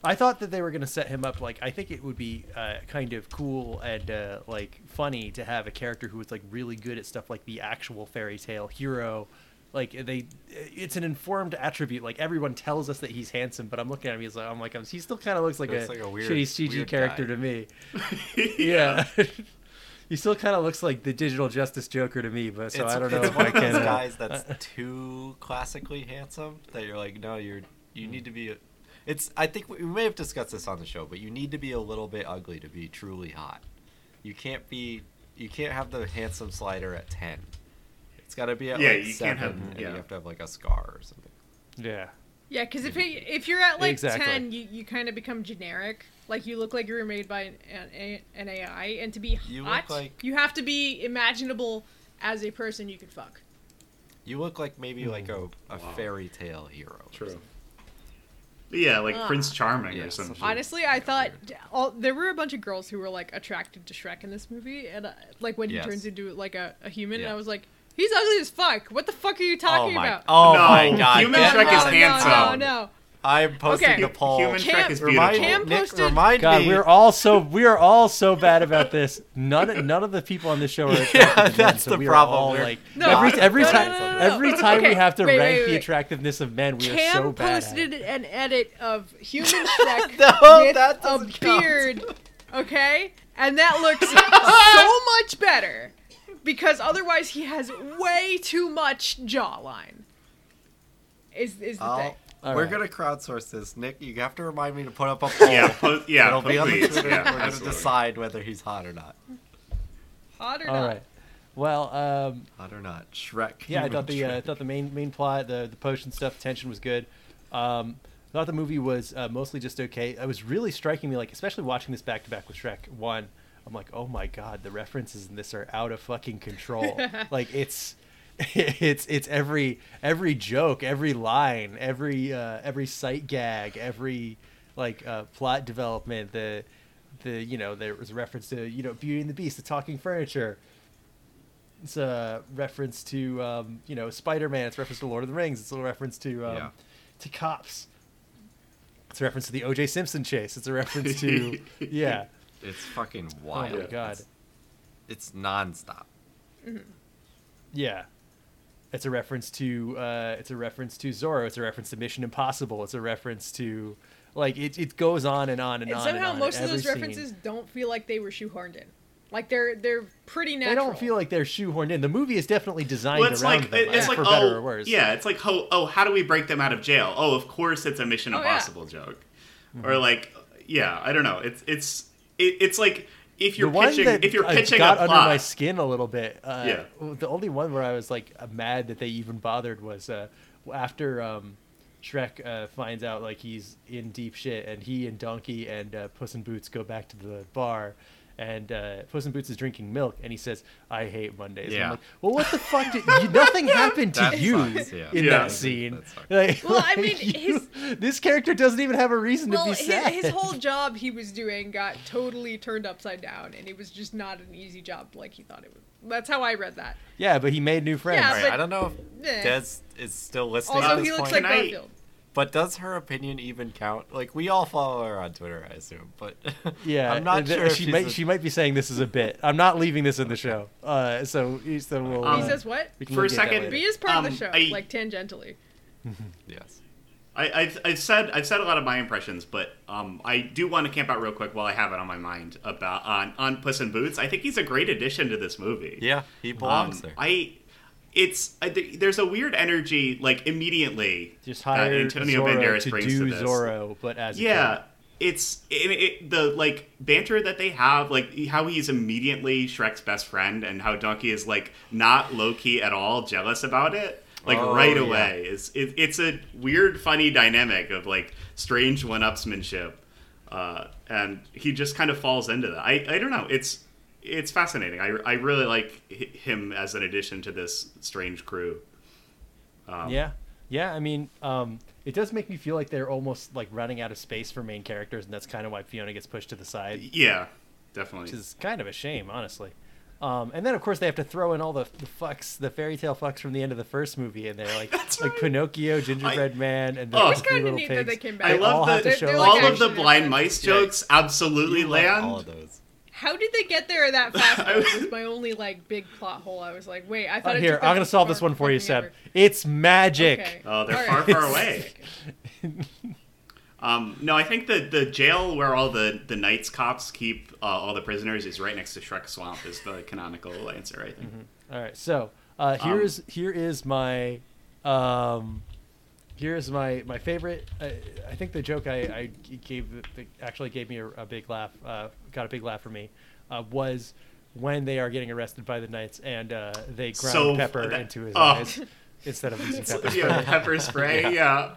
S1: I thought that they were going to set him up like I think it would be uh, kind of cool and uh, like funny to have a character who was like really good at stuff like the actual fairy tale hero. Like they, it's an informed attribute. Like everyone tells us that he's handsome, but I'm looking at him. He's like, I'm like, um, he still kind of looks like
S2: Looks
S1: a,
S2: like a weird-
S1: shitty CG
S2: weird
S1: character
S2: guy.
S1: to me. yeah, he still kind of looks like the digital justice Joker to me. But so
S2: it's,
S1: I don't know
S2: it's
S1: if
S2: one
S1: I
S2: of those
S1: can. uh,
S2: guys that's too classically handsome that you're like, no, you're you need to be. A, it's I think we we may have discussed this on the show, but you need to be a little bit ugly to be truly hot. You can't be you can't have the handsome slider at ten. It's got to be at
S4: Yeah,
S2: like
S4: you can't
S2: seven,
S4: have-
S2: and
S4: yeah.
S2: you have to have like a scar or something.
S1: yeah.
S3: Yeah, because if it, if you're at like
S1: Exactly.
S3: ten, you, you kind of become generic. Like you look like you were made by an, an, an AI, and to be
S2: You
S3: hot,
S2: look like-
S3: you have to be imaginable as a person you could fuck.
S2: You look like maybe like a, a fairy tale hero. True.
S4: Yeah, like
S3: Ah.
S4: Prince Charming
S2: Yeah,
S4: or something.
S2: something.
S3: Honestly, I thought all, there were a bunch of girls who were like attracted to Shrek in this movie, and uh, like when
S2: Yes.
S3: he turns into like a, a human, and
S2: Yeah.
S3: I was like, he's ugly as fuck. What the fuck are you
S2: Oh
S3: talking
S2: my!
S3: about?
S2: Oh
S4: No,
S2: my God!
S4: human
S2: get
S4: Shrek
S3: no,
S4: is
S2: out of
S3: no, no,
S4: handsome.
S3: no.
S2: I'm posting
S3: Okay.
S2: the poll.
S4: Human
S3: Cam-
S4: Shrek is beautiful.
S2: remind
S3: Cam
S2: Nick,
S3: posted-
S2: remind
S1: God,
S2: me.
S1: we're all so we are all so bad about this. None none of the people on this show are. attracted to men,
S2: that's
S1: so
S2: the
S1: we
S2: problem.
S1: Are all,
S2: We're
S1: like
S3: No,
S1: every every
S3: no, no,
S1: time
S3: no, no, no.
S1: every time
S3: Okay,
S1: we have to
S3: wait,
S1: rank
S3: wait,
S1: the
S3: wait.
S1: attractiveness of men, we
S3: Cam
S1: are so bad. at
S3: posted
S1: it.
S3: an edit of human Shrek
S2: No,
S3: with
S2: that
S3: a
S2: doesn't count.
S3: beard, okay, and that looks so much better because otherwise he has way too much jawline. Is is the thing?
S2: I'll-
S1: All
S2: we're
S1: right.
S2: gonna crowdsource this, Nick. You have to remind me to put up a poll.
S4: Yeah, po- yeah,
S2: It'll be on the
S4: please,
S2: Twitter.
S4: yeah,
S2: we're gonna
S4: absolutely.
S2: decide whether he's hot or not.
S3: Hot or
S1: All
S3: not?
S1: right. Well, um,
S2: Hot or not, Shrek.
S1: yeah, I
S2: Human
S1: thought the uh, I
S2: Shrek.
S1: thought the main main plot, the the potion stuff, tension was good. Um, I thought the movie was uh, mostly just okay. It was really striking me, like especially watching this back to back with Shrek One. I'm like, oh my god, the references in this are out of fucking control. like it's it's it's every every joke, every line, every uh, every sight gag, every like uh, plot development. The the you know there was a reference to you know Beauty and the Beast, the talking furniture. It's a reference to um, you know Spider Man. It's a reference to Lord of the Rings. It's a reference to um,
S2: Yeah.
S1: to cops. It's a reference to the O.J. Simpson chase. It's a reference to yeah.
S2: It's fucking
S1: Oh my
S2: wild.
S1: god.
S2: It's, it's nonstop.
S1: Yeah. It's a reference to uh, it's a reference to Zorro. It's a reference to Mission Impossible. It's a reference to like it, it goes on and on and,
S3: And
S1: on.
S3: somehow
S1: and on.
S3: most of
S1: Every
S3: those
S1: scene-
S3: references don't feel like they were shoehorned in. Like they're they're pretty
S1: they
S3: natural.
S1: don't feel like they're shoehorned in. The movie is definitely designed
S4: Well, it's
S1: around
S4: like
S1: them,
S4: it- it's
S1: uh,
S4: like
S1: for
S4: oh
S1: better or worse.
S4: yeah, it's like oh oh how do we break them out of jail? Oh, of course it's a Mission
S3: Oh, yeah.
S4: Impossible joke,
S1: Mm-hmm.
S4: or like yeah, I don't know. It's it's it, it's like if you're
S1: the one
S4: pitching
S1: that
S4: if you're
S1: uh,
S4: pitching
S1: got
S4: a
S1: under
S4: plot.
S1: my skin a little bit. Uh,
S4: Yeah.
S1: w- The only one where I was like uh, mad that they even bothered was uh, after um, Shrek uh, finds out like he's in deep shit, and he and Donkey and uh, Puss in Boots go back to the bar. And uh, Puss in Boots is drinking milk, and he says, "I hate Mondays." And
S2: Yeah.
S1: I'm like, well, what the fuck? Did you, nothing happened to
S2: That
S1: you
S2: sucks, yeah.
S1: in
S4: Yeah.
S1: that scene.
S2: That sucks.
S1: Like,
S3: Well, I
S1: like,
S3: mean,
S1: you- this character doesn't even have a reason
S3: well,
S1: to be
S3: his,
S1: sad.
S3: his whole job he was doing got totally turned upside down, and it was just not an easy job like he thought it would. That's how I read that.
S1: yeah, but he made new friends.
S3: Yeah,
S2: All right,
S3: but-
S2: I don't know
S3: Eh.
S2: if Des is still listening. at
S3: Also,
S2: this
S3: he looks
S2: point.
S3: like
S4: Can I-
S3: Garfield.
S2: But does her opinion even count? Like we all follow her on Twitter, I assume. But
S1: Yeah,
S2: I'm not
S1: and th-
S2: sure. if
S1: She
S2: she's
S1: might
S2: a-
S1: she might be saying this is a bit. I'm not leaving this in the show. Uh, so so we'll.
S4: Um,
S1: uh,
S3: he says what?
S1: we can
S4: for a
S1: look at that
S4: second-
S1: later.
S3: B is part of
S4: Um,
S3: the show,
S4: I-
S3: like tangentially.
S2: yes.
S4: I, I've, I've said I've said a lot of my impressions, but um, I do want to camp out real quick while I have it on my mind about on on Puss in Boots. I think he's a great addition to this movie.
S2: Yeah, he
S4: Um,
S2: belongs there.
S4: I it's I, th- there's a weird energy like immediately
S1: just
S4: that
S1: hire
S4: uh, Antonio
S1: Zorro
S4: Banderas
S1: to
S4: brings
S1: do
S4: to this.
S1: Zorro, but as a
S4: Yeah,
S1: kid.
S4: it's it, it, the like banter that they have, like how he's immediately Shrek's best friend, and how Donkey is like not low key at all jealous about it. Like
S2: Oh,
S4: right
S2: yeah.
S4: away, it's it, it's a weird, funny dynamic of like strange one-upsmanship, uh, and he just kind of falls into that. I, I don't know. It's it's fascinating. I, I really like hi- him as an addition to this strange crew.
S1: yeah, yeah. I mean, um, it does make me feel like they're almost like running out of space for main characters, and that's kind of why Fiona gets pushed to the side.
S4: Yeah, definitely.
S1: which is kind of a shame, honestly. Um, and then, of course, they have to throw in all the, the fucks, the fairy tale fucks from the end of the first movie in there, like like Pinocchio, Gingerbread Man, and the
S4: Oh. It
S1: oh,
S4: was
S1: three
S3: kinda
S1: little
S3: neat
S1: pigs.
S3: that they came back.
S4: I
S1: They
S4: love
S1: all have
S4: the-
S1: to show
S3: they're
S1: like,
S4: all
S3: like
S4: of the
S3: actually nice.
S4: blind mice
S2: Yeah.
S4: jokes absolutely land.
S2: all of those.
S3: How did they get there that fast?
S4: I
S3: That
S4: was-
S3: was my only like big plot hole. I was like, wait, I
S1: Oh,
S3: thought it
S1: here,
S3: took them
S1: I'm gonna
S3: so
S1: solve this
S3: far
S1: one for you,
S3: fucking
S1: Seb.
S3: ever.
S1: It's magic.
S3: Okay.
S4: Oh, they're
S3: All
S4: far,
S3: right.
S4: far away. Um, no, I think the, the jail where all the, the knights cops keep uh, all the prisoners is right next to Shrek Swamp is the canonical answer, I think.
S1: All right, so uh,
S4: Um,
S1: here is here is my um, here is my my favorite. I, I think the joke I, I g- gave the, actually gave me a, a big laugh. Uh, got a big laugh for me. Uh, was when they are getting arrested by the knights and uh, they grind
S4: So-
S1: pepper
S4: that-
S1: into his
S4: oh.
S1: eyes instead of using pepper.
S4: yeah, pepper spray, yeah.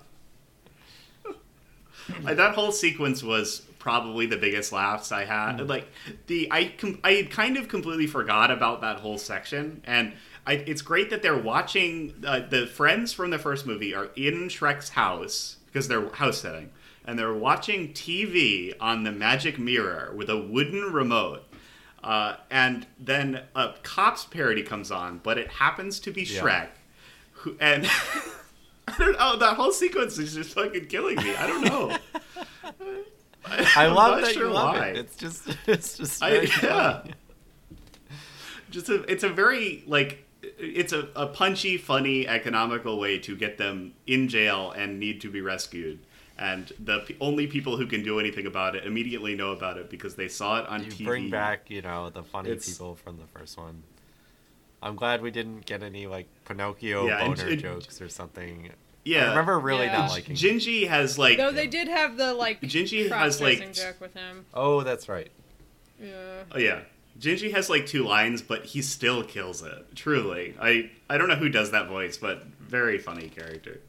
S4: Uh, that whole sequence was probably the biggest laughs I had. Like the I com- I kind of completely forgot about that whole section, and I, it's great that they're watching uh, the friends from the first movie are in Shrek's house because they're house sitting, and they're watching TV on the magic mirror with a wooden remote. Uh, and then a cops parody comes on, but it happens to be
S2: Yeah.
S4: Shrek, who, and I don't know. That whole sequence is just fucking killing me. I don't know.
S2: I
S4: I'm
S2: love
S4: not
S2: that
S4: sure
S2: you love
S4: why.
S2: it. It's just, it's just.
S4: I,
S2: very
S4: yeah.
S2: funny.
S4: Just a, it's a very like it's a, a punchy, funny, economical way to get them in jail and need to be rescued. And the p- only people who can do anything about it immediately know about it because they saw it on
S2: You
S4: TV.
S2: bring back, you know, the funny
S4: It's-
S2: people from the first one. I'm glad we didn't get any like Pinocchio
S4: Yeah, and
S2: boner
S4: it-
S2: jokes or something.
S4: Yeah.
S2: I remember really
S3: Yeah.
S2: not liking.
S4: Gingy has like
S3: Though they did have the like
S4: Gingy
S3: crop
S4: has, like,
S3: dressing joke with him.
S2: Oh, that's right.
S3: Yeah.
S4: Oh yeah. Gingy has like two lines, but he still kills it. Truly, I I don't know who does that voice, but very funny character.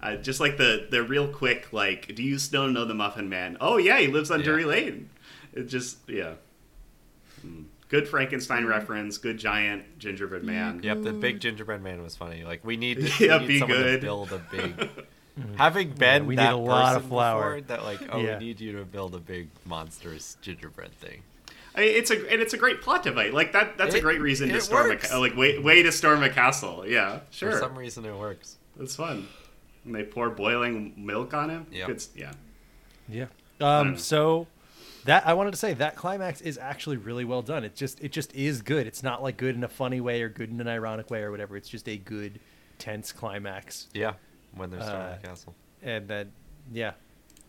S4: Uh, just like the the real quick like, do you still know the Muffin Man? Oh yeah, he lives on
S2: Yeah.
S4: Drury Lane. It just yeah. Mm. Good Frankenstein reference. Good giant gingerbread man.
S2: Mm. Yep, the big gingerbread man was funny. Like we need, to,
S4: Yeah,
S2: we need
S4: be
S2: someone
S4: good.
S2: to build a big. Having been
S1: we need
S2: that
S1: a lot of
S2: person
S1: flour.
S2: before, that like, oh,
S1: Yeah.
S2: we need you to build a big monstrous gingerbread thing.
S4: I mean, it's a and it's a great plot device. Like that. That's a
S2: It-
S4: great reason to
S2: it
S4: storm a
S2: works.
S4: ca- like way way to storm a castle. Yeah, sure.
S2: For some reason, it works.
S4: It's fun. And they pour boiling milk on him.
S2: Yep.
S4: Good s- yeah.
S1: Yeah.
S4: don't know.
S1: Um, so that I wanted to say that climax is actually really well done. It just it just is good. It's not like good in a funny way or good in an ironic way or whatever. It's just a good tense climax.
S2: Yeah, when they're storming
S1: Uh,
S2: the castle.
S1: And then yeah.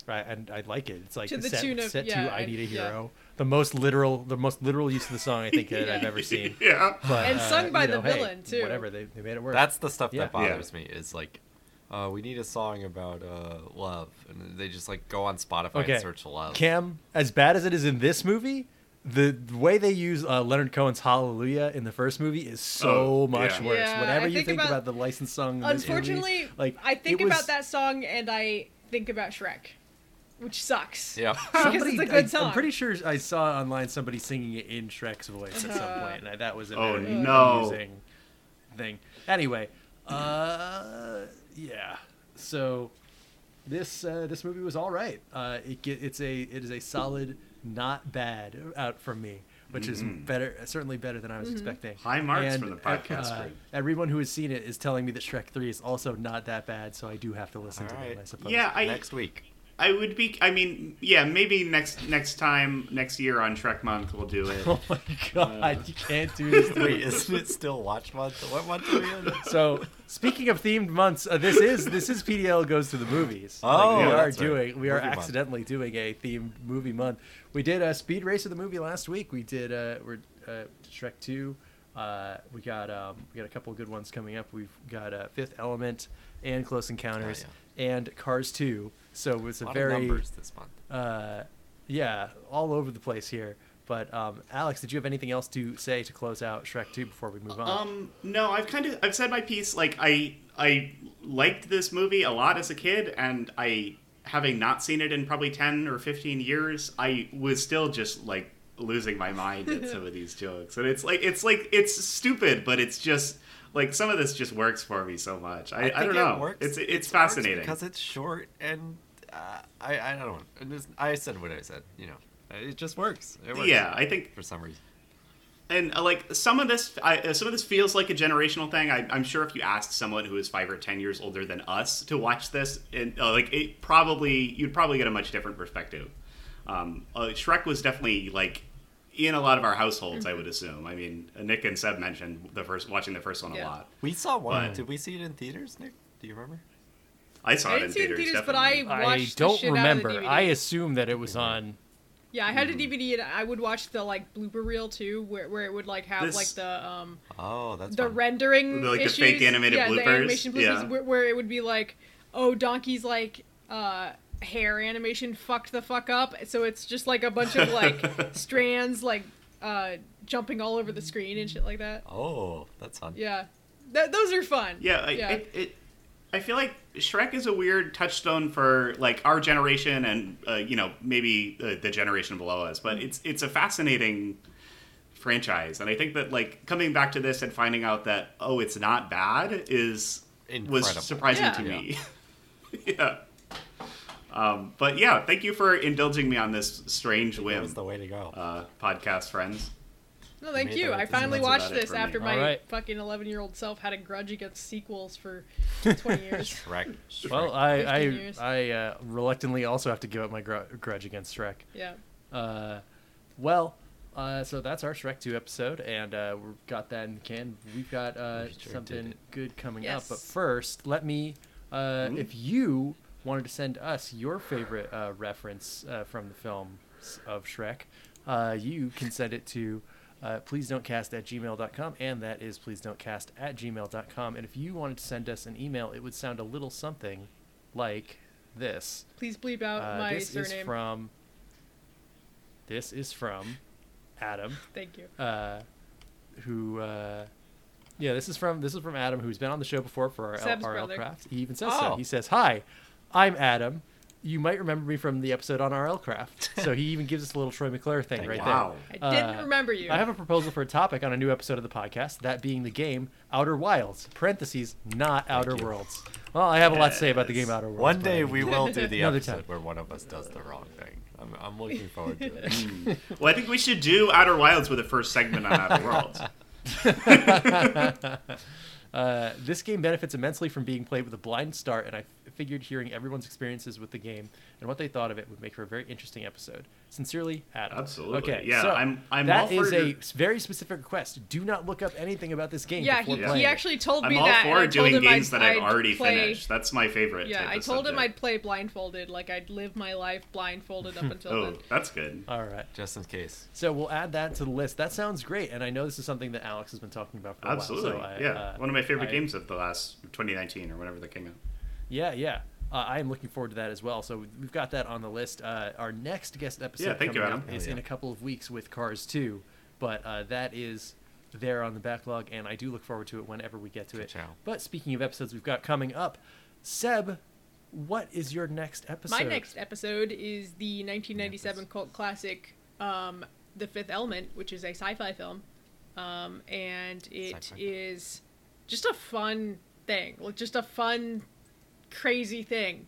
S1: Right, and I like it. It's like
S3: To the
S1: set,
S3: tune of-
S1: set
S3: yeah,
S1: to I
S3: I-
S1: Need a
S3: yeah.
S1: Hero. The most literal the most literal use of the song I think that I've ever seen.
S4: yeah.
S1: But,
S3: And
S1: uh,
S3: sung by
S1: you
S3: the
S1: know, hey,
S3: villain, too.
S1: Whatever, they, they made it work.
S2: That's the stuff
S1: Yeah.
S2: that
S1: Yeah.
S2: bothers me is like, uh, we need a song about uh, love, and they just like go on Spotify
S1: okay.
S2: and search love.
S1: Cam, as bad as it is in this movie, the way they use uh, Leonard Cohen's "Hallelujah" in the first movie is so
S4: Oh,
S1: much
S4: yeah.
S1: worse.
S3: Yeah,
S1: Whenever
S3: I
S1: you
S3: think
S1: think about,
S3: about-
S1: the licensed song, in this movie,
S3: Unfortunately,
S1: like
S3: I think
S1: it was-
S3: about that song and I think about Shrek, which sucks.
S2: Yeah,
S3: Because
S1: Somebody,
S3: it's a
S1: I,
S3: good song.
S1: am pretty sure I saw online somebody singing it in Shrek's voice at
S3: Uh-huh.
S1: some point, and I, that was a
S4: Oh,
S1: very
S4: no.
S1: amusing thing. Anyway, uh, yeah. So this uh, this movie was all right. Uh, it ge- it's a it is a solid not bad uh, out from me, which is better certainly better than I
S3: Mm-hmm.
S1: was expecting.
S4: Mm-hmm. High marks for the
S1: uh,
S4: podcast
S1: uh,
S4: group.
S1: everyone who has seen it is telling me that Shrek Three is also not that bad, so I do have to listen
S2: All
S1: to
S2: right.
S1: them. I suppose.
S4: Yeah, I
S2: next week.
S4: I would be. I mean, yeah, maybe next next time next year on Trek Month we'll do it.
S1: Oh my god! you can't do this. to me.
S2: Wait, isn't it still Watch Month? What month are we in?
S1: So speaking of themed months, uh, this is this is PDL goes to the movies.
S2: Oh,
S1: we are
S2: that's right.
S1: doing we are
S2: Movie month.
S1: accidentally doing a themed movie month. We did a speed race of the movie last week. We did uh, we're uh, Shrek two. Uh, we got um, we got a couple of good ones coming up. We've got uh, Fifth Element and Close Encounters and Cars two. So it's
S2: Oh, A
S1: a,
S2: lot of
S1: very
S2: numbers this month.
S1: uh, yeah, all over the place here. But um, Alex, did you have anything else to say to close out Shrek two before we move on?
S4: Um, no, I've kind of I've said my piece. Like I I liked this movie a lot as a kid, and I having not seen it in probably ten or fifteen years, I was still just like losing my mind at some of these jokes. And it's like it's like it's stupid, but it's just like some of this just works for me so much. I, I,
S2: think
S4: don't
S2: it
S4: know.
S2: works-
S4: It's
S2: it
S4: it's
S2: works
S4: fascinating.
S2: because it's short and uh, I I don't know. And this- I said what I said. You know, it just works. It works.
S4: yeah, I think
S2: for some reason.
S4: and uh, like some of this I, uh, some of this feels like a generational thing I, i'm sure if you asked someone who is five or ten years older than us to watch this and uh, like it probably you'd probably get a much different perspective um, uh, shrek was definitely like in a lot of our households
S3: Mm-hmm.
S4: i would assume i mean uh, nick and seb mentioned the first watching the first one a
S3: Yeah.
S4: lot
S2: We saw one.
S4: But-
S2: Did we see it in theaters, Nick? Do you remember?
S4: i saw
S3: I
S4: it in
S3: didn't see it in
S4: theaters,
S3: theaters, but
S4: definitely.
S3: I
S1: I
S3: watched the
S1: don't
S3: shit out of the
S1: remember.
S3: DVD.
S1: I Mm-hmm. assume that it was on.
S3: Yeah, I had a DVD and I would watch the like blooper reel too, where, where it would like have
S4: This-
S3: like the um
S2: Oh, that's
S3: the
S2: fun.
S3: rendering
S4: The, like, the
S3: issues.
S4: fake animated
S3: yeah, the
S4: bloopers,
S3: animation bloopers,
S4: yeah.
S3: where, where it would be like, oh, Donkey's like uh hair animation fucked the fuck up, so it's just like a bunch of like strands like uh jumping all over the screen and shit like that.
S2: Oh, that's fun.
S3: Yeah, Th- those are fun.
S4: Yeah, I, It, it, I feel like Shrek is a weird touchstone for like our generation and uh, you know maybe uh, the generation below us, but it's it's a fascinating franchise, and I think that like coming back to this and finding out that oh, it's not bad is
S2: Incredible.
S4: was surprising to
S2: Yeah.
S4: me. yeah. Um, but yeah, thank you for indulging me on this strange whim.
S2: was the way to go.
S4: uh, podcast friends.
S3: No, thank
S4: made
S3: you.
S4: that
S3: I
S4: up.
S3: finally
S4: That's about
S3: watched
S4: it
S3: this
S4: for me.
S3: after my
S11: Alright.
S3: fucking 11 year old self had a grudge against sequels for 20 years.
S2: Shrek.
S1: Well,
S2: Shrek.
S1: I
S3: 15
S1: I,
S3: years.
S1: I uh, reluctantly also have to give up my gr- grudge against Shrek.
S3: yeah.
S1: Uh, well, uh, so that's our Shrek 2 episode, and uh, we've got that in the can. We've got uh,
S2: We sure did
S1: something
S2: it.
S1: good coming up. But
S3: Yes.
S1: first, let me, uh, if you wanted to send us your favorite uh, reference uh, from the film s- of Shrek, uh, you can send it to. Uh, please don't cast at gmail.com and that is please don't cast at gmail.com and if you wanted to send us an email it would sound a little something like this
S3: Please bleep out
S1: uh,
S3: my
S1: this
S3: surname.
S1: is from. This is from Adam,
S3: Thank you.
S1: uh, who. Uh, yeah, this is from this is from Adam, who's been on the show before for our,
S3: Seb's
S1: L- our
S3: brother.
S1: RL Craft. He even says
S2: Oh.
S1: so. He says, "Hi, I'm Adam. You might remember me from the episode on RL Craft." So he even gives us a little Troy McClure thing
S2: Thank
S1: right
S2: you.
S1: there.
S4: Wow.
S3: I didn't
S1: Uh,
S3: remember you.
S1: I have a proposal for a topic on a new episode of the podcast, that being the game Outer Wilds (parentheses not Outer
S2: you.
S1: Worlds). Well, I have a lot to say about the game
S4: Yes.
S1: Outer Worlds.
S2: One
S1: but
S2: day
S1: I-
S2: we will do the
S1: Another
S2: episode
S1: time.
S2: where one of us does the wrong thing. I'm, I'm looking forward to it.
S4: Well, I think we should do Outer Wilds with the first segment on Outer Worlds.
S1: Uh, this game benefits immensely from being played with a blind start, and I f- figured hearing everyone's experiences with the game and what they thought of it would make for a very interesting episode. Sincerely, Adam.
S4: Absolutely.
S1: Okay.
S4: Yeah,
S1: so
S4: I'm- I'm
S1: that
S4: all for
S1: is
S4: your-
S1: a s- very specific request. Do not look up anything about this game.
S3: yeah,
S1: before
S3: he,
S1: playing
S3: he
S1: it.
S3: actually told
S4: I'm
S3: me
S4: all
S3: that. and I
S4: for
S3: told
S4: doing
S3: him
S4: games
S3: I'd,
S4: that I've
S3: I'd
S4: already
S3: play,
S4: finished. That's my favorite.
S3: Yeah,
S4: type
S3: I
S4: of
S3: told him I'd
S4: subject.
S3: play blindfolded, like I'd live my life blindfolded up until
S4: Oh,
S3: then.
S4: that's good.
S1: All right.
S2: Just in case.
S1: So we'll add that to the list. That sounds great, and I know this is something that Alex has been talking about for
S4: Absolutely.
S1: a while. so I-
S4: yeah.
S1: uh,
S4: One of my favorite
S1: I-
S4: games of the last 2019 or whenever that came out.
S1: Yeah, yeah. Uh, I am looking forward to that as well. So we've we've got that on the list. Uh, our next guest episode
S4: Yeah, thank you,
S1: coming
S4: Adam.
S1: up is
S2: Oh, yeah.
S1: in a couple of weeks with Cars 2, but uh, that is there on the backlog, and I do look forward to it whenever we get to it.
S2: Ka-chow.
S1: But speaking of episodes we've got coming up, Seb, what is your next episode?
S3: My next episode is the 1997 cult classic, um, The Fifth Element, which is a sci-fi film, um, and it is
S2: Sci-fi.
S3: just a fun thing, like just a fun, crazy thing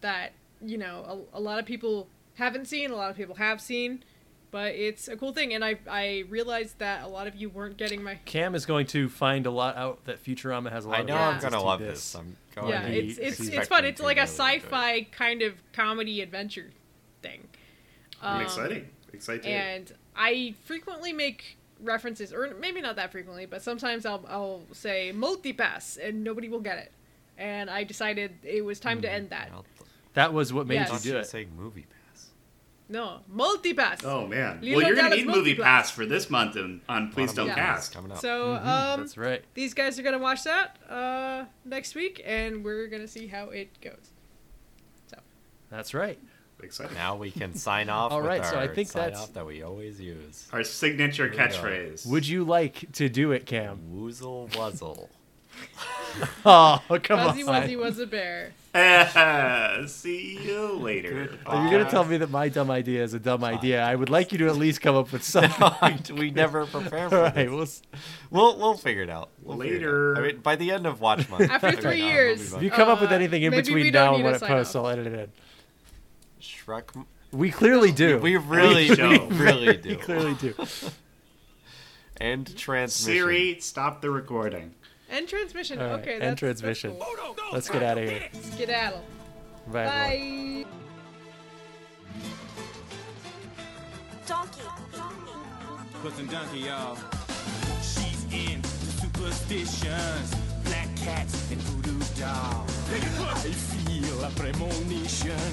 S3: that you know a, a lot of people haven't seen, a lot of people have seen, but it's a cool thing, and I I realized that a lot of you weren't getting my
S1: Cam is going to find a lot out that Futurama has a lot
S2: I
S1: of
S2: know I'm
S1: references
S2: gonna
S1: to
S2: love this. I'm going.
S3: yeah,
S2: to be
S3: it's it's it's
S2: expecting
S3: fun. It's
S2: to
S3: like a
S2: really enjoy it.
S3: sci-fi kind of comedy adventure thing.
S4: I'm exciting. Excited.
S3: Um, and I frequently make references, or maybe not that frequently, but sometimes I'll I'll say multipass and nobody will get it. And I decided it was time
S1: Mm-hmm.
S3: to end that.
S2: I'll-
S1: That was what made
S3: Yes.
S1: you
S2: Thought you
S1: do
S2: were
S1: it.
S2: saying movie pass.
S3: No, multipass.
S4: oh man.
S3: Lilo
S4: well, you're gonna
S3: Dallas
S4: need Movie
S3: Multipass.
S4: Pass for this month and on Please
S2: Lot of
S4: Don't
S2: movies
S4: Cast.
S2: coming up.
S3: So um,
S1: Mm-hmm. That's right.
S3: these guys are gonna watch that uh, next week, and we're gonna see how it goes.
S1: That's right.
S4: Exciting.
S2: now we can sign off.
S1: All
S2: with
S1: right, so I
S2: our
S1: think
S2: sign
S1: that's-
S2: off that we always use.
S4: Our signature
S2: Here we go.
S4: catchphrase.
S1: Would you like to do it, Cam?
S2: Woozle wuzzle.
S1: Oh, come
S3: Fuzzy
S1: on.
S3: Wuzzy was a bear.
S4: See you later.
S1: If You're gonna tell me that my dumb idea is a dumb idea. I would like you to at least come up with something.
S2: we never prepare
S1: All
S2: for
S1: right,
S2: this.
S1: we'll s-
S2: We'll we'll figure it out We'll figure it
S4: Later.
S2: out. I mean, by the end of Watch Month.
S3: After
S2: we'll figure
S3: three
S2: it out.
S3: years.
S2: We'll
S1: if you
S2: be
S1: come up
S3: Uh,
S1: with anything in
S3: maybe we
S1: between
S3: don't
S1: now
S3: need
S1: and when
S3: to
S1: it
S3: sign
S1: posts,
S3: off.
S1: I'll edit it
S2: back. Shrek.
S1: in. We clearly do.
S2: We really, we
S4: show.
S2: really
S1: We
S2: do.
S1: clearly do.
S2: And transmission.
S4: Siri, stop the recording.
S3: End transmission.
S1: All right,
S3: okay,
S1: end
S3: that's, that's
S1: transmission.
S3: cool.
S1: Let's get out of here.
S3: Skedaddle.
S1: Bye. everyone.
S3: Bye.
S14: Donkey.
S8: Puss and Donkey, y'all. She's into superstitions, black cats and voodoo dolls. I feel a premonition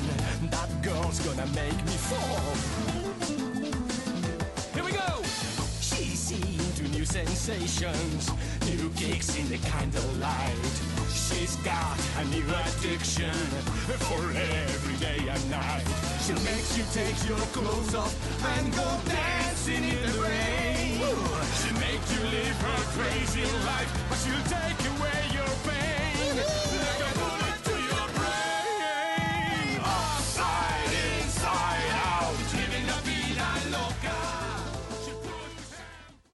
S8: that girl's gonna make me fall. Here we go. She's into new sensations, new kicks in the candlelight. She's got a new addiction for every day and night. She makes you take your clothes off and go dancing in the rain. She makes you live her crazy life, but she'll